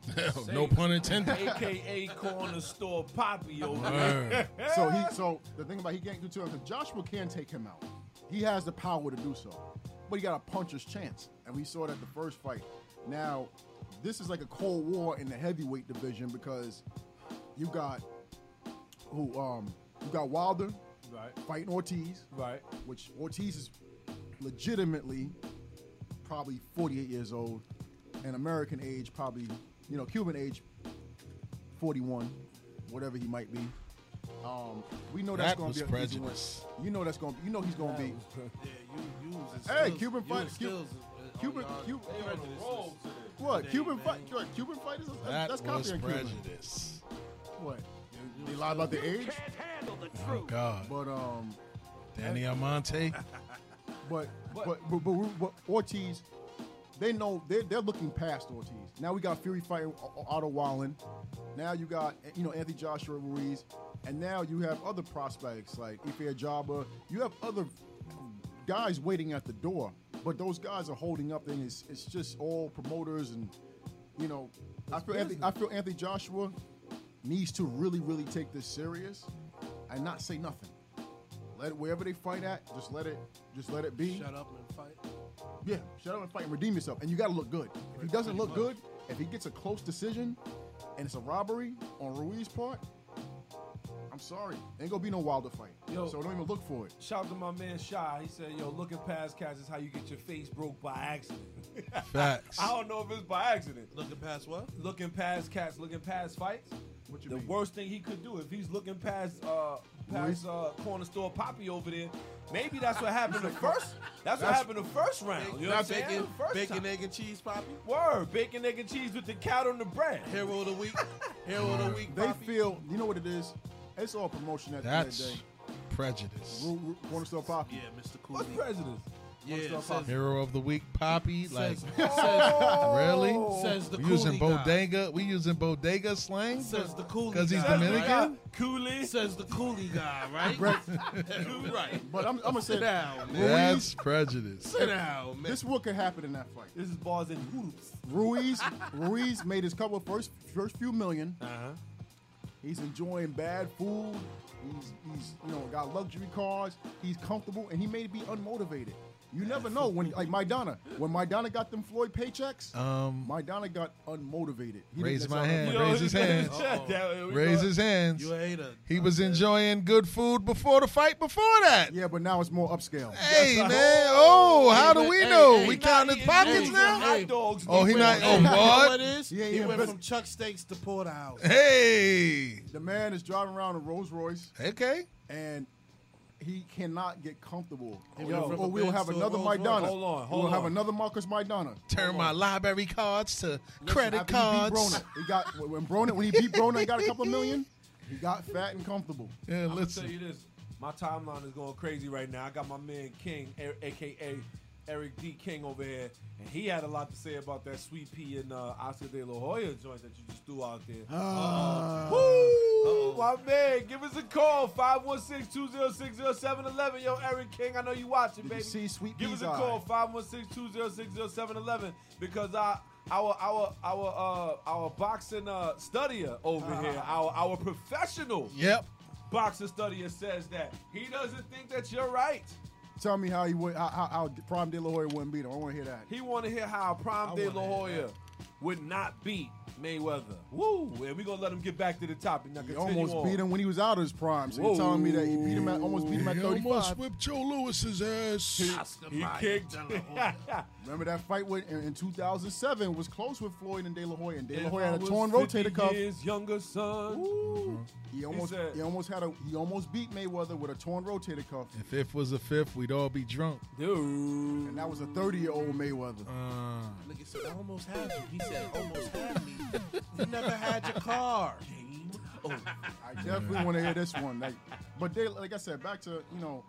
[SPEAKER 4] No pun intended.
[SPEAKER 6] AKA corner store poppy over
[SPEAKER 4] Word.
[SPEAKER 6] there.
[SPEAKER 8] so he so the thing about he can't do to him because Joshua can take him out. He has the power to do so, but he got a puncher's chance, and we saw that the first fight. Now, this is like a cold war in the heavyweight division because you got who um you got Wilder
[SPEAKER 6] Right.
[SPEAKER 8] fighting Ortiz
[SPEAKER 6] right,
[SPEAKER 8] which Ortiz is legitimately probably 48 years old, and American age probably you know Cuban age 41, whatever he might be. Um, we know that's
[SPEAKER 4] That
[SPEAKER 8] going
[SPEAKER 4] was
[SPEAKER 8] to be an easy win.
[SPEAKER 4] prejudice.
[SPEAKER 8] You know that's going to you know he's going to be.
[SPEAKER 7] you was
[SPEAKER 8] Hey,
[SPEAKER 7] skills-
[SPEAKER 8] Cuban
[SPEAKER 7] you
[SPEAKER 8] fight.
[SPEAKER 7] was
[SPEAKER 8] Cuban,
[SPEAKER 7] skills, uh, on
[SPEAKER 8] Cuban,
[SPEAKER 7] y'all-
[SPEAKER 8] Cuban,
[SPEAKER 7] they on a roll today.
[SPEAKER 8] What?
[SPEAKER 7] Today,
[SPEAKER 8] Cuban
[SPEAKER 7] man.
[SPEAKER 8] fight? what, Cuban fighters? That's,
[SPEAKER 4] That
[SPEAKER 8] that's
[SPEAKER 4] was
[SPEAKER 8] copying Cuban.
[SPEAKER 4] prejudice.
[SPEAKER 8] What? They lie about their age.
[SPEAKER 4] Oh God.
[SPEAKER 8] But um,
[SPEAKER 4] Danny Almonte.
[SPEAKER 8] But but but, but, we- but Ortiz, they know they're, they're looking past Ortiz. Now we got Fury fighting O- O- Otto Wallen. Now you got you know Anthony Joshua Ruiz, and now you have other prospects like Ife Ajaba. You have other guys waiting at the door, but those guys are holding up, and it's it's just all promoters and you know. I feel Anthony, I feel Anthony Joshua needs to really really take this serious and not say nothing. Let wherever they fight at, just let it just let it be.
[SPEAKER 7] Shut up and fight.
[SPEAKER 8] Yeah, shut up and fight and redeem yourself. And you got to look good. If he doesn't look good, if he gets a close decision and it's a robbery on Ruiz's part, I'm sorry. Ain't going to be no Wilder fight.
[SPEAKER 6] Yo.
[SPEAKER 8] So don't even look for it.
[SPEAKER 6] Shout out to my man Shy. He said, "Yo, looking past cats is how you get your face broke by accident."
[SPEAKER 4] Facts.
[SPEAKER 6] I don't know if it's by accident.
[SPEAKER 7] Looking past what?
[SPEAKER 6] Looking past cats. Looking past fights.
[SPEAKER 8] What you
[SPEAKER 6] the
[SPEAKER 8] mean?
[SPEAKER 6] worst thing he could do if he's looking past uh past uh corner store poppy over there. Maybe that's what happened the first. That's, what
[SPEAKER 7] That's-
[SPEAKER 6] happened the first round. You know what I'm saying?
[SPEAKER 7] bacon,
[SPEAKER 6] The first
[SPEAKER 7] bacon,
[SPEAKER 6] time.
[SPEAKER 7] egg, and cheese, Poppy.
[SPEAKER 6] Word, bacon, egg, and cheese with the cat on the bread.
[SPEAKER 7] Hero of the week. Hero of the week.
[SPEAKER 8] They feel, you know what it is? It's all promotion at the end
[SPEAKER 4] That's
[SPEAKER 8] of
[SPEAKER 4] prejudice.
[SPEAKER 8] the day. Ru- Ru- Cornerstone Poppy.
[SPEAKER 7] Yeah, Mr. Cool.
[SPEAKER 6] What's prejudice?
[SPEAKER 7] Yeah,
[SPEAKER 8] Cornerstone
[SPEAKER 7] says-
[SPEAKER 8] Poppy.
[SPEAKER 4] Hero of the week, Poppy. Like,
[SPEAKER 7] Says-
[SPEAKER 4] really?
[SPEAKER 7] says the
[SPEAKER 4] we using
[SPEAKER 7] coolie guy.
[SPEAKER 4] bodega. We using bodega slang.
[SPEAKER 7] Says the coolie
[SPEAKER 4] Because he's
[SPEAKER 7] guy, right?
[SPEAKER 4] Dominican.
[SPEAKER 6] Coolie.
[SPEAKER 7] Says the coolie guy, right?
[SPEAKER 8] Right.
[SPEAKER 7] right.
[SPEAKER 8] But I'm, I'm going to say
[SPEAKER 7] Sit down, man.
[SPEAKER 4] That's prejudice.
[SPEAKER 7] Sit down, man.
[SPEAKER 8] This what could happen in that fight.
[SPEAKER 6] This is balls and hoops.
[SPEAKER 8] Ruiz Ruiz made his couple first first few million.
[SPEAKER 6] Uh-huh.
[SPEAKER 8] He's enjoying bad food. He's he's you know got luxury cars. He's comfortable and he may be unmotivated. You never know when like Maidana when Maidana got them Floyd paychecks.
[SPEAKER 4] Um,
[SPEAKER 8] Maidana got unmotivated. He didn't
[SPEAKER 4] Raise
[SPEAKER 8] get
[SPEAKER 4] my
[SPEAKER 8] some-
[SPEAKER 4] hand.
[SPEAKER 6] Yo,
[SPEAKER 4] Raise his hand.
[SPEAKER 6] check that. Here we
[SPEAKER 4] Raise
[SPEAKER 6] go.
[SPEAKER 4] his hands.
[SPEAKER 7] You a hater.
[SPEAKER 4] He was enjoying good food before the fight before that.
[SPEAKER 8] Yeah, but now it's more upscale.
[SPEAKER 4] Hey man, oh, how do
[SPEAKER 7] but-
[SPEAKER 4] we
[SPEAKER 7] hey,
[SPEAKER 4] know?
[SPEAKER 7] hey,
[SPEAKER 4] We
[SPEAKER 7] he
[SPEAKER 4] counting his
[SPEAKER 6] He is
[SPEAKER 4] pockets
[SPEAKER 6] eating
[SPEAKER 4] now?
[SPEAKER 6] Hot dogs.
[SPEAKER 4] Oh, he
[SPEAKER 6] nigga.
[SPEAKER 4] not.
[SPEAKER 7] You know what
[SPEAKER 4] Oh,
[SPEAKER 7] it is?
[SPEAKER 8] Yeah,
[SPEAKER 7] he
[SPEAKER 8] yeah,
[SPEAKER 7] went
[SPEAKER 8] but-
[SPEAKER 7] from Chuck Steaks to Porterhouse.
[SPEAKER 4] what? Hey,
[SPEAKER 8] The man is driving around a Rolls Royce
[SPEAKER 4] okay.
[SPEAKER 8] and. He cannot get comfortable.
[SPEAKER 7] He
[SPEAKER 8] Yo,
[SPEAKER 7] went from
[SPEAKER 8] or
[SPEAKER 7] a
[SPEAKER 8] we'll
[SPEAKER 7] Benz
[SPEAKER 8] have
[SPEAKER 7] to a
[SPEAKER 8] another
[SPEAKER 7] Rolls Royce.
[SPEAKER 8] Maidana.
[SPEAKER 6] Hold on, hold
[SPEAKER 8] we'll have
[SPEAKER 6] on.
[SPEAKER 8] another Marcus Maidana.
[SPEAKER 4] Turn my library cards to credit
[SPEAKER 8] After he beat
[SPEAKER 4] cards.
[SPEAKER 8] Broner, He got when Broner when he beat Broner and got a couple of million. He got fat and comfortable.
[SPEAKER 4] Yeah,
[SPEAKER 6] I'm gonna tell
[SPEAKER 4] listen.
[SPEAKER 6] you this. My timeline is going crazy right now. I got my man King, er, aka Eric D. King over here, and he had a lot to say about that Sweet Pea and uh, Oscar De La Hoya joint that you just threw out there.
[SPEAKER 8] Ah.
[SPEAKER 6] Uh-oh. Woo! My man, give us a call 516-206-0711. Yo, Eric King, I know you watching,
[SPEAKER 8] Did you
[SPEAKER 6] baby.
[SPEAKER 8] see Sweet
[SPEAKER 6] give
[SPEAKER 8] Pea's
[SPEAKER 6] us a call
[SPEAKER 8] eye?
[SPEAKER 6] 516-206-0711 because I. Our our our uh, our boxing uh, studier over
[SPEAKER 8] Uh-huh.
[SPEAKER 6] here, our our professional
[SPEAKER 4] Yep.
[SPEAKER 6] boxing studier says that he doesn't think that you're right.
[SPEAKER 8] Tell me how he would how, how, how Prime De La Hoya wouldn't beat him. I want to hear that.
[SPEAKER 6] He want to hear how Prime De La Hoya would not beat Mayweather. Woo! And we gonna let him get back to the topic. Now
[SPEAKER 8] He
[SPEAKER 6] continue
[SPEAKER 8] almost
[SPEAKER 6] on.
[SPEAKER 8] beat him when he was out of his prime. So you're
[SPEAKER 6] Whoa.
[SPEAKER 8] telling me that he beat him at almost beat him at
[SPEAKER 4] He
[SPEAKER 8] 35.
[SPEAKER 4] almost whipped Joe Lewis's ass.
[SPEAKER 6] He kicked.
[SPEAKER 8] Remember that fight with, in, in 2007 was close with Floyd and De La Hoya, and De La
[SPEAKER 6] If
[SPEAKER 8] Hoya
[SPEAKER 6] I
[SPEAKER 8] had a
[SPEAKER 6] was
[SPEAKER 8] torn
[SPEAKER 6] 50
[SPEAKER 8] rotator cuff.
[SPEAKER 6] Years younger son.
[SPEAKER 8] He almost
[SPEAKER 6] said-
[SPEAKER 8] he almost had a he almost beat Mayweather with a torn rotator cuff,
[SPEAKER 4] If it was a fifth, we'd all be drunk.
[SPEAKER 6] Dude.
[SPEAKER 8] and that was a 30 year old Mayweather.
[SPEAKER 4] Uh,
[SPEAKER 7] Nigga said, I almost had you. He said, almost had me. You never had your car.
[SPEAKER 8] Oh, I definitely want to hear this one. Like, but they, like I said, back to you know,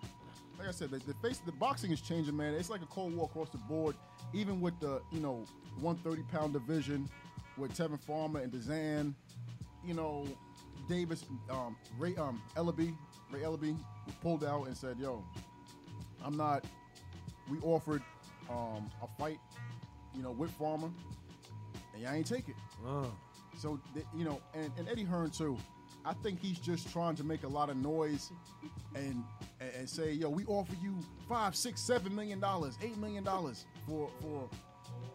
[SPEAKER 8] like I said, the, the face, the boxing is changing, man. It's like a cold war across the board. Even with the you know 130 pound division, with Tevin Farmer and Dezan, you know, Davis, um, Ray, um, Ellaby, Ray Ellaby pulled out and said, "Yo, I'm not." We offered um, a fight, you know, with Farmer, and y'all ain't take it. So th- you know, and, and Eddie Hearn too. I think he's just trying to make a lot of noise and and, and say, yo, we offer you five, six, seven million dollars, eight million dollars for for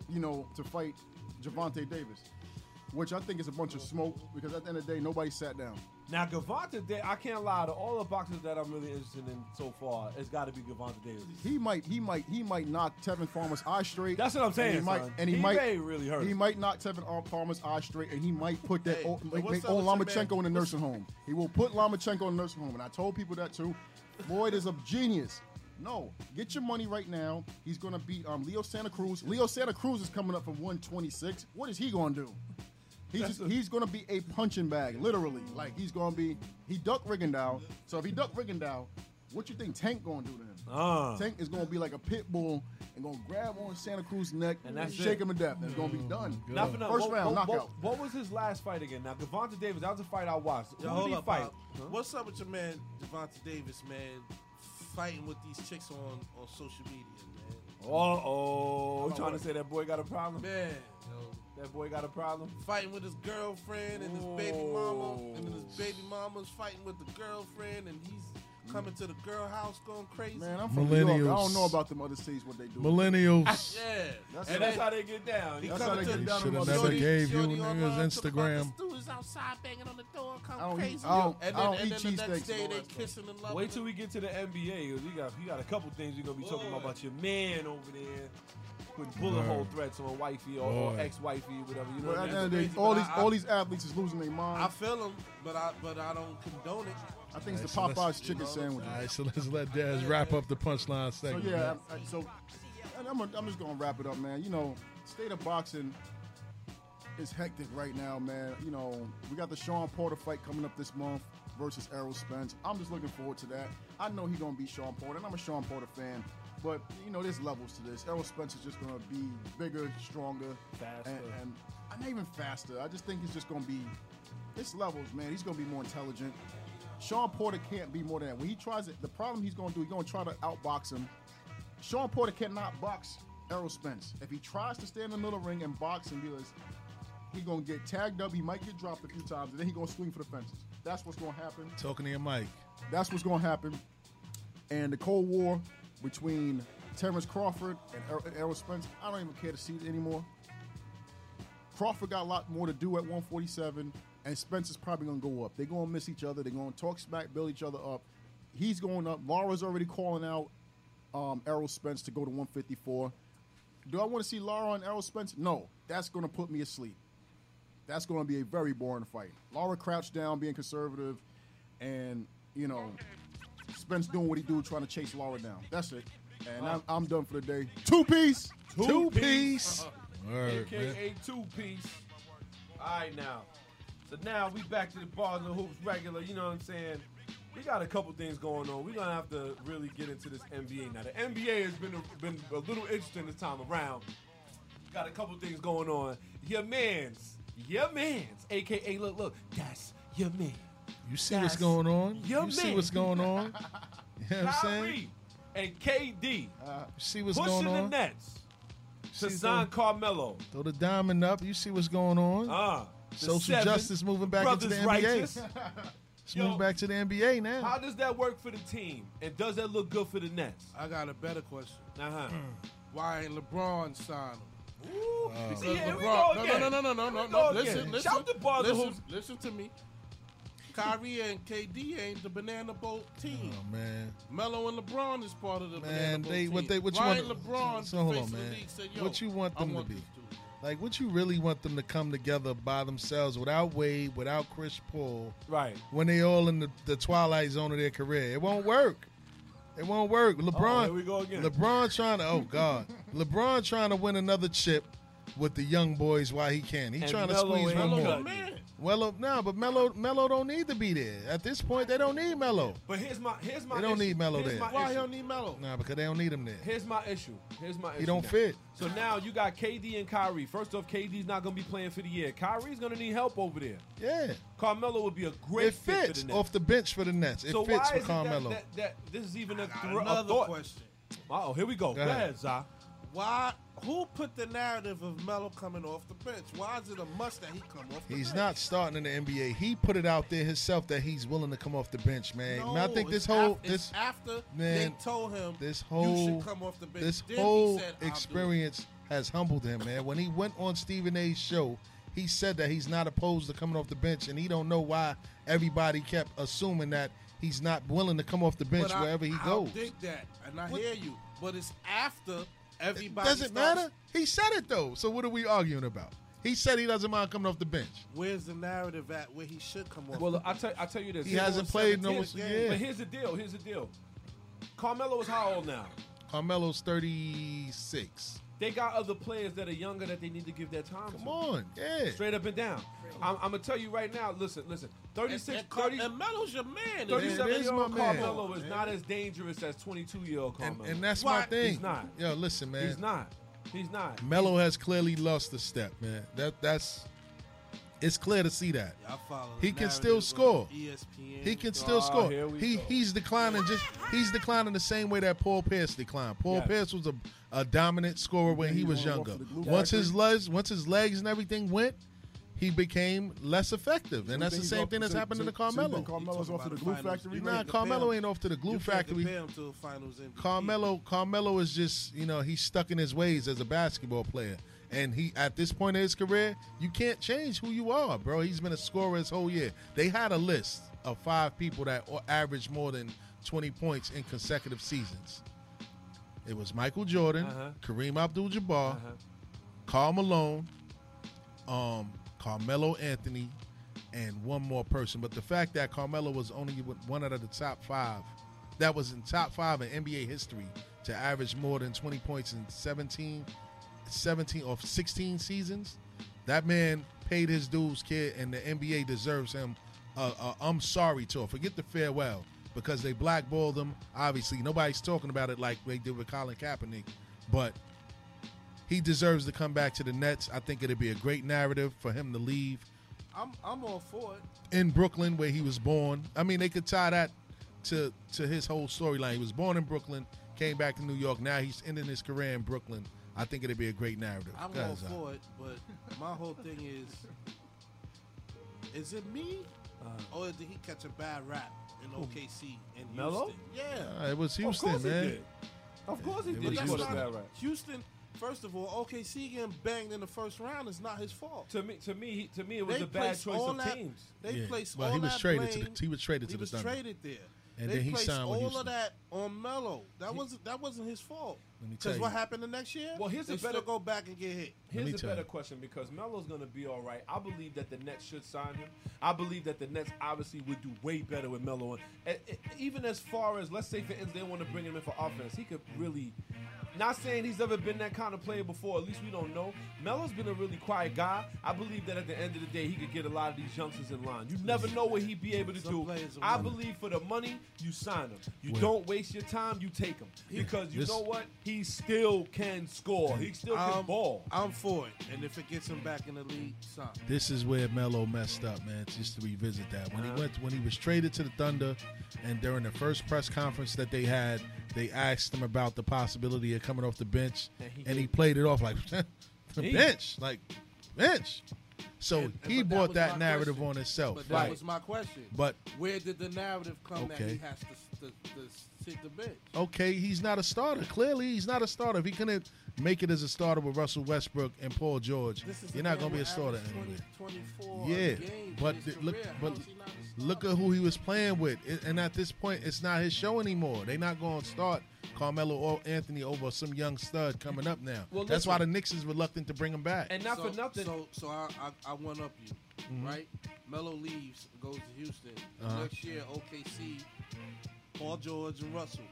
[SPEAKER 8] you know to fight Javante Davis, which I think is a bunch of smoke because at the end of the day, nobody sat down.
[SPEAKER 6] Now Gavante, Da- I can't lie. To all the boxers that I'm really interested in so far, it's got to be Gavante Davis.
[SPEAKER 8] He might, he might, he might knock Tevin Farmer's eye straight. That's
[SPEAKER 6] what I'm saying,
[SPEAKER 8] And he might,
[SPEAKER 6] son.
[SPEAKER 8] and he,
[SPEAKER 6] He
[SPEAKER 8] might
[SPEAKER 6] may really hurt
[SPEAKER 8] He
[SPEAKER 6] him.
[SPEAKER 8] might knock Tevin Ar- Farmer's eye straight, and he might put that old,
[SPEAKER 7] and
[SPEAKER 8] make,
[SPEAKER 7] what's
[SPEAKER 8] make
[SPEAKER 7] up
[SPEAKER 8] old
[SPEAKER 7] with your man-
[SPEAKER 8] Lomachenko in a
[SPEAKER 7] what's-
[SPEAKER 8] nursing home. He will put Lomachenko in a nursing home, and I told people that too. Floyd is a genius. No, get your money right now. He's gonna beat um, Leo Santa Cruz. Leo Santa Cruz is coming up from 126. What is he gonna do? He's just, he's gonna be a punching bag, literally. Like he's gonna be he ducked Rigondeaux. So if he ducked Rigondeaux, what you think Tank gonna do to him?
[SPEAKER 6] Ah.
[SPEAKER 8] Tank is gonna be like a pit bull and gonna grab on Santa Cruz's neck and,
[SPEAKER 6] And that's
[SPEAKER 8] shake
[SPEAKER 6] it.
[SPEAKER 8] him to death. It's gonna be
[SPEAKER 7] Mm.
[SPEAKER 6] Mm.
[SPEAKER 8] done.
[SPEAKER 6] Not for nothing.
[SPEAKER 8] First
[SPEAKER 6] What-
[SPEAKER 8] round
[SPEAKER 6] what,
[SPEAKER 8] knockout.
[SPEAKER 6] What, what was his last fight again? Now Gavante Davis, that was a fight I watched. Who
[SPEAKER 7] Yo, hold
[SPEAKER 6] did he
[SPEAKER 7] up,
[SPEAKER 6] fight?
[SPEAKER 7] Pop. What's up with your man Devonta Davis, man? Fighting with these chicks on on social media, man.
[SPEAKER 6] Uh oh, trying to
[SPEAKER 7] what?
[SPEAKER 6] say that boy got a problem?
[SPEAKER 7] Man,
[SPEAKER 6] that boy got a problem.
[SPEAKER 7] Fighting with his girlfriend and his baby mama, and then his baby mama's fighting with the girlfriend, and he's coming to the girl house going crazy.
[SPEAKER 8] Man, I'm from New York. I
[SPEAKER 7] Millennials.
[SPEAKER 8] don't know about them other cities what they do.
[SPEAKER 4] Millennials.
[SPEAKER 7] yeah,
[SPEAKER 6] That's- and that's how they get down.
[SPEAKER 7] He
[SPEAKER 6] That's
[SPEAKER 7] coming
[SPEAKER 6] how
[SPEAKER 7] to
[SPEAKER 6] they
[SPEAKER 7] the
[SPEAKER 6] get
[SPEAKER 4] They
[SPEAKER 6] down.
[SPEAKER 4] should have
[SPEAKER 6] Shorty-
[SPEAKER 4] never
[SPEAKER 6] Shorty-
[SPEAKER 4] gave you
[SPEAKER 6] Shorty on, uh,
[SPEAKER 4] niggas Instagram.
[SPEAKER 7] dudes outside banging on the door, come
[SPEAKER 8] don't
[SPEAKER 7] crazy.
[SPEAKER 8] eat- I don't-
[SPEAKER 7] and
[SPEAKER 8] I
[SPEAKER 7] then,
[SPEAKER 8] don't
[SPEAKER 7] and
[SPEAKER 8] eat
[SPEAKER 7] then the
[SPEAKER 8] cheese
[SPEAKER 7] next
[SPEAKER 8] steaks and
[SPEAKER 7] day
[SPEAKER 8] all
[SPEAKER 7] they
[SPEAKER 8] that
[SPEAKER 7] kissing and loving.
[SPEAKER 6] Wait till we get to the NBA. 'cause You got you got a couple things you're gonna be talking about, about your man over there putting bullet
[SPEAKER 8] Word.
[SPEAKER 6] hole threats on wifey or, or
[SPEAKER 8] Word.
[SPEAKER 6] ex wifey, whatever. You know
[SPEAKER 8] But
[SPEAKER 6] what I
[SPEAKER 8] at
[SPEAKER 6] mean?
[SPEAKER 8] the end of the day,
[SPEAKER 6] That's
[SPEAKER 8] all
[SPEAKER 6] crazy,
[SPEAKER 8] these
[SPEAKER 6] but I-
[SPEAKER 8] all these athletes is losing their mind.
[SPEAKER 7] I feel him, but I but I don't condone it.
[SPEAKER 8] I think it's the Popeyes chicken sandwich.
[SPEAKER 4] All right, so let's let Daz wrap up the punchline
[SPEAKER 8] So
[SPEAKER 4] segment.
[SPEAKER 8] yeah, I, I, so and I'm, I'm just gonna wrap it up, man. You know, state of boxing is hectic right now, man. You know, we got the Sean Porter fight coming up this month versus Errol Spence. I'm just looking forward to that. I know he's gonna beat Sean Porter, and I'm a Sean Porter fan. But you know, there's levels to this. Errol Spence is just gonna be bigger, stronger,
[SPEAKER 6] Faster.
[SPEAKER 8] and, and I'm not even faster. I just think he's just gonna be. It's levels, man. He's gonna be more intelligent. Sean Porter can't be more than that. When he tries it, the problem he's gonna do, he's gonna try to outbox him. Sean Porter cannot box Errol Spence. If he tries to stay in the middle ring and box him, because he gonna get tagged up, he might get dropped a few times, and then he gonna swing for the fences. That's what's gonna happen.
[SPEAKER 4] Talking to your mic.
[SPEAKER 8] That's what's gonna happen. And the Cold War between Terrence Crawford and Er- Errol Spence, I don't even care to see it anymore. Crawford got a lot more to do at 147, and Spence is probably gonna go up. They're gonna miss each other. They're gonna talk smack, build each other up. He's going up. Laura's already calling out um, Errol Spence to go to 154. Do I want to see Laura and Errol Spence? No, that's gonna put me asleep. That's gonna be a very boring fight. Laura crouched down, being conservative, and you know, Spence doing what he do, trying to chase Laura down. That's it. And I'm, I'm done for the day. Two piece.
[SPEAKER 4] Two piece. Word,
[SPEAKER 19] man.
[SPEAKER 6] AKA two piece. All right now. So now we back to the bars and hoops regular. You know what I'm saying? We got a couple things going on. We're gonna have to really get into this NBA now. The NBA has been a, been a little interesting this time around. Got a couple things going on. Your man's, your man's, aka look look, that's your man.
[SPEAKER 4] You see what's going on. You
[SPEAKER 6] your
[SPEAKER 4] see
[SPEAKER 6] man.
[SPEAKER 4] what's going on. You know what I'm saying? Uh,
[SPEAKER 6] Kyrie and KD
[SPEAKER 4] see what's
[SPEAKER 6] pushing
[SPEAKER 4] going on.
[SPEAKER 6] the Nets to
[SPEAKER 4] See
[SPEAKER 6] sign
[SPEAKER 4] them-
[SPEAKER 6] Carmelo.
[SPEAKER 4] Throw the diamond up. You see what's going on.
[SPEAKER 6] Ah, the
[SPEAKER 4] Social
[SPEAKER 6] seven
[SPEAKER 4] justice moving back into the
[SPEAKER 6] brothers
[SPEAKER 4] NBA.
[SPEAKER 6] righteous.
[SPEAKER 4] Let's move back to the NBA now.
[SPEAKER 6] How does that work for the team? And does that look good for the Nets?
[SPEAKER 7] I got a better question. Hmm.
[SPEAKER 6] Uh huh.
[SPEAKER 7] Why ain't LeBron signed him? Because
[SPEAKER 6] See, here we
[SPEAKER 7] LeBron-
[SPEAKER 6] go
[SPEAKER 7] Uh, no,
[SPEAKER 6] again.
[SPEAKER 7] no, no, no, no,
[SPEAKER 6] Here
[SPEAKER 7] no,
[SPEAKER 6] we
[SPEAKER 7] no.
[SPEAKER 6] go
[SPEAKER 7] Listen,
[SPEAKER 6] again.
[SPEAKER 7] listen,
[SPEAKER 6] Shout the bars to
[SPEAKER 7] listen,
[SPEAKER 6] hoops.
[SPEAKER 7] listen to me. Kyrie and KD ain't the banana boat team.
[SPEAKER 4] man.
[SPEAKER 7] Melo and LeBron is part of the banana
[SPEAKER 4] Man,
[SPEAKER 7] boat
[SPEAKER 4] they
[SPEAKER 7] team.
[SPEAKER 4] what they what you
[SPEAKER 7] Why
[SPEAKER 4] want?
[SPEAKER 7] ain't LeBron
[SPEAKER 4] so hold
[SPEAKER 7] face
[SPEAKER 4] on,
[SPEAKER 7] of the
[SPEAKER 4] man.
[SPEAKER 7] league said, Yo,
[SPEAKER 4] what you want
[SPEAKER 7] I
[SPEAKER 4] them
[SPEAKER 7] want
[SPEAKER 4] to be? Like what you really want them to come together by themselves without Wade, without Chris Paul,
[SPEAKER 6] right?
[SPEAKER 4] When they all in the, the twilight zone of their career, it won't work. It won't work. LeBron,
[SPEAKER 6] here we go again.
[SPEAKER 4] LeBron trying to oh god, LeBron trying to win another chip with the young boys while he can. He
[SPEAKER 6] And
[SPEAKER 4] trying to
[SPEAKER 6] Melo
[SPEAKER 4] squeeze
[SPEAKER 6] ain't
[SPEAKER 4] one
[SPEAKER 6] cutting
[SPEAKER 4] more.
[SPEAKER 6] it.
[SPEAKER 4] Well, no, but Melo Melo don't need to be there. At this point, they don't need Melo.
[SPEAKER 6] But here's my here's my.
[SPEAKER 4] They don't
[SPEAKER 6] issue.
[SPEAKER 4] need Melo
[SPEAKER 6] Here's
[SPEAKER 4] there.
[SPEAKER 6] my
[SPEAKER 4] Why
[SPEAKER 6] issue.
[SPEAKER 4] he don't need
[SPEAKER 7] Melo?
[SPEAKER 4] Nah, because they don't need him there.
[SPEAKER 6] Here's my issue. Here's my issue.
[SPEAKER 4] don't
[SPEAKER 6] now.
[SPEAKER 4] fit.
[SPEAKER 6] So now you got KD and Kyrie. First off, KD's not going to be playing for the year. Kyrie's going to need help over there.
[SPEAKER 4] Yeah.
[SPEAKER 6] Carmelo would be a great
[SPEAKER 4] it
[SPEAKER 6] fit
[SPEAKER 4] fits
[SPEAKER 6] for the Nets.
[SPEAKER 4] off the bench for the Nets. It
[SPEAKER 6] so
[SPEAKER 4] fits
[SPEAKER 6] why
[SPEAKER 4] for
[SPEAKER 6] is it that-
[SPEAKER 4] Carmelo.
[SPEAKER 6] That, that, this is even a, thr-
[SPEAKER 7] another
[SPEAKER 6] a thought.
[SPEAKER 7] question.
[SPEAKER 6] Uh oh, here we go.
[SPEAKER 4] Go ahead.
[SPEAKER 6] Za.
[SPEAKER 7] Why? Who put the narrative of Melo coming off the bench? Why is it a must that he come off? the
[SPEAKER 4] He's
[SPEAKER 7] bench?
[SPEAKER 4] not starting in the NBA. He put it out there himself that he's willing to come off the bench, man.
[SPEAKER 7] No,
[SPEAKER 4] Man, I think this
[SPEAKER 7] it's
[SPEAKER 4] whole
[SPEAKER 7] af-
[SPEAKER 4] this
[SPEAKER 7] it's after
[SPEAKER 4] man,
[SPEAKER 7] they told him
[SPEAKER 4] this
[SPEAKER 7] "You should
[SPEAKER 4] whole
[SPEAKER 7] come off the bench."
[SPEAKER 4] this
[SPEAKER 7] Then he
[SPEAKER 4] whole
[SPEAKER 7] said, "I'll do it."
[SPEAKER 4] experience has humbled him, man. When he went on Stephen A's show, he said that he's not opposed to coming off the bench, and he don't know why everybody kept assuming that he's not willing to come off the bench
[SPEAKER 7] But I-
[SPEAKER 4] wherever he
[SPEAKER 7] I
[SPEAKER 4] goes.
[SPEAKER 7] dig that, and I
[SPEAKER 4] What-
[SPEAKER 7] hear you. But it's after everybody.
[SPEAKER 4] Does it
[SPEAKER 7] starts-
[SPEAKER 4] matter? He said it though. So what are we arguing about? He said he doesn't mind coming off the bench.
[SPEAKER 7] Where's the narrative at where he should come off?
[SPEAKER 6] Well, I tell I tell you this.
[SPEAKER 4] He hasn't played no- yeah.
[SPEAKER 6] But here's the deal. Here's the deal. Carmelo is how old now?
[SPEAKER 4] Carmelo's thirty six.
[SPEAKER 6] They got other players that are younger that they need to give their time to. Come
[SPEAKER 4] on, yeah.
[SPEAKER 6] Straight up and down. I'm, I'm gonna tell you right now. Listen, listen. 36,
[SPEAKER 7] and, and,
[SPEAKER 6] 30,
[SPEAKER 7] and Melo's your man.
[SPEAKER 6] 37 year old
[SPEAKER 4] my man.
[SPEAKER 6] Carmelo is not as dangerous as 22 year old Carmelo.
[SPEAKER 4] And that's my thing.
[SPEAKER 6] He's not.
[SPEAKER 4] Yo, listen, man.
[SPEAKER 6] He's not. He's not.
[SPEAKER 4] Melo has clearly lost a step, man. That that's it's clear to see that.
[SPEAKER 7] Yeah, I follow the
[SPEAKER 4] He can
[SPEAKER 7] narrative E
[SPEAKER 4] still
[SPEAKER 7] on
[SPEAKER 4] score.
[SPEAKER 7] ESPN.
[SPEAKER 4] He can still
[SPEAKER 7] Oh,
[SPEAKER 4] score.
[SPEAKER 7] here we
[SPEAKER 4] He
[SPEAKER 7] go.
[SPEAKER 4] he's declining just he's declining the same way that Paul Pierce declined. Paul
[SPEAKER 7] Yes.
[SPEAKER 4] Pierce was a, a dominant scorer when he was
[SPEAKER 8] going off
[SPEAKER 4] younger.
[SPEAKER 8] of the glue
[SPEAKER 4] Once
[SPEAKER 8] factory.
[SPEAKER 4] his legs once his legs and everything went, he became less effective. And that's the
[SPEAKER 8] he's
[SPEAKER 4] same
[SPEAKER 8] off-
[SPEAKER 4] thing that's
[SPEAKER 8] so-
[SPEAKER 4] happening
[SPEAKER 8] so-
[SPEAKER 4] to
[SPEAKER 8] so you think
[SPEAKER 4] Carmelo.
[SPEAKER 8] Carmelo's off to the glue factory.
[SPEAKER 4] Nah,
[SPEAKER 8] right?
[SPEAKER 4] Carmelo ain't off to the glue
[SPEAKER 7] You can't
[SPEAKER 4] factory.
[SPEAKER 7] compare him to a finals MVP.
[SPEAKER 4] Carmelo Carmelo is just you know he's stuck in his ways as a basketball player, and he at this point in his career you can't change who you are, bro. He's been a scorer his whole year. They had a list of five people that o- averaged more than twenty points in consecutive seasons. It was Michael Jordan,
[SPEAKER 6] Uh-huh.
[SPEAKER 4] Kareem Abdul-Jabbar,
[SPEAKER 6] Uh-huh.
[SPEAKER 4] Carl Malone, um, Carmelo Anthony, and one more person. But the fact that Carmelo was only one out of the top five, that was in top five in NBA history to average more than 20 points in 17, 17 or 16 seasons, that man paid his dues, kid, and the NBA deserves him. Uh, uh, I'm sorry tour. Forget the farewell because they blackballed him. Obviously, nobody's talking about it like they did with Colin Kaepernick, but he deserves to come back to the Nets. I think it'd be a great narrative for him to leave
[SPEAKER 7] I'm I'm all for it.
[SPEAKER 4] in Brooklyn where he was born. I mean, they could tie that to to his whole storyline. He was born in Brooklyn, came back to New York. Now he's ending his career in Brooklyn. I think it'd be a great narrative. uh,
[SPEAKER 7] I'm
[SPEAKER 4] Go
[SPEAKER 7] all
[SPEAKER 4] ahead, Zai.
[SPEAKER 7] for it, but my whole thing is, is it me,
[SPEAKER 4] Uh.
[SPEAKER 7] or did he catch a bad rap in
[SPEAKER 6] Who?
[SPEAKER 7] OKC and
[SPEAKER 6] Melo?
[SPEAKER 7] Houston? Yeah,
[SPEAKER 4] Nah, it was Houston,
[SPEAKER 6] of course
[SPEAKER 4] man.
[SPEAKER 6] He did. Of course he
[SPEAKER 4] It
[SPEAKER 6] did.
[SPEAKER 4] was
[SPEAKER 6] He
[SPEAKER 4] Houston.
[SPEAKER 6] caught a bad rap.
[SPEAKER 7] Houston. First of all, OKC getting banged in the first round is not his fault.
[SPEAKER 6] To me, to me, he- to me, it was
[SPEAKER 7] They
[SPEAKER 6] a bad
[SPEAKER 7] placed
[SPEAKER 6] choice
[SPEAKER 7] all
[SPEAKER 6] of
[SPEAKER 7] that-
[SPEAKER 6] teams.
[SPEAKER 7] They
[SPEAKER 4] Yeah.
[SPEAKER 7] placed
[SPEAKER 4] Well,
[SPEAKER 7] all
[SPEAKER 4] he was
[SPEAKER 7] that
[SPEAKER 4] traded to
[SPEAKER 7] blame-
[SPEAKER 4] the- he was traded to
[SPEAKER 7] he
[SPEAKER 4] the
[SPEAKER 7] was
[SPEAKER 4] Thunder.
[SPEAKER 7] traded there.
[SPEAKER 4] And
[SPEAKER 7] they
[SPEAKER 4] then he
[SPEAKER 7] placed
[SPEAKER 4] signed with
[SPEAKER 7] all of
[SPEAKER 4] Houston.
[SPEAKER 7] that on Melo. That wasn't that wasn't his fault.
[SPEAKER 4] Let me tell
[SPEAKER 7] Because
[SPEAKER 4] you.
[SPEAKER 7] what happened the next year?
[SPEAKER 6] Well, here's
[SPEAKER 7] they
[SPEAKER 6] a better-
[SPEAKER 7] still go back and get hit.
[SPEAKER 4] me
[SPEAKER 6] Here's a
[SPEAKER 4] tell
[SPEAKER 6] better
[SPEAKER 4] you.
[SPEAKER 6] question because Melo's gonna be all right. I believe that the Nets should sign him. I believe that the Nets obviously would do way better with Melo. And, and- and even as far as let's say for instance they want to bring him in for offense, he could really. Not saying he's ever been that kind of player before. At least we don't know. Melo's been a really quiet guy. I believe that at the end of the day, he could get a lot of these youngsters in line. You never know what he'd be able to do.
[SPEAKER 7] players are
[SPEAKER 6] I
[SPEAKER 7] winners.
[SPEAKER 6] believe for the money, you sign him. You
[SPEAKER 4] Well-
[SPEAKER 6] don't waste your time. You take him because you
[SPEAKER 4] This-
[SPEAKER 6] know what? He still can score. He still can
[SPEAKER 7] I'm-
[SPEAKER 6] ball.
[SPEAKER 7] I'm for it, and if it gets him back in the league, sign.
[SPEAKER 4] This is where Melo messed up, man. Just to revisit that, when he went, when he was traded to the Thunder, and during the first press conference that they had, they asked him about the possibility of coming off the bench,
[SPEAKER 6] And he-
[SPEAKER 4] and he played it off like the
[SPEAKER 6] He-
[SPEAKER 4] bench, like bench. So he
[SPEAKER 7] but that
[SPEAKER 4] brought
[SPEAKER 7] was
[SPEAKER 4] that,
[SPEAKER 7] my
[SPEAKER 4] narrative
[SPEAKER 7] question.
[SPEAKER 4] on himself.
[SPEAKER 7] But that was my question.
[SPEAKER 4] But-
[SPEAKER 7] where did the narrative come that
[SPEAKER 4] Okay.
[SPEAKER 7] he has to, to, to sit the bench?
[SPEAKER 4] okay, he's not a starter. Clearly, he's not a starter. If he couldn't make it as a starter with Russell Westbrook and Paul George,
[SPEAKER 7] This is
[SPEAKER 4] you're
[SPEAKER 7] the
[SPEAKER 4] not gonna
[SPEAKER 7] man
[SPEAKER 4] be
[SPEAKER 7] who
[SPEAKER 4] a starter
[SPEAKER 7] averaged
[SPEAKER 4] anyway.
[SPEAKER 7] 20, 24
[SPEAKER 4] Yeah,
[SPEAKER 7] games
[SPEAKER 4] but
[SPEAKER 7] in
[SPEAKER 4] th-
[SPEAKER 7] his
[SPEAKER 4] look,
[SPEAKER 7] career.
[SPEAKER 4] but
[SPEAKER 7] How is he not a
[SPEAKER 4] look at who he was playing with, It- and at this point, it's not his show anymore. They're not going to start Carmelo or Anthony over some young stud coming up now.
[SPEAKER 6] Well,
[SPEAKER 4] That's
[SPEAKER 6] listen.
[SPEAKER 4] why the Knicks is reluctant to bring him back.
[SPEAKER 6] And not
[SPEAKER 7] so,
[SPEAKER 6] for nothing.
[SPEAKER 7] So, so I, I, I one up you,
[SPEAKER 4] Mhm.
[SPEAKER 7] right? Melo leaves, goes to Houston
[SPEAKER 4] Uh-huh.
[SPEAKER 7] next year. OKC, Paul George and Russell.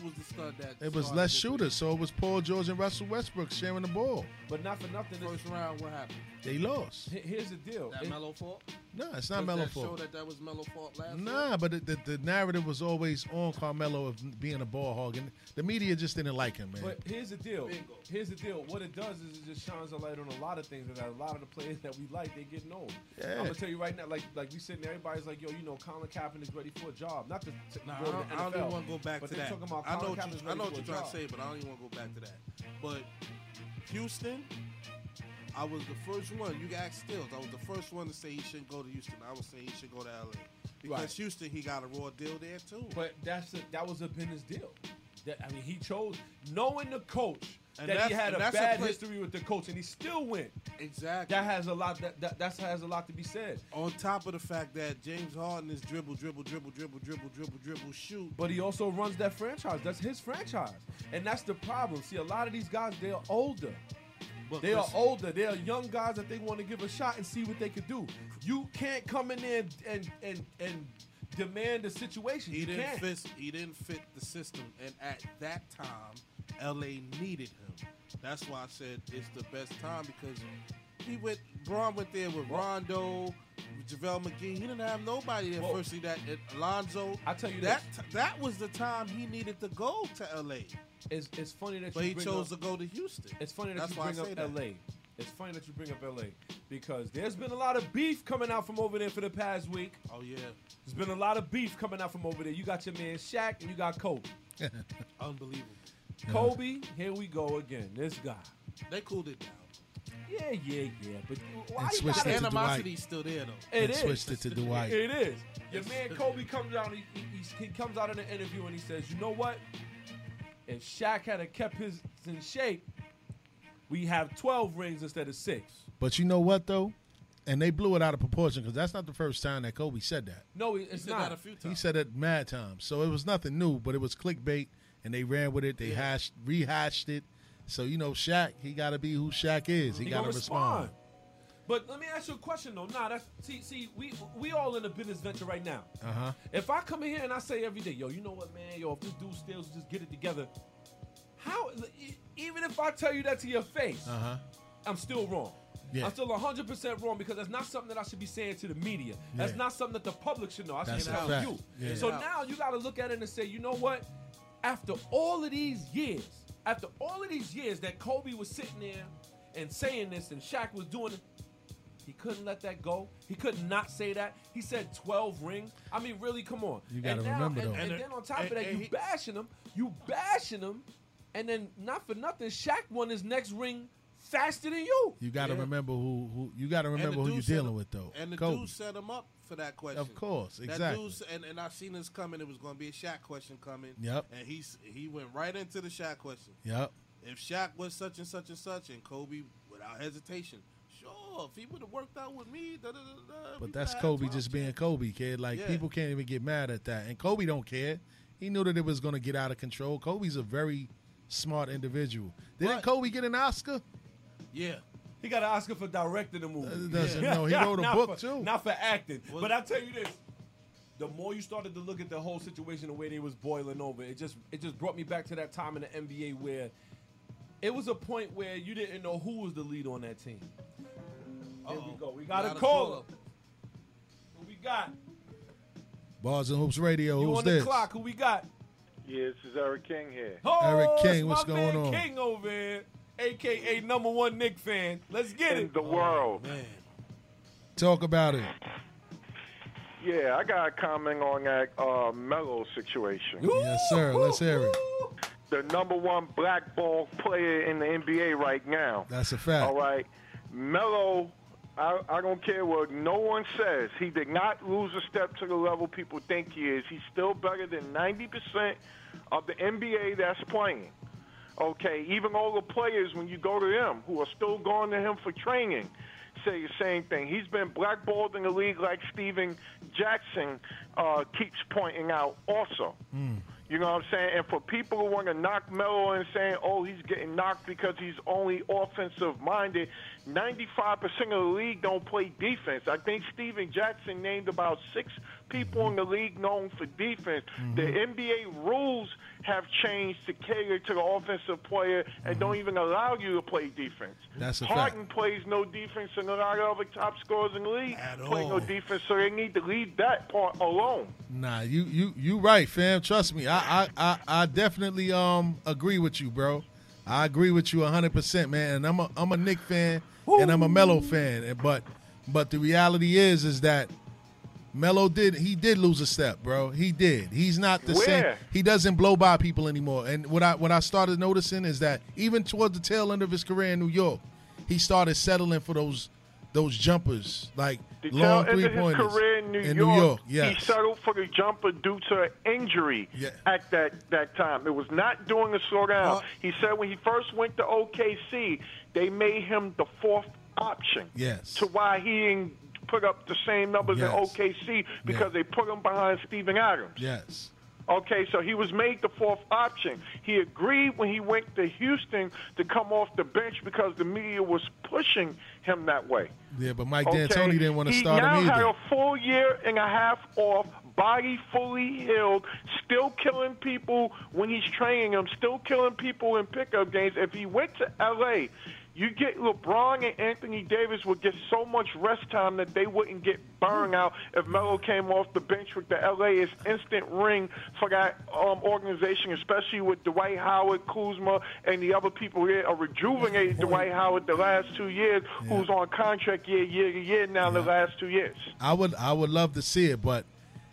[SPEAKER 7] Who was the stud that?
[SPEAKER 4] It was
[SPEAKER 7] started
[SPEAKER 4] less
[SPEAKER 7] the-
[SPEAKER 4] shooters, so it was Paul George and Russell Westbrook sharing the ball.
[SPEAKER 6] But not for nothing.
[SPEAKER 7] First round, what happened?
[SPEAKER 4] They lost.
[SPEAKER 6] He- Here's the deal.
[SPEAKER 7] That
[SPEAKER 6] It-
[SPEAKER 7] Melo fault?
[SPEAKER 4] No, it's not
[SPEAKER 7] Does
[SPEAKER 4] Melo
[SPEAKER 7] that Show
[SPEAKER 4] fault.
[SPEAKER 7] that that was Melo fault last year?
[SPEAKER 4] Nah, but the, the, the narrative was always on Carmelo of being a ball hog, and the media just didn't like him, man.
[SPEAKER 6] But here's the deal. Here's the deal. What it does is it just shines a light on a lot of things. That a lot of the players that we like, they getting old.
[SPEAKER 4] Yeah.
[SPEAKER 6] I'm gonna tell you right now, like like we sitting there, everybody's like, yo, you know, Colin Kaepernick's ready for a job. Not to, to
[SPEAKER 7] Nah, I
[SPEAKER 6] go to the
[SPEAKER 7] don't, I don't even
[SPEAKER 6] NFL,
[SPEAKER 7] want to go back
[SPEAKER 6] but
[SPEAKER 7] to
[SPEAKER 6] they're
[SPEAKER 7] that.
[SPEAKER 6] Talking about
[SPEAKER 7] I know
[SPEAKER 6] Colin
[SPEAKER 7] what,
[SPEAKER 6] Kaepernick's
[SPEAKER 7] you, I
[SPEAKER 6] ready
[SPEAKER 7] know
[SPEAKER 6] for
[SPEAKER 7] what
[SPEAKER 6] a
[SPEAKER 7] you're trying
[SPEAKER 6] job.
[SPEAKER 7] to say, but I don't even want to go back to that. But Houston, I was the first one. You got Stills. I was the first one to say he shouldn't go to Houston. I would say he should go to LA because
[SPEAKER 6] Right.
[SPEAKER 7] Houston, he got a raw deal there too.
[SPEAKER 6] But that's a, that was a business deal. That I mean, he chose knowing the coach
[SPEAKER 7] And
[SPEAKER 6] that
[SPEAKER 7] that's-
[SPEAKER 6] he had
[SPEAKER 7] and
[SPEAKER 6] a
[SPEAKER 7] that's a
[SPEAKER 6] bad
[SPEAKER 7] play-
[SPEAKER 6] history with the coach, and he still went.
[SPEAKER 7] Exactly.
[SPEAKER 6] That has a lot. That, that that has a lot to be said.
[SPEAKER 7] On top of the fact that James Harden is dribble, dribble, dribble, dribble, dribble, dribble, dribble, shoot.
[SPEAKER 6] But he also runs that franchise. That's his franchise, and that's the problem. See, a lot of these guys they are older.
[SPEAKER 7] But
[SPEAKER 6] they are
[SPEAKER 7] listen-
[SPEAKER 6] older. They are young guys that they want to give a shot and see what they could do. You can't come in there and and and, and demand a situation.
[SPEAKER 7] He
[SPEAKER 6] you
[SPEAKER 7] didn't
[SPEAKER 6] can't.
[SPEAKER 7] fit. He didn't fit the system, and at that time, LA needed him. That's why I said it's the best time because he went. Braun went there with Rondo, JaVale McGee. He didn't have nobody there. Firstly, that and Alonzo. I
[SPEAKER 6] tell you
[SPEAKER 7] that
[SPEAKER 6] this.
[SPEAKER 7] t- that was the time he needed to go to LA.
[SPEAKER 6] It's, it's funny that
[SPEAKER 7] but
[SPEAKER 6] you
[SPEAKER 7] he
[SPEAKER 6] bring
[SPEAKER 7] chose
[SPEAKER 6] up-
[SPEAKER 7] to go to Houston.
[SPEAKER 6] It's funny that
[SPEAKER 7] That's
[SPEAKER 6] you
[SPEAKER 7] why I
[SPEAKER 6] bring up
[SPEAKER 7] say that.
[SPEAKER 6] LA. It's funny that you bring up LA because there's been a lot of beef coming out from over there for the past week.
[SPEAKER 7] Oh yeah,
[SPEAKER 6] there's been a lot of beef coming out from over there. You got your man Shaq and you got Kobe.
[SPEAKER 7] Unbelievable.
[SPEAKER 6] Kobe, here we go again. This guy.
[SPEAKER 7] They cooled it down.
[SPEAKER 6] Yeah, yeah, yeah. But why
[SPEAKER 4] And
[SPEAKER 6] you
[SPEAKER 4] switched
[SPEAKER 6] gotta-
[SPEAKER 4] it to Dwight.
[SPEAKER 7] Animosity's still there, though.
[SPEAKER 6] It
[SPEAKER 4] And
[SPEAKER 6] is.
[SPEAKER 4] switched it to Dwight.
[SPEAKER 6] It is. Your man Kobe comes out. He, he, he- he comes out in an interview and he says, "You know what? If Shaq had have kept his in shape, we have 12 rings instead of six.
[SPEAKER 4] But you know what though, and they blew it out of proportion because that's not the first time that Kobe said that.
[SPEAKER 6] No, it- it's
[SPEAKER 7] said
[SPEAKER 6] not.
[SPEAKER 7] that a few
[SPEAKER 4] He said it mad times, so it was nothing new, but it was clickbait, and they ran with it. They hashed, rehashed it. So you know, Shaq, he got to be who Shaq is. He,
[SPEAKER 6] He
[SPEAKER 4] got to
[SPEAKER 6] gonna
[SPEAKER 4] respond.
[SPEAKER 6] But let me ask you a question though. Nah, that's see, see, we we all in a business venture right now.
[SPEAKER 4] Uh huh.
[SPEAKER 6] If I come in here and I say every day, yo, you know what, man, yo, if this dude steals, just get it together. How? e- Even if I tell you that to your face,
[SPEAKER 4] Uh huh.
[SPEAKER 6] I'm still wrong.
[SPEAKER 4] Yeah.
[SPEAKER 6] I'm still 100% wrong because that's not something that I should be saying to the media. That's
[SPEAKER 4] Yeah.
[SPEAKER 6] not something that the public should know. I should
[SPEAKER 4] That's
[SPEAKER 6] tell
[SPEAKER 4] a fact.
[SPEAKER 6] you.
[SPEAKER 4] Yeah.
[SPEAKER 6] So
[SPEAKER 4] Yeah.
[SPEAKER 6] now you got to look at it and say, you know what? After all of these years, after all of these years that Kobe was sitting there and saying this and Shaq was doing it, he couldn't let that go. He could not say that. He said 12 rings. I mean, really, come on.
[SPEAKER 4] You gotta
[SPEAKER 6] And now-
[SPEAKER 4] remember,
[SPEAKER 6] and-
[SPEAKER 4] though.
[SPEAKER 6] And,
[SPEAKER 4] And-
[SPEAKER 6] then on top of
[SPEAKER 4] and-
[SPEAKER 6] that,
[SPEAKER 4] and
[SPEAKER 6] you
[SPEAKER 4] he-
[SPEAKER 6] bashing him. You bashing him. And then, not for nothing, Shaq won his next ring faster than you.
[SPEAKER 4] You got to
[SPEAKER 6] Yeah.
[SPEAKER 4] remember who who you got to
[SPEAKER 7] And the
[SPEAKER 4] remember who
[SPEAKER 7] dude
[SPEAKER 4] you're
[SPEAKER 7] set
[SPEAKER 4] dealing
[SPEAKER 7] him-
[SPEAKER 4] with though.
[SPEAKER 7] And the
[SPEAKER 4] Kobe.
[SPEAKER 7] dude set him up for that question.
[SPEAKER 4] Of course,
[SPEAKER 7] That
[SPEAKER 4] exactly.
[SPEAKER 7] dude, s- and, and I seen this coming. It was going to be a Shaq question coming.
[SPEAKER 4] Yep.
[SPEAKER 7] And he's he went right into the Shaq question.
[SPEAKER 4] Yep.
[SPEAKER 7] If Shaq was such and such and such, and Kobe, without hesitation, sure, if he would have worked out with me, da, da, da, da, we
[SPEAKER 4] But
[SPEAKER 7] would've
[SPEAKER 4] that's
[SPEAKER 7] had
[SPEAKER 4] Kobe
[SPEAKER 7] twelve.
[SPEAKER 4] just being Kobe, kid. Like
[SPEAKER 7] Yeah.
[SPEAKER 4] people can't even get mad at that. And Kobe don't care. He knew that it was gonna get out of control. Kobe's a very smart individual. Didn't Kobe get an Oscar?
[SPEAKER 7] Yeah.
[SPEAKER 6] He got an Oscar for directing the movie.
[SPEAKER 4] Uh, doesn't- no, he wrote a
[SPEAKER 6] Not
[SPEAKER 4] book,
[SPEAKER 6] for-
[SPEAKER 4] too.
[SPEAKER 6] Not for acting. but I tell you this. The more you started to look at the whole situation, the way they was boiling over, it just it just brought me back to that time in the NBA where it was a point where you didn't know who was the lead on that team. Here we go. We got
[SPEAKER 7] Got
[SPEAKER 6] a
[SPEAKER 7] a
[SPEAKER 6] caller. Who we got?
[SPEAKER 4] Bars and Hoops Radio.
[SPEAKER 6] You
[SPEAKER 4] Who's
[SPEAKER 6] on the
[SPEAKER 4] this?
[SPEAKER 6] clock? Who we got?
[SPEAKER 20] Yeah, this is Eric King here.
[SPEAKER 6] Oh,
[SPEAKER 4] Eric
[SPEAKER 6] it's
[SPEAKER 4] King,
[SPEAKER 6] my
[SPEAKER 4] what's going
[SPEAKER 6] man
[SPEAKER 4] on?
[SPEAKER 6] King over here, aka number one Nick fan. Let's get it.
[SPEAKER 20] The world.
[SPEAKER 4] Talk about it.
[SPEAKER 20] Yeah, I got a comment on that uh, Melo situation.
[SPEAKER 4] Yes, sir. Let's hear it.
[SPEAKER 20] The number one black ball player in the NBA right now.
[SPEAKER 4] That's a fact.
[SPEAKER 20] All right. Melo, I, I don't care what no one says. He did not lose a step to the level people think he is. He's still better than 90% of the NBA that's playing. Okay, even all the players, when you go to them, who are still going to him for training, say the same thing. He's been blackballed in the league like Steven Jackson uh, keeps pointing out also. You know what I'm saying? And for people who want to knock Melo and saying, oh, he's getting knocked because he's only offensive minded, 95% of the league don't play defense. I think Steven Jackson named about six people in the league known for defense. The
[SPEAKER 4] Mm-hmm.
[SPEAKER 20] NBA rules have changed to cater to the offensive player and don't even allow you to play defense.
[SPEAKER 4] That's Mm-hmm. a fact.
[SPEAKER 20] Harden plays no defense, and a lot of other top scorers in the league play
[SPEAKER 4] all.
[SPEAKER 20] no defense, so they need to leave that part alone.
[SPEAKER 4] Nah, you you you right, fam. Trust me. I I I, I definitely um agree with you, bro. I agree with you 100%, man. And I'm a I'm a Nick fan and I'm a Melo fan, And- but but the reality is is that Melo did he did lose a step, bro. He did. He's not the same.
[SPEAKER 20] Where?
[SPEAKER 4] He doesn't blow by people anymore. And what I what I started noticing is that even towards the tail end of his career in New York, he started settling for those those jumpers, like
[SPEAKER 20] The
[SPEAKER 4] long
[SPEAKER 20] tail end
[SPEAKER 4] three
[SPEAKER 20] of his
[SPEAKER 4] pointers
[SPEAKER 20] career in New
[SPEAKER 4] in
[SPEAKER 20] York,
[SPEAKER 4] New York. Yes.
[SPEAKER 20] he settled for the jumper due to an injury at that, that time. It was not during the slowdown. he said when he first went to OKC, they made him the fourth option.
[SPEAKER 4] Yes.
[SPEAKER 20] To why he didn't put up the same numbers in
[SPEAKER 4] Yes.
[SPEAKER 20] OKC because they put him behind Steven Adams.
[SPEAKER 4] Yes.
[SPEAKER 20] Okay, so he was made the fourth option. He agreed when he went to Houston to come off the bench because the media was pushing him that way.
[SPEAKER 4] Yeah, but Mike
[SPEAKER 20] Okay.
[SPEAKER 4] D'Antoni didn't want to
[SPEAKER 20] he
[SPEAKER 4] start
[SPEAKER 20] now
[SPEAKER 4] him
[SPEAKER 20] had
[SPEAKER 4] either.
[SPEAKER 20] a full year and a half off, body fully healed, still killing people when he's training them, still killing people in pickup games. If he went to L.A., you get LeBron and Anthony Davis would get so much rest time that they wouldn't get burned out if Melo came off the bench with the L.A. is instant ring for that um, organization, especially with Dwight Howard, Kuzma, and the other people here. A rejuvenated Dwight Howard the last two years, who's on contract year, year to year now the last two years.
[SPEAKER 4] I would I would love to see it, but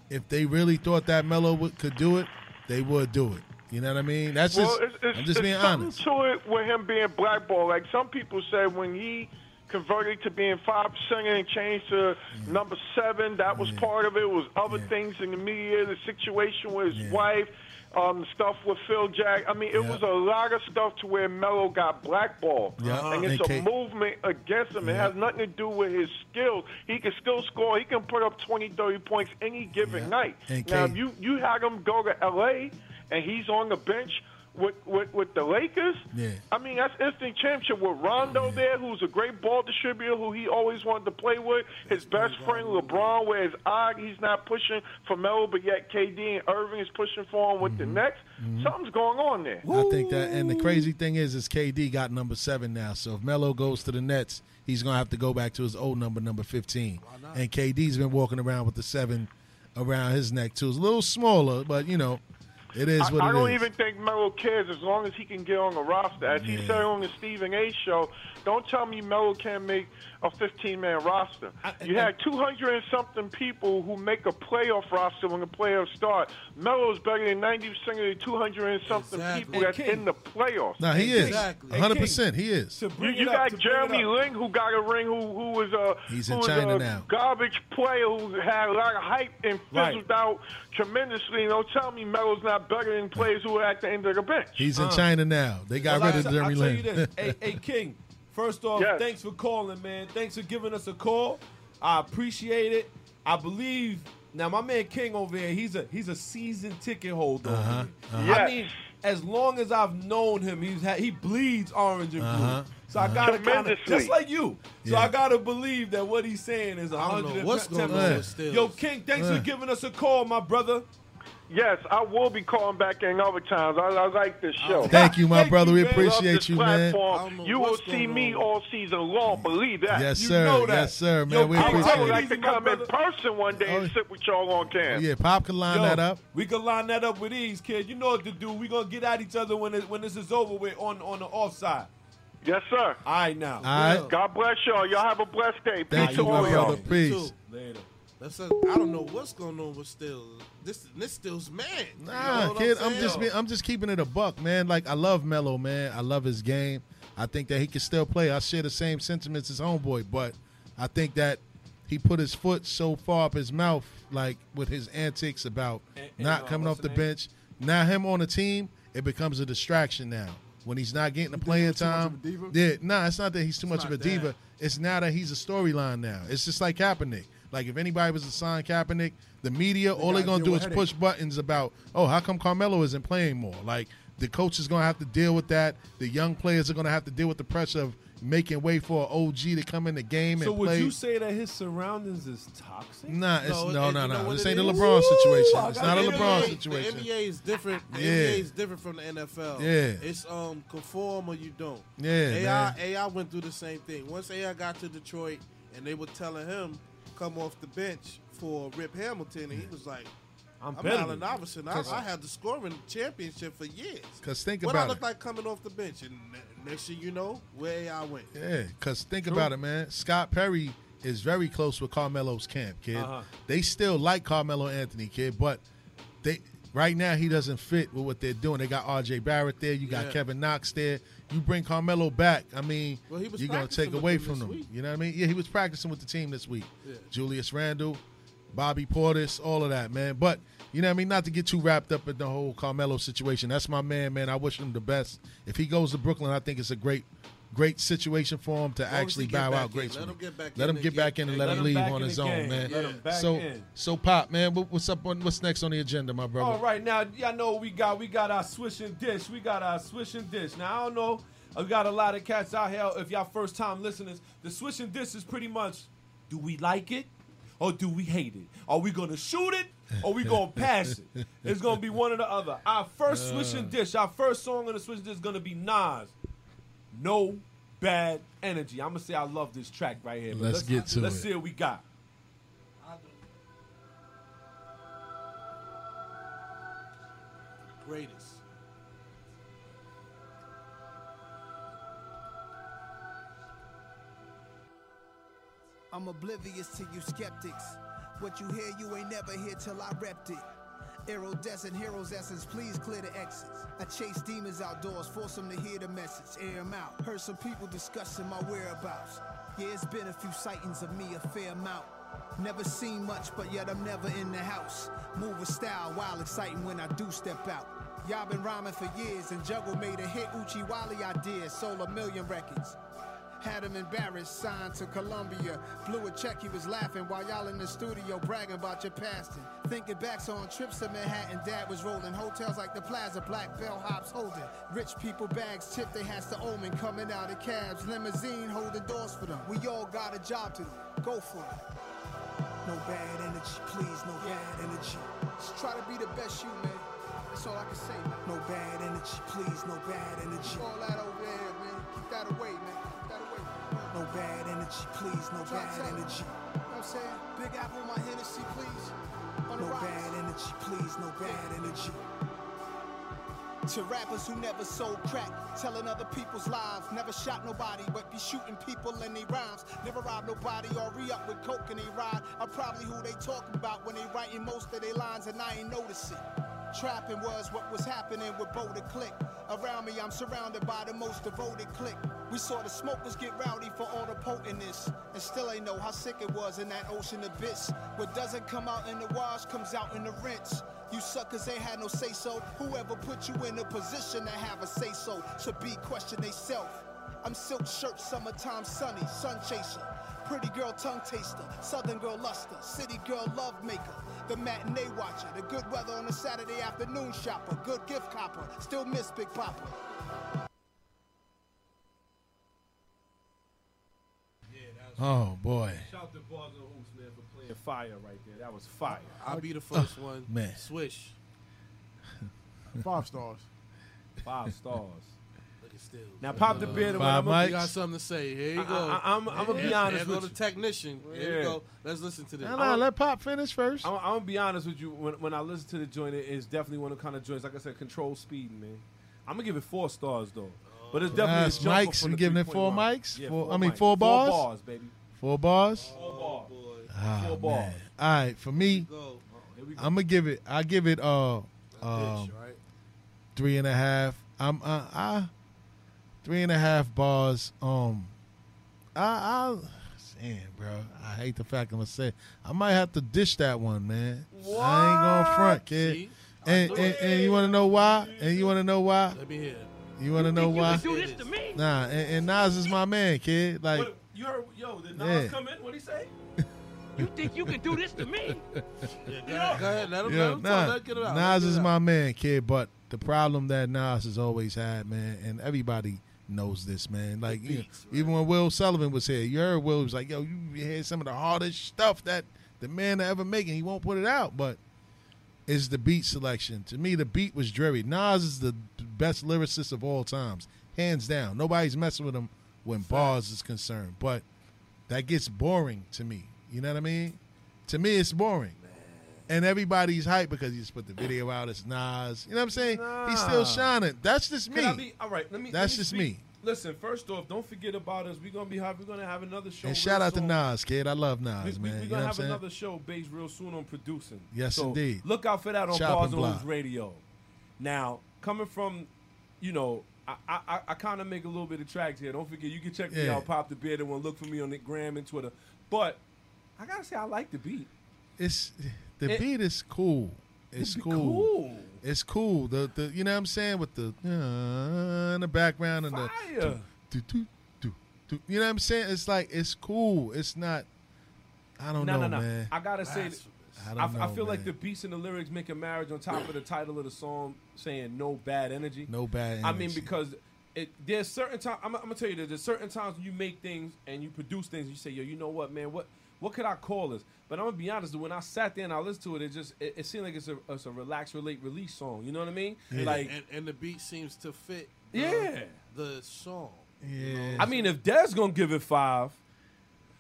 [SPEAKER 4] if they really thought that Melo would, could do it, they would do it. You know what I mean? That's just
[SPEAKER 20] well, it's, it's,
[SPEAKER 4] I'm just
[SPEAKER 20] it's
[SPEAKER 4] being
[SPEAKER 20] something
[SPEAKER 4] honest.
[SPEAKER 20] To it with him being blackballed, like some people said, when he converted to being five percent and changed to
[SPEAKER 4] Mm.
[SPEAKER 20] number seven, that was part of it. it was other things in the media, the situation with his wife. Um, stuff with Phil Jack. I mean, it was a lot of stuff to where Melo got blackballed,
[SPEAKER 4] Yeah.
[SPEAKER 20] and it's
[SPEAKER 4] They
[SPEAKER 20] a
[SPEAKER 4] can't-
[SPEAKER 20] movement against him. It has nothing to do with his skill. He can still score. He can put up 20, 30 points any given night.
[SPEAKER 4] And
[SPEAKER 20] now,
[SPEAKER 4] K-
[SPEAKER 20] if you you had him go to L.A. and he's on the bench with with, with the Lakers.
[SPEAKER 4] Yeah.
[SPEAKER 20] I mean, that's instant championship with Rondo there, who's a great ball distributor, who he always wanted to play with. His best friend LeBron, where it's odd he's not pushing for Melo, but yet KD and Irving is pushing for him with
[SPEAKER 4] Mm-hmm.
[SPEAKER 20] the Nets. Something's going on there.
[SPEAKER 4] I think that, and the crazy thing is, is KD got number seven now. So if Melo goes to the Nets, he's gonna have to go back to his old number, number fifteen. And KD's been walking around with the seven around his neck too. It's a little smaller, but you know, it is
[SPEAKER 20] I,
[SPEAKER 4] what
[SPEAKER 20] I
[SPEAKER 4] it
[SPEAKER 20] don't
[SPEAKER 4] is.
[SPEAKER 20] even think Melo cares as long as he can get on the roster. As he said on the Stephen A. show, don't tell me Melo can't make a 15 man roster. you had 200 and something people who make a playoff roster when the playoffs start. Melo's better than 90% of the 200 and something people that's in the playoffs.
[SPEAKER 4] No, he is one hundred percent. He is.
[SPEAKER 20] You, you got Jeremy Ling, who got a ring, who who was a
[SPEAKER 4] He's
[SPEAKER 20] who
[SPEAKER 4] in
[SPEAKER 20] was
[SPEAKER 4] China
[SPEAKER 20] a
[SPEAKER 4] now.
[SPEAKER 20] garbage player who had a lot of hype and
[SPEAKER 4] Right.
[SPEAKER 20] fizzled out tremendously. Don't tell me Melo's not better than players who are at the end of the bench.
[SPEAKER 4] He's in China now. They got
[SPEAKER 6] Uh, Well,
[SPEAKER 4] rid of
[SPEAKER 6] I, I'll
[SPEAKER 4] Jeremy
[SPEAKER 6] tell you this.
[SPEAKER 4] Lin.
[SPEAKER 6] hey, hey, King. First off,
[SPEAKER 20] Yes.
[SPEAKER 6] thanks for calling, man. Thanks for giving us a call. I appreciate it. I believe now my man King over here. He's a he's a season ticket holder. over
[SPEAKER 4] Uh-huh, uh-huh.
[SPEAKER 6] here. I mean, as long as I've known him, he's had, he bleeds orange and blue.
[SPEAKER 4] Uh-huh,
[SPEAKER 6] So I gotta kinda,
[SPEAKER 4] Tremendously.
[SPEAKER 6] just like you. So
[SPEAKER 4] Yeah.
[SPEAKER 6] I gotta believe that what he's saying is
[SPEAKER 7] I don't know
[SPEAKER 6] 110.
[SPEAKER 7] what's going on with Steelers.
[SPEAKER 6] Yo, King, thanks
[SPEAKER 20] Yeah.
[SPEAKER 6] for giving us a
[SPEAKER 4] Oh,
[SPEAKER 6] call, my brother.
[SPEAKER 20] Yes, I will be calling back in other times. I, I like this show.
[SPEAKER 4] Oh, Thank you, my brother. We
[SPEAKER 20] man. Love this
[SPEAKER 4] appreciate you, man.
[SPEAKER 20] platform. You will see me all season long. Believe that.
[SPEAKER 4] Yes, You sir. know that. Yes, sir, man. We
[SPEAKER 20] I would- I
[SPEAKER 4] appreciate
[SPEAKER 20] would
[SPEAKER 4] it.
[SPEAKER 20] like to come in person one day and sit with y'all on camp.
[SPEAKER 4] Yeah, Pop can line
[SPEAKER 6] Yo,
[SPEAKER 4] that up.
[SPEAKER 6] We can line that up with ease, kid. You know what to do. We gonna get at each other when it, when this is over with on on the offside.
[SPEAKER 20] Yes, sir.
[SPEAKER 6] All right, now.
[SPEAKER 4] All right.
[SPEAKER 20] God bless y'all. Y'all have a blessed day.
[SPEAKER 4] Thank
[SPEAKER 20] Peace
[SPEAKER 4] you,
[SPEAKER 20] to
[SPEAKER 4] my
[SPEAKER 20] all y'all.
[SPEAKER 4] brother. Peace.
[SPEAKER 6] Later.
[SPEAKER 7] That's a, I don't know what's going on with Stills. This this Stills man. You know
[SPEAKER 4] Nah,
[SPEAKER 7] what
[SPEAKER 4] kid, I'm,
[SPEAKER 7] saying?
[SPEAKER 4] just being, I'm just keeping it a buck, man. Like I love Melo, man. I love his game. I think that he can still play. I share the same sentiments as homeboy, but I think that he put his foot so far up his mouth, like with his antics about
[SPEAKER 6] uh,
[SPEAKER 4] not coming off the bench. Now him on the team, it becomes a distraction now. When he's not getting the playing time, yeah, nah, it's not that he's too much of a
[SPEAKER 7] not
[SPEAKER 4] diva.
[SPEAKER 7] that.
[SPEAKER 4] It's now that he's a storyline now. It's just like Kaepernick. Like if anybody was to sign Kaepernick, the media all they're
[SPEAKER 7] gotta
[SPEAKER 4] gonna
[SPEAKER 7] deal
[SPEAKER 4] do
[SPEAKER 7] with
[SPEAKER 4] is
[SPEAKER 7] headache.
[SPEAKER 4] push buttons about, oh, how come Carmelo isn't playing more? Like The coach is going to have to deal with that. The young players are going to have to deal with the pressure of making way for an OG to come in the game
[SPEAKER 6] So
[SPEAKER 4] and
[SPEAKER 6] would
[SPEAKER 4] play.
[SPEAKER 6] you say that his surroundings is toxic?
[SPEAKER 4] Nah, it's, no,
[SPEAKER 6] it-
[SPEAKER 4] no,
[SPEAKER 6] you
[SPEAKER 4] no,
[SPEAKER 6] know what
[SPEAKER 4] This
[SPEAKER 6] it
[SPEAKER 4] ain't a
[SPEAKER 6] is?
[SPEAKER 4] LeBron situation.
[SPEAKER 6] I
[SPEAKER 4] It's
[SPEAKER 6] got
[SPEAKER 4] not a
[SPEAKER 6] it.
[SPEAKER 4] LeBron
[SPEAKER 7] NBA
[SPEAKER 4] situation.
[SPEAKER 7] The NBA is different. The
[SPEAKER 4] Yeah.
[SPEAKER 7] NBA is different from the NFL.
[SPEAKER 4] Yeah.
[SPEAKER 7] It's um conform or you don't.
[SPEAKER 4] Yeah,
[SPEAKER 7] AI
[SPEAKER 4] man.
[SPEAKER 7] AI went through the same thing. Once AI got to Detroit and they were telling him come off the bench for Rip Hamilton and he was like
[SPEAKER 6] I'm,
[SPEAKER 7] I'm
[SPEAKER 6] better
[SPEAKER 7] Allen
[SPEAKER 6] than you."
[SPEAKER 7] Iverson. I,
[SPEAKER 4] Cause-
[SPEAKER 7] I had the scoring championship for years.
[SPEAKER 4] 'Cause think
[SPEAKER 7] what I
[SPEAKER 4] about
[SPEAKER 7] look
[SPEAKER 4] it.
[SPEAKER 7] like coming off the bench, and ne- next thing you know, where AI went.
[SPEAKER 4] Yeah, because think about it, man. Scott Perry is very close with Carmelo's camp, kid.
[SPEAKER 7] Uh-huh.
[SPEAKER 4] They still like Carmelo Anthony, kid, but they right now he doesn't fit with what they're doing. They got R.J. Barrett there. You got
[SPEAKER 7] Yeah.
[SPEAKER 4] Kevin Knox there. You bring Carmelo back. I mean,
[SPEAKER 7] Well, he was
[SPEAKER 4] you're gonna
[SPEAKER 7] practicing
[SPEAKER 4] take
[SPEAKER 7] with
[SPEAKER 4] away
[SPEAKER 7] them
[SPEAKER 4] from
[SPEAKER 7] this
[SPEAKER 4] them.
[SPEAKER 7] week.
[SPEAKER 4] You know what I mean? Yeah, he was practicing with the team this week.
[SPEAKER 7] Yeah.
[SPEAKER 4] Julius Randle, Bobby Portis, all of that, man. But you know what I mean? Not to get too wrapped up in the whole Carmelo situation. That's my man, man. I wish him the best. If he goes to Brooklyn, I think it's a great, great situation for him to
[SPEAKER 7] as
[SPEAKER 4] actually
[SPEAKER 7] he get
[SPEAKER 4] bow
[SPEAKER 7] back
[SPEAKER 4] out
[SPEAKER 7] in.
[SPEAKER 4] gracefully.
[SPEAKER 7] Let him get back
[SPEAKER 4] Let
[SPEAKER 7] in
[SPEAKER 4] him
[SPEAKER 7] and
[SPEAKER 4] get
[SPEAKER 7] get-
[SPEAKER 4] back in and let,
[SPEAKER 7] Let
[SPEAKER 4] him
[SPEAKER 7] him
[SPEAKER 4] leave
[SPEAKER 7] back
[SPEAKER 4] on
[SPEAKER 7] in
[SPEAKER 4] his
[SPEAKER 7] the
[SPEAKER 4] own,
[SPEAKER 7] game.
[SPEAKER 4] man.
[SPEAKER 7] Let him
[SPEAKER 6] back
[SPEAKER 4] so,
[SPEAKER 6] in.
[SPEAKER 4] so pop, man. What, what's up on what's next on the agenda, my brother?
[SPEAKER 6] All right, now y'all know what we got. We got our swish and dish. We got our swish and dish. Now I don't know. I got a lot of cats out here. If y'all first time listeners, the swish and dish is pretty much: do we like it or do we hate it? Are we gonna shoot it or we gonna pass it? It's gonna be one or the other. Our first
[SPEAKER 4] Uh.
[SPEAKER 6] swish and dish, our first song on the swish and dish is gonna be Nas. No bad energy. I'm gonna say I love this track right here. but
[SPEAKER 4] Let's get to
[SPEAKER 6] Let's
[SPEAKER 4] it.
[SPEAKER 6] see what we got.
[SPEAKER 7] Greatest.
[SPEAKER 9] I'm oblivious to you skeptics. What you hear, you ain't never hear till I repped it. Iridescent heroes' essence, please clear the exits. I chase demons outdoors, force them to hear the message, air 'em out. Heard some people discussing my whereabouts. Yeah, it's been a few sightings of me, a fair amount. Never seen much, but yet I'm never in the house. Move with style, wild, exciting when I do step out. Y'all been rhyming for years, and Juggle made a hit Uchi Wally idea, sold a million records. Had him embarrassed, signed to Columbia. Blew a check, he was laughing while y'all in the studio bragging about your pasting. Thinking back, so on trips to Manhattan, dad was rolling. Hotels like the Plaza, black bellhops holding. Rich people bags tipped, they has to omen. Coming out of cabs, limousine holding doors for them. We all got a job to do. Go for it. No bad energy, please, no bad energy. Just try to be the best you, man. That's all I can say, man. No bad energy, please, no bad energy. All that over there, man. Keep that away, man. Keep that away. No bad energy, please, no bad energy. You know what I'm saying? Big Apple, my Hennessy, please. no bad energy, please, no bad energy. To rappers who never sold crack, telling other people's lives. Never shot nobody, but be shooting people in their rhymes. Never robbed nobody or re up with coke in they ride. I'm probably who they talking about when they writing most of their lines and I ain't noticing. Trapping was what was happening with Bo the Click. Around me, I'm surrounded by the most devoted clique. We saw the smokers get rowdy for all the potentness, and still ain't know how sick it was in that ocean abyss. What doesn't come out in the wash comes out in the rinse. You suckers ain't had no say so. Whoever put you in a position to have a say so should be question they self. I'm silk shirt, summertime sunny, sun chaser. Pretty girl tongue taster, southern girl luster, city girl love maker. The matinee watcher, the good weather on a Saturday afternoon shopper, good gift copper, still miss Big Papa.
[SPEAKER 4] Oh boy.
[SPEAKER 6] Shout out to Bars and Hoops, man, for playing fire right there. That was fire.
[SPEAKER 7] I'll be the first one.
[SPEAKER 4] man.
[SPEAKER 7] Swish.
[SPEAKER 8] Five stars.
[SPEAKER 6] Five stars.
[SPEAKER 7] Look at still.
[SPEAKER 6] Now pop the beer.
[SPEAKER 4] Uh, Five
[SPEAKER 7] You
[SPEAKER 4] mics.
[SPEAKER 7] got something to say? Here you
[SPEAKER 6] I-
[SPEAKER 7] go.
[SPEAKER 6] I- I- I'm- I'm gonna be
[SPEAKER 7] Here-
[SPEAKER 6] honest
[SPEAKER 7] Here go
[SPEAKER 6] with
[SPEAKER 7] the
[SPEAKER 6] you.
[SPEAKER 7] technician. Here
[SPEAKER 6] Yeah.
[SPEAKER 7] you go. Let's listen to this.
[SPEAKER 4] Nah, nah, let Pop finish first.
[SPEAKER 6] I'm, I'm gonna be honest with you. When, when I listen to the joint, it is definitely one of the kind of joints. Like I said, control speed, man. I'm gonna give it four stars though. But it's definitely
[SPEAKER 4] Nice.
[SPEAKER 6] a jump up
[SPEAKER 4] Mics,
[SPEAKER 6] from
[SPEAKER 4] you
[SPEAKER 6] the
[SPEAKER 4] giving it four
[SPEAKER 6] 3.1.
[SPEAKER 4] mics?
[SPEAKER 6] Yeah,
[SPEAKER 4] Four- I mean,
[SPEAKER 6] mics.
[SPEAKER 4] four bars?
[SPEAKER 6] Four bars, baby.
[SPEAKER 4] Four bars.
[SPEAKER 6] Four bars.
[SPEAKER 4] Ah,
[SPEAKER 6] Four bars.
[SPEAKER 4] man. All right, for me, I'm gonna give it. I give it uh, um, three and a half. I'm uh, I three and a half bars. Um, I I damn, bro. I hate the fact I'm gonna say it. I might have to dish that one, man. I ain't gonna front, kid. And, and and you wanna know why? And you wanna know why?
[SPEAKER 7] Let me hear.
[SPEAKER 4] You wanna know
[SPEAKER 7] think you
[SPEAKER 4] why?
[SPEAKER 7] can do this to me?
[SPEAKER 4] Nah, and, and Nas is my man, kid. Like.
[SPEAKER 6] What- you heard, yo, did Nas
[SPEAKER 4] Yeah.
[SPEAKER 6] come in? What'd he say? you think you can do this to me?
[SPEAKER 7] Go ahead. Let him.
[SPEAKER 4] Yeah,
[SPEAKER 7] let him talk.
[SPEAKER 4] nah,
[SPEAKER 7] Let him get it out.
[SPEAKER 4] Nas is my man, kid. But the problem that Nas has always had, man, and everybody knows this, man. Like you know, even when Will Sullivan was here, you heard Will was like, "Yo, you had some of the hardest stuff that the man ever making. He won't put it out, but." Is the beat selection to me? The beat was dreary. Nas is the best lyricist of all times, hands down. Nobody's messing with him when bars is concerned, but that gets boring to me. You know what I mean? To me, it's boring. And everybody's hyped because he just put the video out. It's Nas. You know what I'm saying? He's still
[SPEAKER 6] Nah.
[SPEAKER 4] shining. That's just
[SPEAKER 6] Can I
[SPEAKER 4] me.
[SPEAKER 6] be- all right, let me. let
[SPEAKER 4] That's
[SPEAKER 6] me
[SPEAKER 4] just
[SPEAKER 6] speak.
[SPEAKER 4] me.
[SPEAKER 6] Listen, first off, don't forget about us. We're gonna be hot. We're gonna have another show. real
[SPEAKER 4] And shout out to
[SPEAKER 6] soon.
[SPEAKER 4] Nas, kid. I love
[SPEAKER 6] We-
[SPEAKER 4] Nas,
[SPEAKER 6] we,
[SPEAKER 4] man. You
[SPEAKER 6] are
[SPEAKER 4] know
[SPEAKER 6] gonna
[SPEAKER 4] what I'm
[SPEAKER 6] have
[SPEAKER 4] saying?
[SPEAKER 6] another show based real soon on producing.
[SPEAKER 4] Yes,
[SPEAKER 6] So,
[SPEAKER 4] indeed.
[SPEAKER 6] Look out for that on
[SPEAKER 4] Chop
[SPEAKER 6] Bars
[SPEAKER 4] and
[SPEAKER 6] and
[SPEAKER 4] Block.
[SPEAKER 6] Hoops Radio. Now, coming from, you know, I I, I, I kind of make a little bit of tracks here. Don't forget, you can check me
[SPEAKER 4] Yeah.
[SPEAKER 6] out, Pop the Beard, and one look for me on the gram and Twitter. But I gotta say, I like the beat.
[SPEAKER 4] It's the
[SPEAKER 6] It-
[SPEAKER 4] beat is cool. It's cool.
[SPEAKER 6] cool.
[SPEAKER 4] It's cool. The the you know what I'm saying with the uh, in the background and the
[SPEAKER 6] Fire.
[SPEAKER 4] do, do, do, do. you know what I'm saying. It's like it's cool. It's not. I don't
[SPEAKER 6] no,
[SPEAKER 4] know,
[SPEAKER 6] no, no.
[SPEAKER 4] man.
[SPEAKER 6] I gotta say, that-
[SPEAKER 4] I
[SPEAKER 6] I,
[SPEAKER 4] don't
[SPEAKER 6] I
[SPEAKER 4] know,
[SPEAKER 6] feel like
[SPEAKER 4] man.
[SPEAKER 6] the beats and the lyrics make a marriage on top of the title of the song saying "no bad energy."
[SPEAKER 4] No bad
[SPEAKER 6] I mean,
[SPEAKER 4] energy.
[SPEAKER 6] because it, there's certain times. I'm, I'm gonna tell you this. There's certain times when you make things and you produce things. And you say, "Yo, you know what, man? What what could I call this?" But I'm gonna be honest. When I sat there and I listened to it, it just it, it seemed like it's a it's a relax, relate, release song. You know what I mean?
[SPEAKER 7] And-
[SPEAKER 6] Like,
[SPEAKER 7] and, and the beat seems to fit. The,
[SPEAKER 6] Yeah.
[SPEAKER 7] the song.
[SPEAKER 6] I mean, if Dez gonna give it five.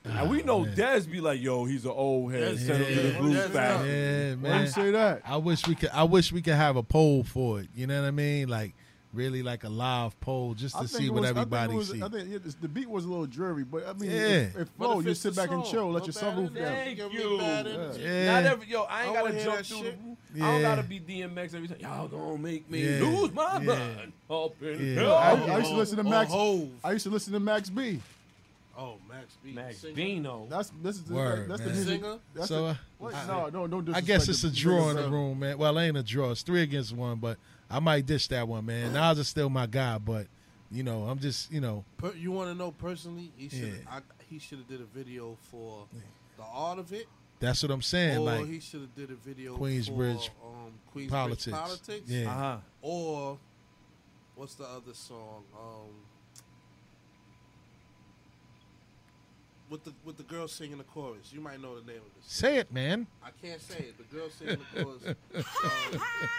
[SPEAKER 6] and we know Dez be like, yo, he's an old head.
[SPEAKER 4] Yeah,
[SPEAKER 6] send him to the blues factory."
[SPEAKER 4] yeah,
[SPEAKER 6] Why
[SPEAKER 4] man.
[SPEAKER 6] you say that?
[SPEAKER 4] I wish we could. I wish we could have a poll for it. You know what I mean? Like really, like a live poll just
[SPEAKER 8] I
[SPEAKER 4] to
[SPEAKER 8] think
[SPEAKER 4] see
[SPEAKER 8] it
[SPEAKER 4] what
[SPEAKER 8] was- I think it
[SPEAKER 4] everybody
[SPEAKER 8] was-
[SPEAKER 4] sees.
[SPEAKER 8] I think yeah, this- the beat was a little dreary, but I mean,
[SPEAKER 4] Yeah.
[SPEAKER 8] if, if
[SPEAKER 4] But
[SPEAKER 8] flow,
[SPEAKER 4] if
[SPEAKER 8] you
[SPEAKER 4] it's
[SPEAKER 8] sit
[SPEAKER 4] the
[SPEAKER 8] back and
[SPEAKER 4] song,
[SPEAKER 8] chill, let
[SPEAKER 4] no
[SPEAKER 8] your
[SPEAKER 4] bad
[SPEAKER 8] sunroof down.
[SPEAKER 6] Thank
[SPEAKER 4] Give me
[SPEAKER 6] you.
[SPEAKER 4] bad energy. Yeah.
[SPEAKER 6] Not every yo. I ain't
[SPEAKER 4] I
[SPEAKER 6] gotta
[SPEAKER 4] wanna hear
[SPEAKER 6] jump
[SPEAKER 4] that
[SPEAKER 6] through.
[SPEAKER 4] shit.
[SPEAKER 6] The, I don't
[SPEAKER 4] Yeah.
[SPEAKER 6] gotta be DMX every time. Y'all gonna make me
[SPEAKER 4] Yeah.
[SPEAKER 6] lose my
[SPEAKER 4] Yeah.
[SPEAKER 6] mind. Up in
[SPEAKER 4] Yeah.
[SPEAKER 6] hell.
[SPEAKER 8] I, I used to listen to
[SPEAKER 6] Oh,
[SPEAKER 8] Max.
[SPEAKER 6] Hov.
[SPEAKER 8] I used to listen to Max B.
[SPEAKER 7] Oh, Max B.
[SPEAKER 6] Max
[SPEAKER 7] Singer.
[SPEAKER 6] Bino.
[SPEAKER 8] That's this is the,
[SPEAKER 4] Word,
[SPEAKER 8] that's
[SPEAKER 4] man.
[SPEAKER 8] the music.
[SPEAKER 7] Singer?
[SPEAKER 8] That's
[SPEAKER 4] So,
[SPEAKER 8] the,
[SPEAKER 4] uh,
[SPEAKER 8] wait,
[SPEAKER 4] I-
[SPEAKER 8] no, no, don't
[SPEAKER 4] I guess
[SPEAKER 8] disrespect
[SPEAKER 4] it's
[SPEAKER 8] the
[SPEAKER 4] a draw in
[SPEAKER 8] niggas,
[SPEAKER 4] the
[SPEAKER 8] uh,
[SPEAKER 4] room, man. Well, it ain't a draw. It's three against one, but I might dish that one, man. Nas is still my guy, but you know, I'm just you know,
[SPEAKER 7] Per, you want to know personally? He should
[SPEAKER 4] Yeah.
[SPEAKER 7] I he should have did a video for the art of it.
[SPEAKER 4] that's what I'm saying.
[SPEAKER 7] or
[SPEAKER 4] like
[SPEAKER 7] he should have did a video
[SPEAKER 4] Queensbridge
[SPEAKER 7] for um, Queensbridge
[SPEAKER 4] politics.
[SPEAKER 7] politics.
[SPEAKER 4] Yeah. Uh-huh.
[SPEAKER 7] Or what's the other song? Um, with the with the girl singing the chorus. You might know the name of this.
[SPEAKER 4] Say it, man.
[SPEAKER 7] I can't say it. The girl singing the chorus.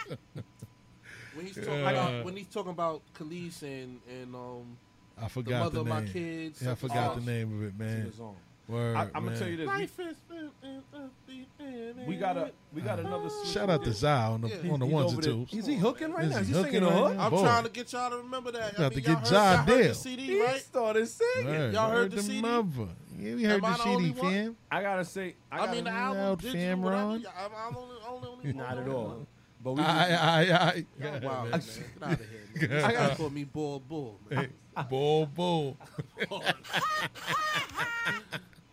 [SPEAKER 7] um, when he's talking
[SPEAKER 4] Uh.
[SPEAKER 7] about when he's talking about Khalees and and um.
[SPEAKER 4] I forgot the,
[SPEAKER 7] the mother of
[SPEAKER 4] name.
[SPEAKER 7] my kids.
[SPEAKER 4] yeah, I
[SPEAKER 7] something
[SPEAKER 4] forgot
[SPEAKER 7] else.
[SPEAKER 4] the name of it, man.
[SPEAKER 6] It's on.
[SPEAKER 4] Word,
[SPEAKER 6] I, I'm gonna
[SPEAKER 4] man.
[SPEAKER 6] tell you this.
[SPEAKER 7] Life
[SPEAKER 6] We, we got a we got another.
[SPEAKER 4] Ah, Shout out to Zy on the
[SPEAKER 6] Yeah.
[SPEAKER 4] on the
[SPEAKER 6] He's
[SPEAKER 4] ones
[SPEAKER 6] over
[SPEAKER 4] and
[SPEAKER 6] there.
[SPEAKER 4] twos.
[SPEAKER 6] Is he hooking right
[SPEAKER 4] Is
[SPEAKER 6] now?
[SPEAKER 4] he
[SPEAKER 6] Is he singing
[SPEAKER 4] hooking
[SPEAKER 6] a
[SPEAKER 4] right
[SPEAKER 6] hook?
[SPEAKER 4] now?
[SPEAKER 7] I'm
[SPEAKER 4] Boy.
[SPEAKER 7] trying to get y'all to remember that.
[SPEAKER 4] About
[SPEAKER 7] I
[SPEAKER 4] to
[SPEAKER 7] mean,
[SPEAKER 4] get
[SPEAKER 7] y'all heard, y'all
[SPEAKER 4] Jai
[SPEAKER 7] heard
[SPEAKER 4] Dale.
[SPEAKER 7] the CD, right?
[SPEAKER 6] started singing.
[SPEAKER 4] Word,
[SPEAKER 7] Y'all
[SPEAKER 4] word
[SPEAKER 7] heard
[SPEAKER 4] to
[SPEAKER 7] the CD.
[SPEAKER 4] mother. Yeah, we heard
[SPEAKER 7] Am I
[SPEAKER 4] the
[SPEAKER 7] the
[SPEAKER 4] CD,
[SPEAKER 7] only one?
[SPEAKER 4] fam.
[SPEAKER 6] I gotta say. I,
[SPEAKER 7] I
[SPEAKER 6] gotta,
[SPEAKER 7] mean, the
[SPEAKER 4] Now,
[SPEAKER 7] album did you,
[SPEAKER 4] fam,
[SPEAKER 7] whatever.
[SPEAKER 4] Ron.
[SPEAKER 7] Yeah, I'm, I'm only, only, only one.
[SPEAKER 6] not at all. But we.
[SPEAKER 4] I, I, I.
[SPEAKER 7] Wow, man,
[SPEAKER 6] I-
[SPEAKER 7] get out of here, man.
[SPEAKER 4] I got-
[SPEAKER 7] I gotta call me Bull Bull, man.
[SPEAKER 4] Bull, bull.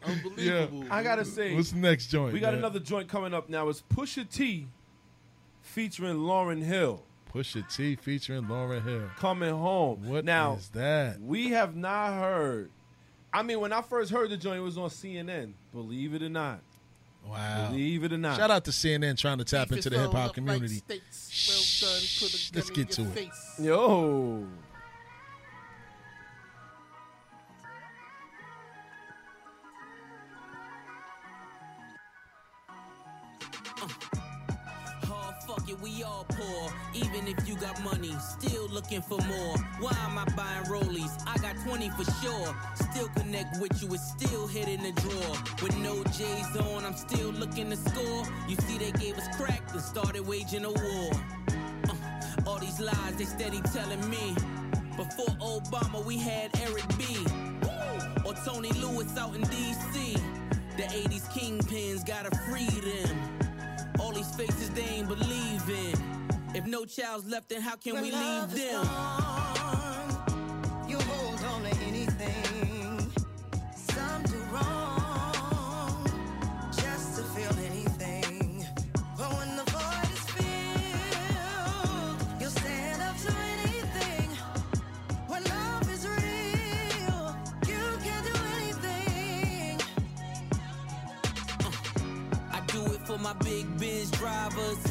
[SPEAKER 7] Unbelievable.
[SPEAKER 6] I gotta say,
[SPEAKER 4] What's the next joint?
[SPEAKER 6] We got
[SPEAKER 4] man?
[SPEAKER 6] another joint coming up now. It's Pusha T, featuring Lauren Hill,
[SPEAKER 4] Pusha T featuring Lauren Hill.
[SPEAKER 6] coming home.
[SPEAKER 4] What
[SPEAKER 6] now?
[SPEAKER 4] is that?
[SPEAKER 6] We have not heard. I mean, when I first heard the joint, it was on CNN. Believe it or not.
[SPEAKER 4] Wow.
[SPEAKER 6] Believe it or not.
[SPEAKER 4] Shout out to CNN trying to tap into the hip hop community.
[SPEAKER 7] Shh,
[SPEAKER 4] Let's get to it.
[SPEAKER 6] Yo.
[SPEAKER 21] Oh, fuck it, we all poor. Even if you got money, still looking for more. Why am I buying rollies? I got 20 for sure. Still connect with you, it's still hit in the drawer. With no J's on, I'm still looking to score. You see, they gave us crack and started waging a war. Uh, all these lies they steady telling me. Before Obama, we had Eric B. Woo! Or Tony Lewis out in D.C. The 80s kingpins gotta free them. All these faces they ain't believe in. If no child's left, then how can
[SPEAKER 22] When
[SPEAKER 21] we
[SPEAKER 22] love
[SPEAKER 21] leave
[SPEAKER 22] is
[SPEAKER 21] them?
[SPEAKER 22] gone, You hold on to anything. Some do wrong just to feel anything. But when the void is filled, you'll stand up to anything. When love is real, you can do anything.
[SPEAKER 21] Uh, I do it for my big biz drivers, drivers,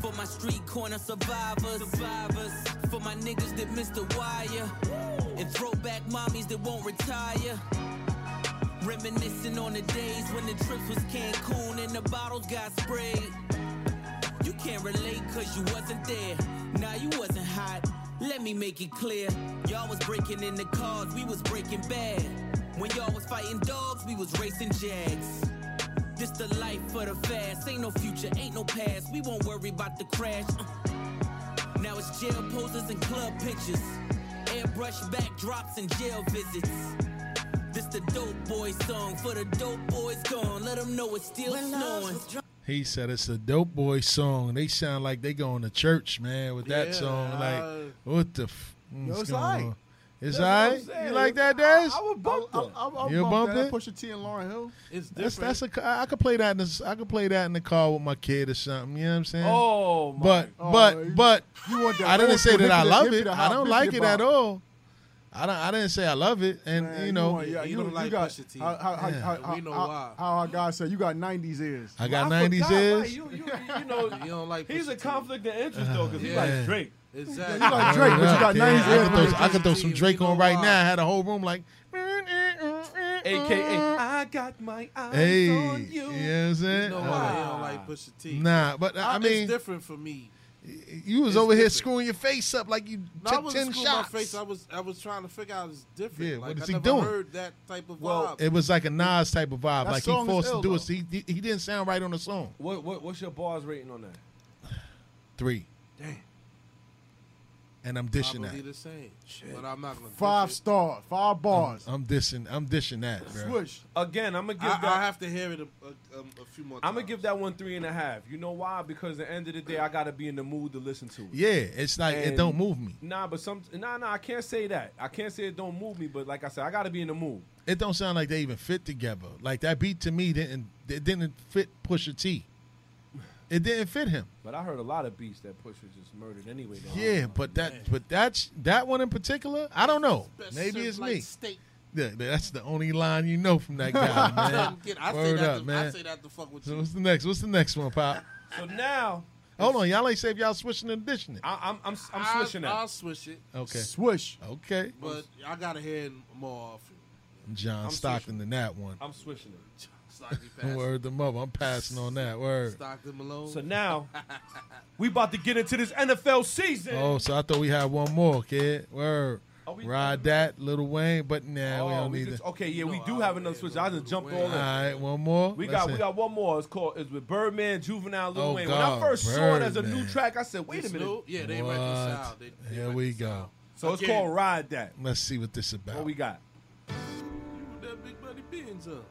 [SPEAKER 21] for For my street corner survivors, survivors. For my niggas that missed the wire. And throwback mommies that won't retire. Reminiscing on the days when the trips was Cancun and the bottles got sprayed. You can't relate cause you wasn't there. Nah, you wasn't hot. Let me make it clear. Y'all was breaking in the cars, we was breaking bad. When y'all was fighting dogs, we was racing jags. This the life for the fast. Ain't no future, ain't no past. We won't worry about the crash. Uh. Now it's jail poses and club pictures. Airbrush backdrops and jail visits. This the dope boy song for the dope boys gone. Let 'em know it's still snowing.
[SPEAKER 4] He said it's a dope boy song. They sound like they going to church, man, with that
[SPEAKER 6] Yeah,
[SPEAKER 4] song. Like,
[SPEAKER 6] uh,
[SPEAKER 4] what the? F- mm,
[SPEAKER 6] Yo,
[SPEAKER 4] what's
[SPEAKER 6] it's
[SPEAKER 4] going
[SPEAKER 6] aight.
[SPEAKER 4] on? It's
[SPEAKER 6] That's what I'm
[SPEAKER 4] alright.
[SPEAKER 6] saying.
[SPEAKER 4] You like that, Des?
[SPEAKER 6] I would bump that.
[SPEAKER 8] I, I, I
[SPEAKER 4] You'll bump
[SPEAKER 8] that.
[SPEAKER 4] it?
[SPEAKER 8] Pusha T and Lauren Hill.
[SPEAKER 6] It's
[SPEAKER 4] That's that's a I I could play that in the, I could play that in the car with my kid or something. You know what I'm saying?
[SPEAKER 6] Oh, my-
[SPEAKER 4] but
[SPEAKER 6] Oh,
[SPEAKER 4] but but
[SPEAKER 8] you want that
[SPEAKER 4] I didn't
[SPEAKER 8] old
[SPEAKER 4] say
[SPEAKER 8] school
[SPEAKER 4] that I
[SPEAKER 8] hippie-
[SPEAKER 4] love
[SPEAKER 8] hippie
[SPEAKER 4] it.
[SPEAKER 8] to
[SPEAKER 4] I
[SPEAKER 8] hop,
[SPEAKER 4] don't
[SPEAKER 8] hippie
[SPEAKER 4] like
[SPEAKER 8] to
[SPEAKER 4] it at
[SPEAKER 8] bop.
[SPEAKER 4] all. I don't I didn't say I love it, and
[SPEAKER 8] Man,
[SPEAKER 4] you know
[SPEAKER 8] want- yeah, you, you got, How, how, how,
[SPEAKER 4] Yeah.
[SPEAKER 8] how, how,
[SPEAKER 7] We know
[SPEAKER 8] how-
[SPEAKER 7] why.
[SPEAKER 8] how our guy said you got '90s ears.
[SPEAKER 4] I got nineties is.
[SPEAKER 6] You, you, you know, he's a conflict of interest, though, because he
[SPEAKER 4] Yeah.
[SPEAKER 6] likes Drake.
[SPEAKER 7] Exactly.
[SPEAKER 8] You like Drake, but you got
[SPEAKER 4] Yeah,
[SPEAKER 8] '90s
[SPEAKER 4] I
[SPEAKER 8] ears.
[SPEAKER 4] could throw, I could throw some Drake on right now. I had a whole room like,
[SPEAKER 6] AKA, I got my eyes
[SPEAKER 4] hey, you know
[SPEAKER 6] on you.
[SPEAKER 4] what I'm saying?
[SPEAKER 7] No, I don't like Pusha T.
[SPEAKER 4] Nah, but I,
[SPEAKER 7] Uh,
[SPEAKER 4] mean,
[SPEAKER 7] it's different for me.
[SPEAKER 4] you was
[SPEAKER 7] it's
[SPEAKER 4] over here
[SPEAKER 7] different.
[SPEAKER 4] screwing your face up like you
[SPEAKER 7] No, I
[SPEAKER 4] took
[SPEAKER 7] wasn't
[SPEAKER 4] ten
[SPEAKER 7] screwing my
[SPEAKER 4] shots.
[SPEAKER 7] face. I was I was trying to figure out it's different.
[SPEAKER 4] Yeah,
[SPEAKER 7] like,
[SPEAKER 4] what is
[SPEAKER 7] I
[SPEAKER 4] he
[SPEAKER 7] never
[SPEAKER 4] doing?
[SPEAKER 7] Heard that type of vibe.
[SPEAKER 4] It was like a Nas type of vibe.
[SPEAKER 7] That
[SPEAKER 4] like he
[SPEAKER 7] song is
[SPEAKER 4] forced to
[SPEAKER 7] ill,
[SPEAKER 4] do it. He, he he didn't sound right on the song.
[SPEAKER 6] What, what, what's your bars rating on that?
[SPEAKER 4] Three,
[SPEAKER 6] Damn.
[SPEAKER 4] and I'm dishing that.
[SPEAKER 7] Probably the same. But I'm not gonna.
[SPEAKER 8] Five star, five bars.
[SPEAKER 4] I'm dishing. I'm dishing that, bro.
[SPEAKER 8] Swish.
[SPEAKER 6] Again, I'm gonna give
[SPEAKER 7] I,
[SPEAKER 6] that.
[SPEAKER 7] I have to hear it a, a, um, a few more.
[SPEAKER 6] I'm gonna give that one three and a half. You know why? Because at the end of the day, I gotta be in the mood to listen to it.
[SPEAKER 4] Yeah, it's like it
[SPEAKER 6] And-
[SPEAKER 4] don't move me.
[SPEAKER 6] Nah, but some nah nah. I can't say that. I can't say it don't move me. But like I said, I gotta be in the mood.
[SPEAKER 4] It don't sound like they even fit together. Like that beat to me didn't it didn't fit Pusha T. It didn't fit him.
[SPEAKER 6] But I heard a lot of beats that Pusha just murdered anyway. though.
[SPEAKER 4] Yeah, but that but that's that one in particular, I don't know.
[SPEAKER 7] Best
[SPEAKER 4] Maybe
[SPEAKER 7] served
[SPEAKER 4] it's
[SPEAKER 7] like
[SPEAKER 4] me.
[SPEAKER 7] steak.
[SPEAKER 4] Yeah, that's the only line you know from that guy, man.
[SPEAKER 7] Get- I say
[SPEAKER 4] Word
[SPEAKER 7] that
[SPEAKER 4] up,
[SPEAKER 7] to- I
[SPEAKER 4] man.
[SPEAKER 7] say that to fuck with
[SPEAKER 4] so
[SPEAKER 7] you.
[SPEAKER 4] What's the next? What's the next one, Pop?
[SPEAKER 6] So now
[SPEAKER 4] Hold on, y'all ain't say if y'all switching and dishing it.
[SPEAKER 6] I, I'm I'm I'm
[SPEAKER 7] I-
[SPEAKER 6] swishing that.
[SPEAKER 7] I'll swish it.
[SPEAKER 4] Okay.
[SPEAKER 8] Swish.
[SPEAKER 4] Okay.
[SPEAKER 7] But I gotta hear it more often.
[SPEAKER 4] John
[SPEAKER 7] I'm
[SPEAKER 4] Stockton in that one.
[SPEAKER 6] I'm swishing it.
[SPEAKER 7] Stockton pass.
[SPEAKER 4] Word the mother. I'm passing on that. Word.
[SPEAKER 7] Stockton Malone.
[SPEAKER 6] So now we about to get into this NFL season.
[SPEAKER 4] Oh, so I thought we had one more, kid. Word. Ride that, Little Wayne, but nah, we
[SPEAKER 6] Oh,
[SPEAKER 4] don't
[SPEAKER 6] we
[SPEAKER 4] need
[SPEAKER 6] just-
[SPEAKER 4] it.
[SPEAKER 6] okay, yeah, we do have another switch. I just jumped all
[SPEAKER 4] All
[SPEAKER 6] in.
[SPEAKER 4] right, one more.
[SPEAKER 6] We
[SPEAKER 4] That's
[SPEAKER 6] got
[SPEAKER 4] it.
[SPEAKER 6] we got one more. It's called it's with Birdman, Juvenile, Lil
[SPEAKER 4] Oh,
[SPEAKER 6] Wayne.
[SPEAKER 4] God,
[SPEAKER 6] when I first saw it as a new
[SPEAKER 4] Birdman.
[SPEAKER 6] track, I said, "Wait a
[SPEAKER 7] This
[SPEAKER 6] minute."
[SPEAKER 7] new- yeah, they
[SPEAKER 4] What?
[SPEAKER 7] reconciled. They,
[SPEAKER 4] Here we go.
[SPEAKER 6] So it's called Ride That.
[SPEAKER 4] Let's see what this about.
[SPEAKER 6] What we got?
[SPEAKER 7] that big buddy beans up.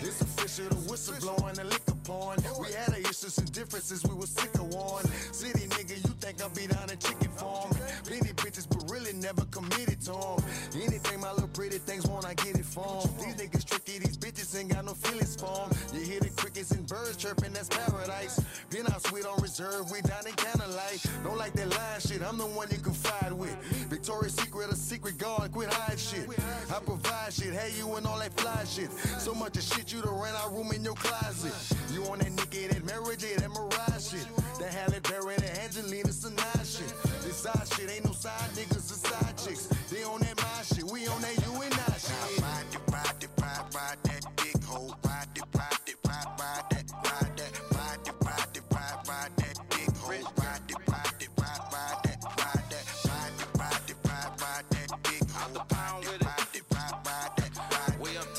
[SPEAKER 2] It's official, the whistle blowing, the liquor pouring. We had our issues and differences, we were sick of one. City nigga, you think I'll be down in chicken farm? Many bitches, but really never committed to 'em. Anything my little pretty things want, I get it from. These niggas tricky, these bitches ain't got no feelings for 'em. You hear the crickets and birds chirping, that's paradise. Been out sweet on reserve, we down in candlelight. Don't like that lying shit, I'm the one you confide with. Victoria's Secret, a secret guard, quit hide shit. I provide shit, hey you and all that fly shit. So much of shit you to rent our room in your closet. You on that Nicki, that marriage, that Mariah shit. That Halle Berry, that Angelina Sinai shit. This side shit ain't no side niggas, it's side chicks. They on that my shit, we on that you and I shit. Ride it, ride it, ride, ride that big hoe. Ride it, ride it, ride, ride that, ride that. Ride it, ride it, ride, ride that big hoe. Ride it, ride it, ride, ride that, ride that. Ride it, ride it, ride, ride that big hoe. Ride it, ride it, ride, ride that, ride that. Ride that big hoe. Ride it, ride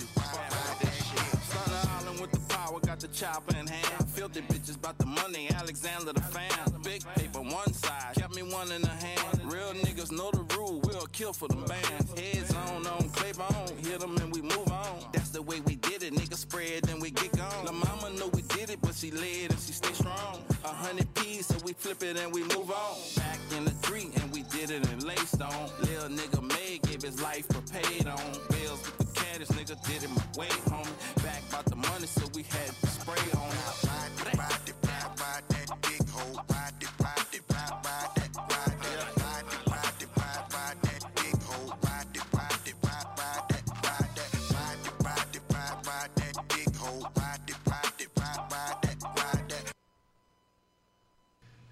[SPEAKER 2] it, ride, ride that shit.
[SPEAKER 21] Started island with the power, got the chopper in hand. Filthy bitches about the money, Alexander the fan. Big paper, one side, kept me one in the hand. Real niggas know the rule, we'll kill for them bands. Heads on, on, clay on, hit them and we move on. That's the way we did it, niggas spread, then we get gone. La mama know we did it, but she led and she stay strong. A hundred P's, so we flip it and we move on. Back in the street, and we did it in Laystone. Lil nigga made, gave his life for paid on. Bills with the cat, this nigga did it my way, homie. Back about the money, so we had to spray on.
[SPEAKER 2] Ride it, ride it, ride, ride that big hoe. Ride it, ride it, ride, ride that, ride that. Ride it, ride it, ride,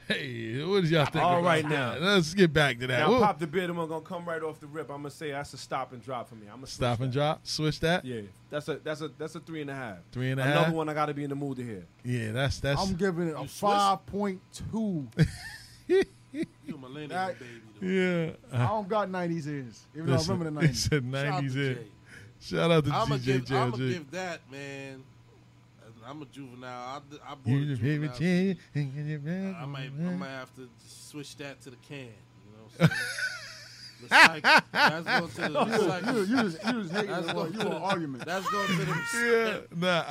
[SPEAKER 4] Hey, what did y'all think?
[SPEAKER 6] All
[SPEAKER 4] about
[SPEAKER 6] right
[SPEAKER 4] that?
[SPEAKER 6] now.
[SPEAKER 4] Let's get back to that.
[SPEAKER 6] Now
[SPEAKER 4] Woo.
[SPEAKER 6] pop the bid. I'm gonna come right off the rip. I'm gonna say that's a stop and drop for me. I'm gonna
[SPEAKER 4] Stop and drop. Switch that.
[SPEAKER 6] Yeah, that's a that's a that's a three and a half.
[SPEAKER 4] Three and a
[SPEAKER 6] Another
[SPEAKER 4] half?
[SPEAKER 6] one I got to be in the mood to hear.
[SPEAKER 4] Yeah, that's that's.
[SPEAKER 8] I'm giving it a
[SPEAKER 6] Swiss?
[SPEAKER 8] five point two.
[SPEAKER 7] You millennial baby.
[SPEAKER 4] yeah.
[SPEAKER 8] I don't got nineties ears. Even
[SPEAKER 4] Listen,
[SPEAKER 8] though I remember the nineties.
[SPEAKER 4] He said nineties in. Shout out to
[SPEAKER 7] I'm gonna
[SPEAKER 4] DJ
[SPEAKER 7] give, I'm gonna
[SPEAKER 4] JLG.
[SPEAKER 7] give that man. I'm a juvenile. I, I bought
[SPEAKER 4] You
[SPEAKER 7] a
[SPEAKER 4] just hear me
[SPEAKER 7] juvenile.
[SPEAKER 4] change and get it back
[SPEAKER 7] I might, I
[SPEAKER 4] on
[SPEAKER 7] might have to switch that to the can. You know what I'm saying? Recycle. That's going to the
[SPEAKER 8] You-
[SPEAKER 7] recycle.
[SPEAKER 8] you- you just- you just hating
[SPEAKER 7] That's
[SPEAKER 8] on-
[SPEAKER 7] going
[SPEAKER 8] you
[SPEAKER 7] to
[SPEAKER 8] on
[SPEAKER 7] the-
[SPEAKER 8] argument.
[SPEAKER 7] That's going to
[SPEAKER 4] Yeah,
[SPEAKER 7] the
[SPEAKER 4] nah, I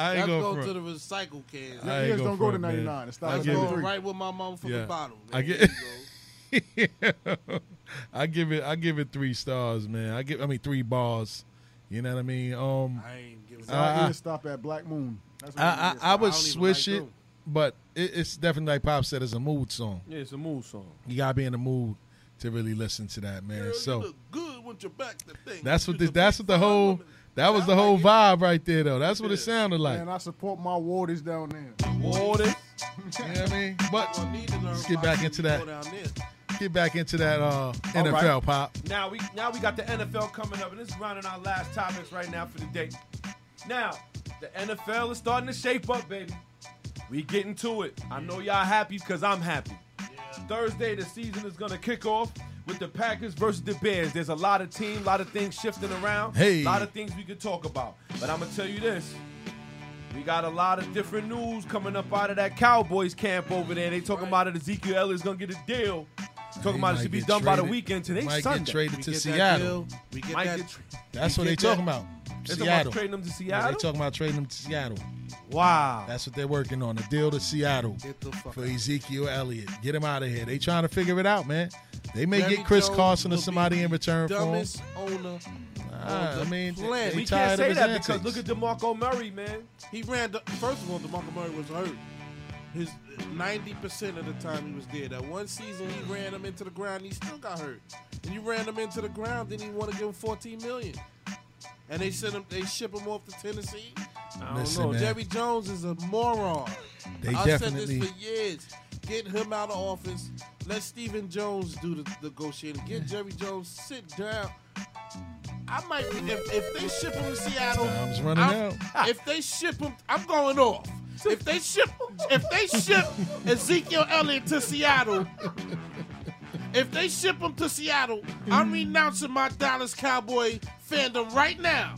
[SPEAKER 4] ain't gonna
[SPEAKER 7] That's going
[SPEAKER 4] front.
[SPEAKER 7] to the recycle can.
[SPEAKER 4] I ain't gonna front, man. I
[SPEAKER 7] That's
[SPEAKER 4] give
[SPEAKER 7] going
[SPEAKER 4] it-
[SPEAKER 7] right with my motherfucking
[SPEAKER 4] Yeah.
[SPEAKER 7] bottle. Man.
[SPEAKER 4] I get. I give it. I give it three stars, man. I give. I mean, three bars. You know what I mean? Um,
[SPEAKER 7] I ain't giving
[SPEAKER 8] So
[SPEAKER 4] I-
[SPEAKER 8] I,
[SPEAKER 4] I-
[SPEAKER 8] stop at Black Moon. That's what
[SPEAKER 4] I,
[SPEAKER 8] it is.
[SPEAKER 4] I, I would switch it, but it, it's definitely like Pop said, it's a mood song.
[SPEAKER 6] Yeah, it's a mood song.
[SPEAKER 4] You gotta be in the mood to really listen to that, man. so
[SPEAKER 7] Good with your back the thing.
[SPEAKER 4] that's what this, that's what the whole that was the whole vibe right there, though. That's what it sounded like.
[SPEAKER 8] And I support my warders down there.
[SPEAKER 4] Warders. you know what I mean? But let's get back into that. Get back into that uh,
[SPEAKER 6] All
[SPEAKER 4] NFL
[SPEAKER 6] right.
[SPEAKER 4] pop.
[SPEAKER 6] Now we now we got the NFL coming up, and this is rounding our last topics right now for the day. Now, the NFL is starting to shape up, baby. We getting to it. I know y'all happy because I'm happy. Thursday, the season is gonna kick off with the Packers versus the Bears. There's a lot of team, a lot of things shifting around.
[SPEAKER 4] Hey.
[SPEAKER 6] a lot of things we could talk about. But I'm gonna tell you this. We got a lot of different news coming up out of that Cowboys camp over there. They talking about it. Ezekiel Elliott's gonna get a deal. Talking
[SPEAKER 4] He
[SPEAKER 6] about it
[SPEAKER 4] might
[SPEAKER 6] should be
[SPEAKER 4] get
[SPEAKER 6] done by the
[SPEAKER 4] traded.
[SPEAKER 6] weekend. Today's
[SPEAKER 4] Might get
[SPEAKER 6] Sunday.
[SPEAKER 4] traded We to get that Seattle. deal.
[SPEAKER 7] We get
[SPEAKER 6] Might
[SPEAKER 7] that-
[SPEAKER 6] tra-
[SPEAKER 4] That's
[SPEAKER 6] we
[SPEAKER 4] what they
[SPEAKER 6] get
[SPEAKER 4] talking
[SPEAKER 6] that-
[SPEAKER 4] about.
[SPEAKER 6] They talking
[SPEAKER 4] Seattle.
[SPEAKER 6] about trading them to
[SPEAKER 4] Yeah,
[SPEAKER 6] Seattle?
[SPEAKER 4] they talking about trading them to Seattle.
[SPEAKER 6] Wow.
[SPEAKER 4] That's what they're working on. A deal to Seattle
[SPEAKER 7] Get the fuck
[SPEAKER 4] for Ezekiel Elliott. Get him out of here. They trying to figure it out, man. They may
[SPEAKER 7] Jerry
[SPEAKER 4] get Chris
[SPEAKER 7] Jones
[SPEAKER 4] Carson or
[SPEAKER 7] will be
[SPEAKER 4] somebody in return for him.
[SPEAKER 7] Dumbest owner.
[SPEAKER 4] Ah,
[SPEAKER 7] on
[SPEAKER 4] I
[SPEAKER 7] the
[SPEAKER 4] mean, they-
[SPEAKER 7] planet.
[SPEAKER 4] they We can't tired of say his that because antics.
[SPEAKER 6] look at DeMarco Murray, man.
[SPEAKER 7] He ran. The, first of all, DeMarco Murray was hurt. His ninety percent of the time he was there. That one season he ran him into the ground. He still got hurt. And you ran him into the ground. Then he want to give him fourteen million. And they sent him. They ship him off to Tennessee. I don't
[SPEAKER 4] Listen,
[SPEAKER 7] know.
[SPEAKER 4] man.
[SPEAKER 7] Jerry Jones is a moron.
[SPEAKER 4] They
[SPEAKER 7] I
[SPEAKER 4] definitely-
[SPEAKER 7] said this for years. Get him out of office. Let Stephen Jones do the the negotiating. Get Jerry Jones. Sit down. I might if, if they ship him to Seattle.
[SPEAKER 4] Time's running
[SPEAKER 7] I'm- If they ship him, I'm going off. If they ship, if they ship Ezekiel Elliott to Seattle, if they ship him to Seattle, I'm renouncing my Dallas Cowboy fandom right now.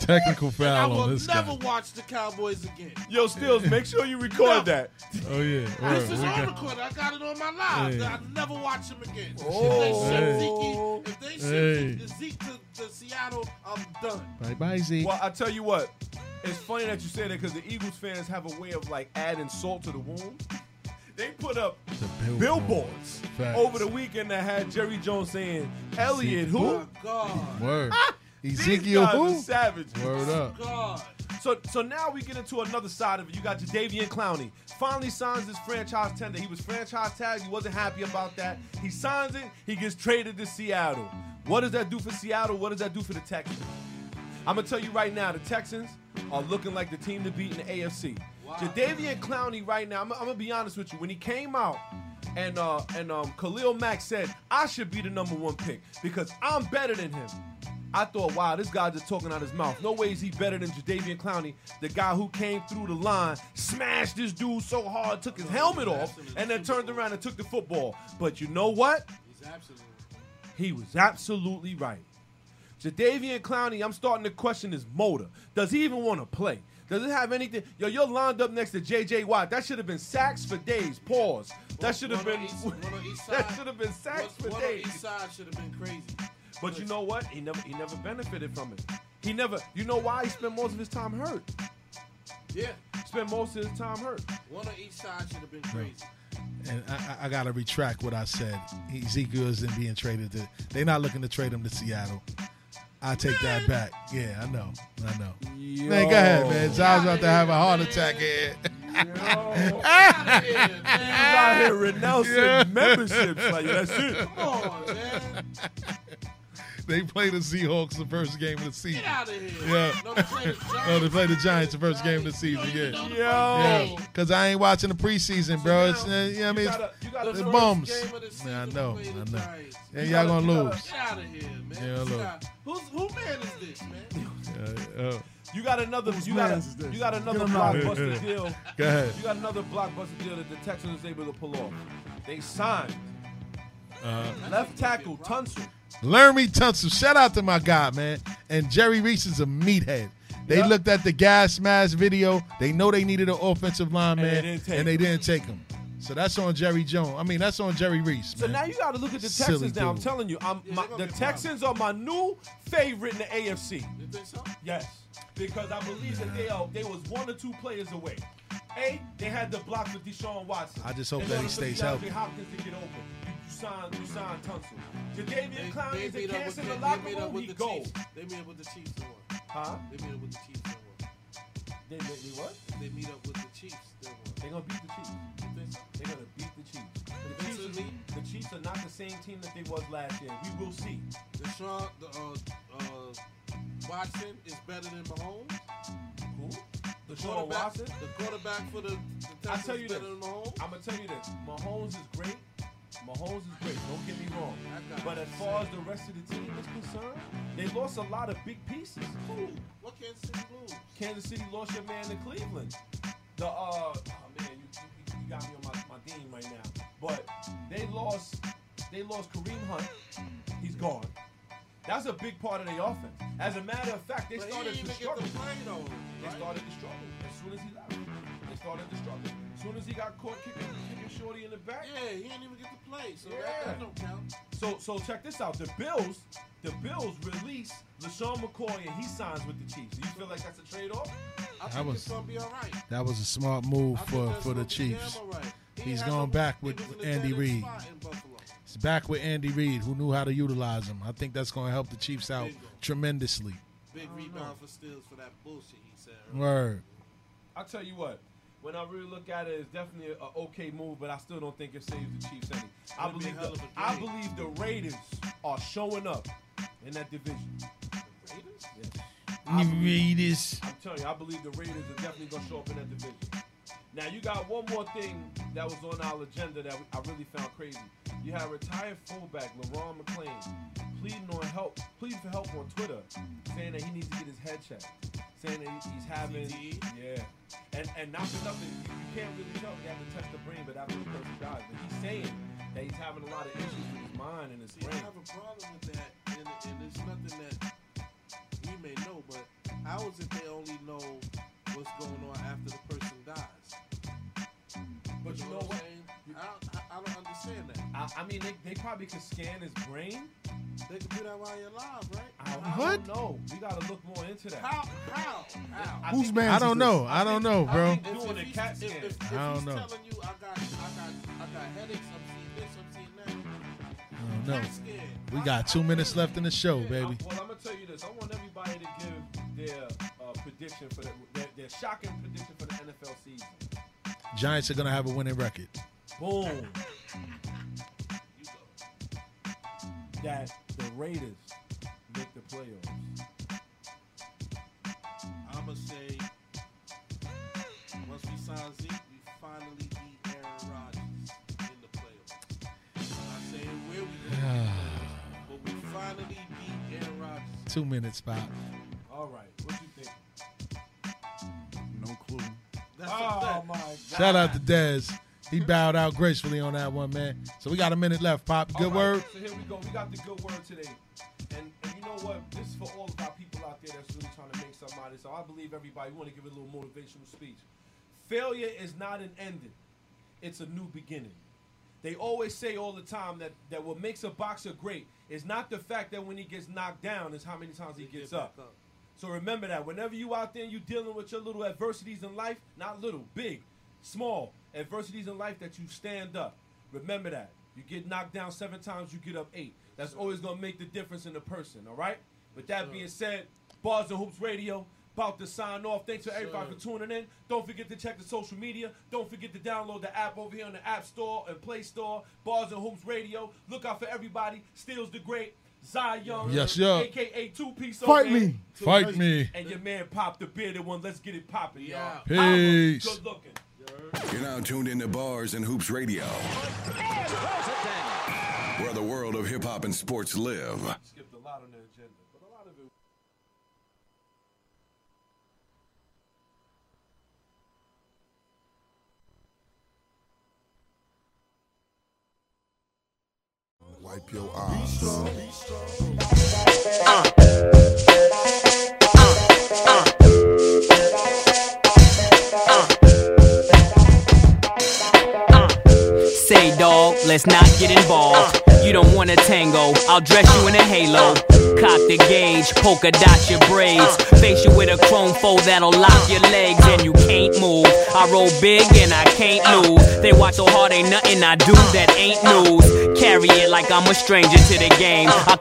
[SPEAKER 4] Technical
[SPEAKER 7] I
[SPEAKER 4] foul on
[SPEAKER 7] will
[SPEAKER 4] this
[SPEAKER 7] never
[SPEAKER 4] guy.
[SPEAKER 7] watch the Cowboys again.
[SPEAKER 6] Yo, Stills, make sure you record that.
[SPEAKER 4] Oh yeah.
[SPEAKER 7] This
[SPEAKER 4] Word.
[SPEAKER 7] is
[SPEAKER 4] We
[SPEAKER 7] on
[SPEAKER 4] got-
[SPEAKER 7] record. I got it on my live.
[SPEAKER 4] Hey.
[SPEAKER 7] I'll never watch him again.
[SPEAKER 6] Oh.
[SPEAKER 7] If they ship, Zeke, if
[SPEAKER 6] Hey.
[SPEAKER 7] they ship Zeke to, to Seattle, I'm done.
[SPEAKER 4] Bye bye, Zeke.
[SPEAKER 6] Well, I tell you what, it's funny that you say that because the Eagles fans have a way of like adding salt to the wound. They put up billboards
[SPEAKER 4] Facts.
[SPEAKER 6] over the weekend that had Jerry Jones saying, "Elliot, who?
[SPEAKER 7] God.
[SPEAKER 4] Word.
[SPEAKER 6] These
[SPEAKER 4] Ezekiel
[SPEAKER 6] guys are
[SPEAKER 4] who?
[SPEAKER 6] savages.
[SPEAKER 4] Word up.
[SPEAKER 7] God.
[SPEAKER 6] So, so now we get into another side of it. You got Jadavian Clowney. Finally signs his franchise tender. He was franchise tagged. He wasn't happy about that. He signs it. He gets traded to Seattle. What does that do for Seattle? What does that do for the Texans? I'm gonna tell you right now, the Texans are looking like the team to beat in the AFC. Jadavian Clowney right now. I'm, I'm gonna be honest with you. When he came out, and uh, and um, Khalil Mack said I should be the number one pick because I'm better than him. I thought, wow, this guy just talking out his mouth. No way is he better than Jadavian Clowney, the guy who came through the line, smashed this dude so hard, took his helmet off, and then turned around and took the football. But you know what? He was absolutely right. Jadavian Clowney, I'm starting to question his motor. Does he even want to play? Does it have anything? Yo, you're lined up next to J.J. Watt. That should have been sacks for days. Pause. That should have been. That should have been sacks for
[SPEAKER 7] One on
[SPEAKER 6] days.
[SPEAKER 7] each side should have been crazy.
[SPEAKER 6] But you know what? He never. He never benefited from it. He never. You know why? He spent most of his time hurt.
[SPEAKER 7] Yeah.
[SPEAKER 6] Spent most of his time hurt.
[SPEAKER 7] One on each side should have been crazy.
[SPEAKER 4] And I, I- I gotta retract what I said. Ezekiel isn't being traded to. They're not looking to trade him to Seattle. I take that back. Yeah, I know. I know. Man, go ahead, man. Zai's about to have a heart attack here.
[SPEAKER 6] out here renouncing memberships like that's it.
[SPEAKER 7] Come on, man.
[SPEAKER 4] They play the Seahawks the first game of the season.
[SPEAKER 7] Get outta here.
[SPEAKER 4] Yeah.
[SPEAKER 7] No, they play the Giants.
[SPEAKER 4] No, they play the Giants the first game of the season. Yeah.
[SPEAKER 7] know the
[SPEAKER 4] Yeah. Cause I ain't watching the preseason, bro. It's uh, you know what I mean.
[SPEAKER 7] gotta- you gotta
[SPEAKER 4] It's
[SPEAKER 7] first
[SPEAKER 4] bums.
[SPEAKER 7] game of the season
[SPEAKER 4] Yeah, I know.
[SPEAKER 7] play the
[SPEAKER 4] I know.
[SPEAKER 7] Giants.
[SPEAKER 4] Yeah,
[SPEAKER 7] You
[SPEAKER 4] y'all
[SPEAKER 7] gotta-
[SPEAKER 4] gonna
[SPEAKER 7] you gotta-
[SPEAKER 4] lose.
[SPEAKER 7] Get outta here, man.
[SPEAKER 4] Yeah,
[SPEAKER 7] You
[SPEAKER 4] look.
[SPEAKER 7] gotta- Who's who man is this, man?
[SPEAKER 4] Yeah, yeah.
[SPEAKER 6] You got another. You
[SPEAKER 4] man
[SPEAKER 6] got,
[SPEAKER 4] is
[SPEAKER 6] a,
[SPEAKER 4] this?
[SPEAKER 6] you got another
[SPEAKER 4] Get him out.
[SPEAKER 6] blockbuster deal.
[SPEAKER 4] Go ahead.
[SPEAKER 6] You got another blockbuster deal that the Texans was able to pull off. They signed
[SPEAKER 4] Uh,
[SPEAKER 6] left tackle Tunsil.
[SPEAKER 4] Laramie Tunsil, shout out to my guy, man. And Jerry Reese is a meathead. They
[SPEAKER 6] Yep.
[SPEAKER 4] looked at the gas mask video. They know they needed an offensive line,
[SPEAKER 6] And they
[SPEAKER 4] man,
[SPEAKER 6] didn't take
[SPEAKER 4] and they didn't take him. So that's on Jerry Jones. I mean, that's on Jerry Reese.
[SPEAKER 6] So
[SPEAKER 4] man.
[SPEAKER 6] now you got to look at the Texans.
[SPEAKER 4] Silly
[SPEAKER 6] Now I'm
[SPEAKER 4] dude.
[SPEAKER 6] telling you, I'm my, the Texans are my new favorite in the AFC. Yes, because I believe that they are. They was one or two players away. A, they had the block with Deshaun Watson.
[SPEAKER 4] I just hope
[SPEAKER 6] They
[SPEAKER 4] that he
[SPEAKER 6] wanted for
[SPEAKER 4] stays
[SPEAKER 6] DeAndre
[SPEAKER 4] healthy.
[SPEAKER 6] Hopkins to get open. You you signed, you signed Tunsil. Jadavian Clowney
[SPEAKER 7] They
[SPEAKER 6] is a
[SPEAKER 7] meet up with
[SPEAKER 6] cancer in the
[SPEAKER 7] they
[SPEAKER 6] locker
[SPEAKER 7] meet up
[SPEAKER 6] room.
[SPEAKER 7] with
[SPEAKER 6] He
[SPEAKER 7] the
[SPEAKER 6] go.
[SPEAKER 7] Chiefs. They meet up with the Chiefs and what?
[SPEAKER 6] Huh?
[SPEAKER 7] They meet up with the Chiefs and what?
[SPEAKER 6] They meet with what?
[SPEAKER 7] They meet up with the Chiefs. They
[SPEAKER 6] They're gonna beat the Chiefs. They're gonna beat the Chiefs. The Chiefs, are, the Chiefs are not the same team that they was last year. We will see.
[SPEAKER 7] Deshaun, the, uh, uh, Watson is better than Mahomes.
[SPEAKER 6] Who? The
[SPEAKER 7] quarterback-
[SPEAKER 6] Watson?
[SPEAKER 7] The quarterback for the, the
[SPEAKER 6] I
[SPEAKER 7] Texans
[SPEAKER 6] tell you this.
[SPEAKER 7] better than Mahomes.
[SPEAKER 6] I'm gonna tell you this. Mahomes is great. Mahomes is great. Don't get me wrong. But as far as the rest of the team is concerned, they lost a lot of big pieces. Who?
[SPEAKER 7] What Kansas City lose?
[SPEAKER 6] Kansas City lost your man to Cleveland. The uh, oh man, you, you, you got me on my, my team right now. But they lost, they lost Kareem Hunt. He's gone. That's a big part of their offense. As a matter of fact, they
[SPEAKER 7] But he
[SPEAKER 6] started to
[SPEAKER 7] didn't even
[SPEAKER 6] struggle.
[SPEAKER 7] get to play, though,
[SPEAKER 6] They
[SPEAKER 7] right?
[SPEAKER 6] started to struggle as soon as he left. They started to struggle. As soon as he got caught kicking, kicking shorty in the back.
[SPEAKER 7] Yeah, he didn't even get to play, so that-
[SPEAKER 6] Yeah.
[SPEAKER 7] that don't count.
[SPEAKER 6] So so check this out. The Bills, the Bills release LaShawn McCoy and he signs with the Chiefs. Do you feel like that's a trade-off?
[SPEAKER 7] I
[SPEAKER 4] That
[SPEAKER 7] think
[SPEAKER 4] was
[SPEAKER 7] it's gonna be all right.
[SPEAKER 4] that was a smart move
[SPEAKER 7] I think
[SPEAKER 4] for,
[SPEAKER 7] that's
[SPEAKER 4] for the
[SPEAKER 7] gonna be damn
[SPEAKER 4] Chiefs.
[SPEAKER 7] all right. He
[SPEAKER 4] He's
[SPEAKER 7] had no-
[SPEAKER 4] going back
[SPEAKER 7] he
[SPEAKER 4] with
[SPEAKER 7] was in a
[SPEAKER 4] Andy
[SPEAKER 7] dead-end
[SPEAKER 4] Reed.
[SPEAKER 7] spot in Buffalo.
[SPEAKER 4] He's back with Andy Reed, who knew how to utilize him. I think that's going to help the Chiefs out
[SPEAKER 7] Bingo.
[SPEAKER 4] tremendously.
[SPEAKER 7] Big rebound for Steals for that bullshit he said. earlier.
[SPEAKER 4] Word.
[SPEAKER 6] I'll tell you what. When I really look at it, it's definitely an okay move, but I still don't think it saves the Chiefs any. I
[SPEAKER 7] It'll be a
[SPEAKER 6] believe the,
[SPEAKER 7] hell of a
[SPEAKER 6] I
[SPEAKER 7] game.
[SPEAKER 6] believe the Raiders are showing up in that division.
[SPEAKER 7] Raiders?
[SPEAKER 6] I believe-
[SPEAKER 4] Raiders.
[SPEAKER 6] I'm telling you, I believe the Raiders are definitely gonna show up in that division. Now you got one more thing that was on our agenda that I really found crazy. You had retired fullback LaRon McClain pleading on help, pleading for help on Twitter, saying that he needs to get his head checked, saying that he's having yeah, and and not for nothing, you, you can't really tell. You have to touch the brain, but after the person dies, but he's saying that he's having a lot of issues with his mind and his
[SPEAKER 7] See, I
[SPEAKER 6] brain.
[SPEAKER 7] have a problem with that, and, and it's nothing that we may know, but how is it they only know what's going on after the person didies?
[SPEAKER 6] But you know what?
[SPEAKER 7] I'm saying? I don't, I, I don't understand that.
[SPEAKER 6] I, I mean, they, they probably could scan his brain.
[SPEAKER 7] They can do that while you're alive, right?
[SPEAKER 6] I don't
[SPEAKER 7] What?
[SPEAKER 6] know. We gotta look more into that.
[SPEAKER 7] How? How? How?
[SPEAKER 6] I
[SPEAKER 4] Who's
[SPEAKER 6] think-
[SPEAKER 4] man I don't know. I don't know, bro.
[SPEAKER 6] think doing a cat scan.
[SPEAKER 4] I don't know.
[SPEAKER 7] telling you I got, I got, I got headaches. I'm seeing this. I'm seeing that.
[SPEAKER 4] I don't know. We got two minutes left in the show, baby.
[SPEAKER 6] Well, I'm gonna tell you this. I want everybody to give their uh, prediction for the, their, their shocking prediction for the NFL season.
[SPEAKER 4] Giants are going to have a winning record.
[SPEAKER 6] Boom. That the Raiders make the playoffs.
[SPEAKER 7] I'ma say once we sign Zeke, we finally beat Aaron Rodgers in the playoffs. I'm not saying where we go, but we finally beat Aaron Rodgers.
[SPEAKER 4] Two minutes, Pop.
[SPEAKER 6] All right. What you think?
[SPEAKER 23] No clue.
[SPEAKER 7] That's
[SPEAKER 6] oh
[SPEAKER 7] a
[SPEAKER 6] my God.
[SPEAKER 4] Shout out to Dez. He bowed out gracefully on that one, man. So we got a minute left, Pop. Good
[SPEAKER 6] All right,
[SPEAKER 4] word.
[SPEAKER 6] So here we go. We got the good word today. And, and you know what? This is for all of our people out there that's really trying to make something out of this. So I believe everybody, we want to give it a little motivational speech. Failure is not an ending, it's a new beginning. They always say all the time that, that what makes a boxer great is not the fact that when he gets knocked down, is how many times he gets up. So remember that whenever you out there and you dealing with your little adversities in life, not little, big, small adversities in life that you stand up. Remember that. You get knocked down seven times, you get up eight. That's always gonna make the difference in a person, all right? With that being said, Bars and Hoops Radio, about to sign off. Thanks for everybody for tuning in. Don't forget to check the social media. Don't forget to download the app over here on the App Store and Play Store. Bars and Hoops Radio. Look out for everybody. Steals the Great. Zion,
[SPEAKER 4] Yes, yeah.
[SPEAKER 6] aka Two Piece.
[SPEAKER 4] Fight
[SPEAKER 6] Old Man.
[SPEAKER 4] me. Fight me.
[SPEAKER 6] And your man popped the bearded one. Let's get it popping, y'all.
[SPEAKER 1] Peace.
[SPEAKER 6] Good looking.
[SPEAKER 1] You're now tuned into Bars and Hoops Radio, where the world of hip hop and sports live.
[SPEAKER 6] Skipped a lot on the agenda, but a lot of it.
[SPEAKER 24] Wipe your eyes.
[SPEAKER 25] Say, dog, let's not get involved. You don't want a tango, I'll dress you in a halo. Cock the gauge, polka dot your braids. Face you with a chrome foe that'll lock your legs, and you can't move. I roll big and I can't lose. They watch so hard, ain't nothing I do that ain't news. Carry it like I'm a stranger to the game. I cut